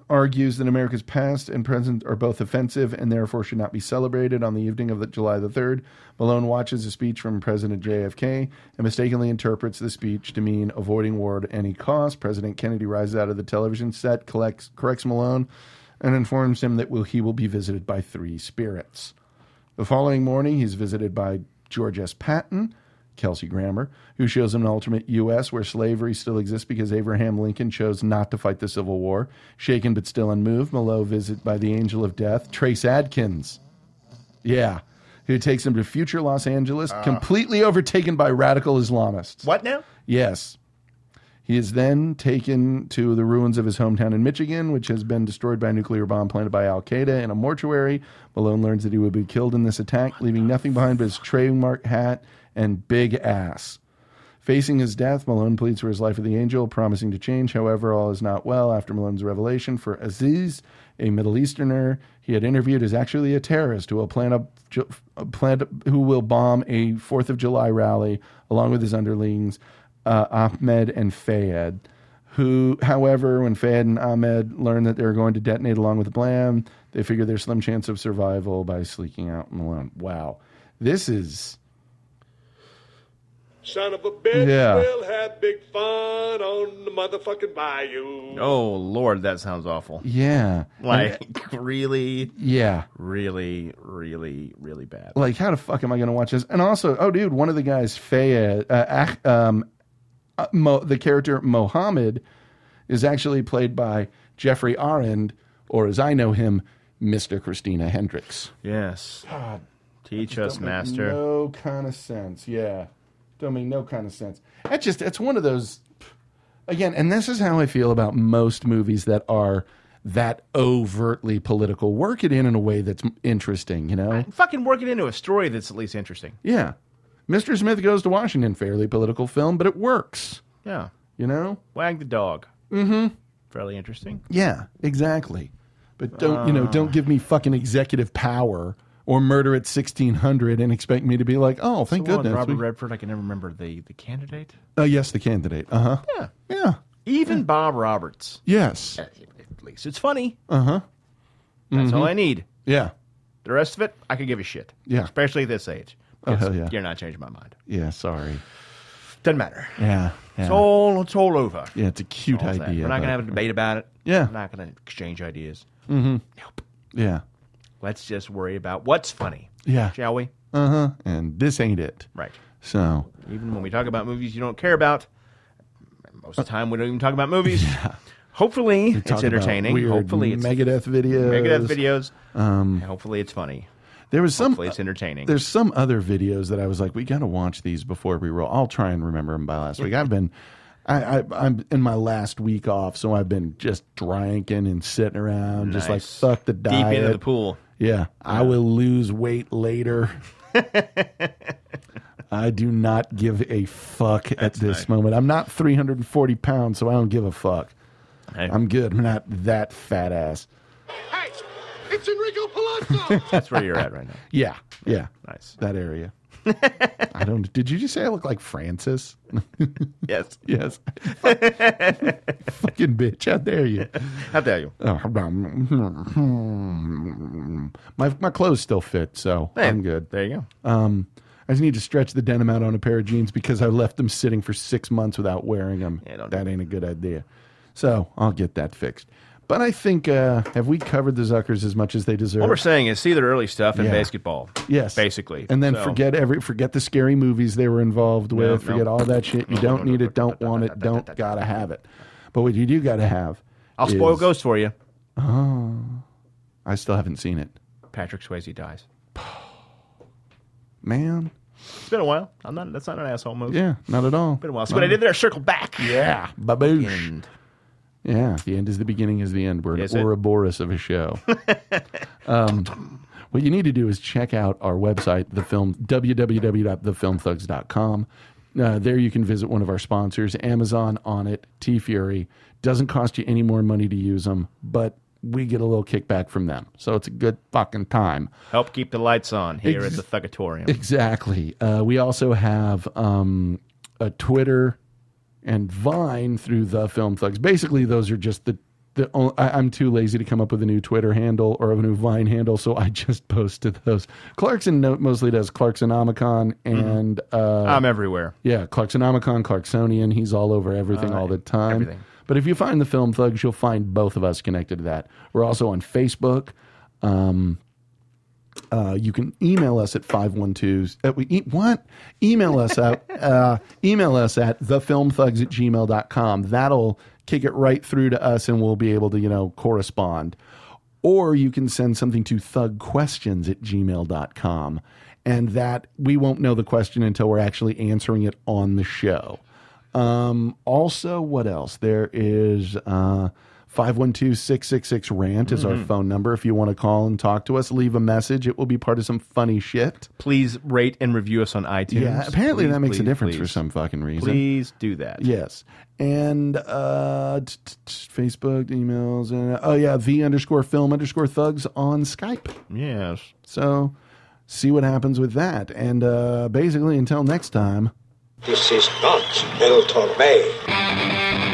J: argues that America's past and present are both offensive and therefore should not be celebrated. On the evening of the, July the 3rd, Malone watches a speech from President JFK and mistakenly interprets the speech to mean avoiding war at any cost. President Kennedy rises out of the television set, collects, corrects Malone, and informs him that will, he will be visited by three spirits. The following morning, he's visited by George S. Patton, Kelsey Grammer, who shows him an alternate U.S. where slavery still exists because Abraham Lincoln chose not to fight the Civil War. Shaken but still unmoved, Malone visit by the angel of death, Trace Adkins. Yeah. Who takes him to future Los Angeles,
K: Ah.
J: completely overtaken by radical Islamists.
K: What now?
J: Yes. He is then taken to the ruins of his hometown in Michigan, which has been destroyed by a nuclear bomb planted by Al Qaeda in a mortuary. Malone learns that he will be killed in this attack, leaving nothing behind but his trademark hat and big ass. Facing his death, Malone pleads for his life with the angel, promising to change. However, all is not well after Malone's revelation. For Aziz, a Middle Easterner he had interviewed, is actually a terrorist who will plan a, ju- a plan who will bomb a Fourth of July rally along with his underlings uh, Ahmed and Fayed. Who, however, when Fayed and Ahmed learn that they're going to detonate along with the plan, they figure their slim chance of survival by sleeking out Malone. Wow, this is
M: Son of a bitch,
J: Yeah.
M: we'll have big fun on the motherfucking bayou.
K: Oh Lord, that sounds awful.
J: yeah,
K: Like really,
J: yeah.
K: really, really, really bad.
J: Like, how the fuck am I going to watch this? And also, oh, dude, one of the guys, Fayed, uh, Ach- um, uh, Mo, the character Mohammed, is actually played by Jeffrey Arend, or as I know him, Mr. Christina Hendricks.
K: Yes.
J: God.
K: Teach
J: Don't
K: us,
J: make
K: master.
J: No kind of sense. Yeah, don't make no kind of sense. That just that's one of those. Again, and this is how I feel about most movies that are that overtly political. Work it in in a way that's interesting. You know.
K: Fucking work it into a story that's at least interesting.
J: Yeah. Mr. Smith goes to Washington, fairly political film, but it works.
K: Yeah.
J: You know?
K: Wag the dog.
J: Mm-hmm.
K: Fairly interesting.
J: Yeah, exactly. But don't, you know,
K: Ah.
J: don't give me fucking executive power or murder at 1600 and expect me to be like, oh, thank
K: Someone,
J: goodness.
K: Robert
J: we-
K: Redford. I can never remember the the candidate.
J: Oh, yes, the candidate. Uh huh.
K: Yeah.
J: Yeah.
K: Even Bob Roberts.
J: Yes.
K: At at least it's funny.
J: Uh huh.
K: That's all I need.
J: Yeah.
K: The rest of it, I could give a shit.
J: Mm-hmm. Yeah.
K: Especially at this age.
J: Oh,
K: Because
J: hell yeah.
K: You're not changing my mind.
J: Yeah, sorry.
K: Doesn't matter.
J: Yeah.
K: It's
J: yeah.
K: all it's all over.
J: Yeah, it's a cute
K: All that.
J: idea,
K: We're not
J: but-
K: gonna have a debate about it.
J: Yeah.
K: We're not gonna exchange ideas.
J: Mm-hmm. Yeah.
K: Let's just worry about what's funny.
J: Yeah.
K: Shall we?
J: Uh huh. And this ain't it.
K: Right.
J: So,
K: Even when we talk about movies you don't care about, most of the time we don't even talk about movies. Hopefully
J: talk
K: it's
J: about
K: entertaining.
J: weird
K: Hopefully it's
J: Megadeth videos.
K: Megadeth videos.
J: Um,
K: And Hopefully it's funny.
J: There was some. uh,
K: Hopefully it's entertaining.
J: There's some other videos that I was like, we got to watch these before we roll. I'll try and remember them by last week. I've been, I, I, I'm in my last week off, so I've been just drinking and sitting around, just like
K: Nice.
J: fuck the
K: Deep
J: diet.
K: into the pool.
J: Yeah, I will lose weight later. I do not give a fuck at this moment. I'm not 340 pounds, so I don't give a fuck. I'm good. I'm not that fat ass.
M: Hey, it's Enrico Palazzo!
K: That's where you're at right now.
J: Yeah, yeah.
K: Nice.
J: That area. I don't. Did you just say I look like Francis?
K: Yes.
J: yes. Fucking bitch! How dare you? Oh,
K: How dare you?
J: my my clothes still fit, so
K: Hey,
J: I'm good.
K: There you
J: go. Um, I just need to stretch the denim out on a pair of jeans because I left them sitting for six months without wearing them. that ain't a good idea. So I'll get that fixed. But I think uh, have we covered the Zuckers as much as they deserve?
K: What we're saying is see the early stuff in
J: Yeah.
K: basketball.
J: Yes.
K: Basically.
J: And then
K: So,
J: forget every forget the scary movies they were involved with.
K: no.
J: forget all that shit. You don't need it. Don't want it. Don't gotta have it. But what you do gotta have.
K: I'll spoil
J: is-
K: Ghost for you.
J: Oh, I still haven't seen it.
K: Patrick Swayze dies.
J: Man.
K: It's been a while. I'm not. That's not an asshole move.
J: Yeah, not at all.
K: Been a while. See
J: Not
K: what I
J: at
K: did there? Circle back.
J: Yeah, baboosh. Yeah, the end is the beginning is the end. We're
K: Is
J: an
K: it?
J: Ouroboros of a show. um, what you need to do is check out our website, the film www.thefilmthugs.com. Uh, there you can visit one of our sponsors, Amazon, On It, T Fury. Doesn't cost you any more money to use them, but we get a little kickback from them, so it's a good fucking time.
K: Help keep the lights on here
J: Ex-
K: at the Thugatorium.
J: Exactly. Uh, we also have um, a Twitter and Vine through the Film Thugs. Basically, those are just the. the o- I, I'm too lazy to come up with a new Twitter handle or a new Vine handle, so I just posted those. Clarkson no- mostly does Clarkson Omicron and. Uh,
K: I'm everywhere.
J: yeah, Clarksonomicon, Clarksonian. He's all over everything
K: Uh,
J: all the time.
K: everything.
J: But if you find the Film Thugs, you'll find both of us connected to that. We're also on Facebook. Um, uh, you can email us at 512 uh, we, e- what email us at uh, email us at thefilmthugs at gmail.com that'll kick it right through to us and we'll be able to you know correspond or you can send something to thugquestions at gmail.com and that we won't know the question until we're actually answering it on the show um, also what else there is uh, 512-666-rant is our
K: Mhm.
J: phone number if you want to call and talk to us leave a message it will be part of some funny shit
K: Please rate and review us on iTunes.
J: yeah apparently
K: Please,
J: that makes a
K: please,
J: difference for
K: please.
J: some fucking reason
K: Please do that.
J: yes and uh t- t- t- facebook emails and oh yeah the underscore film underscore thugs on skype
K: yes
J: so see what happens with that and uh basically until next time
M: This is not El Torbay.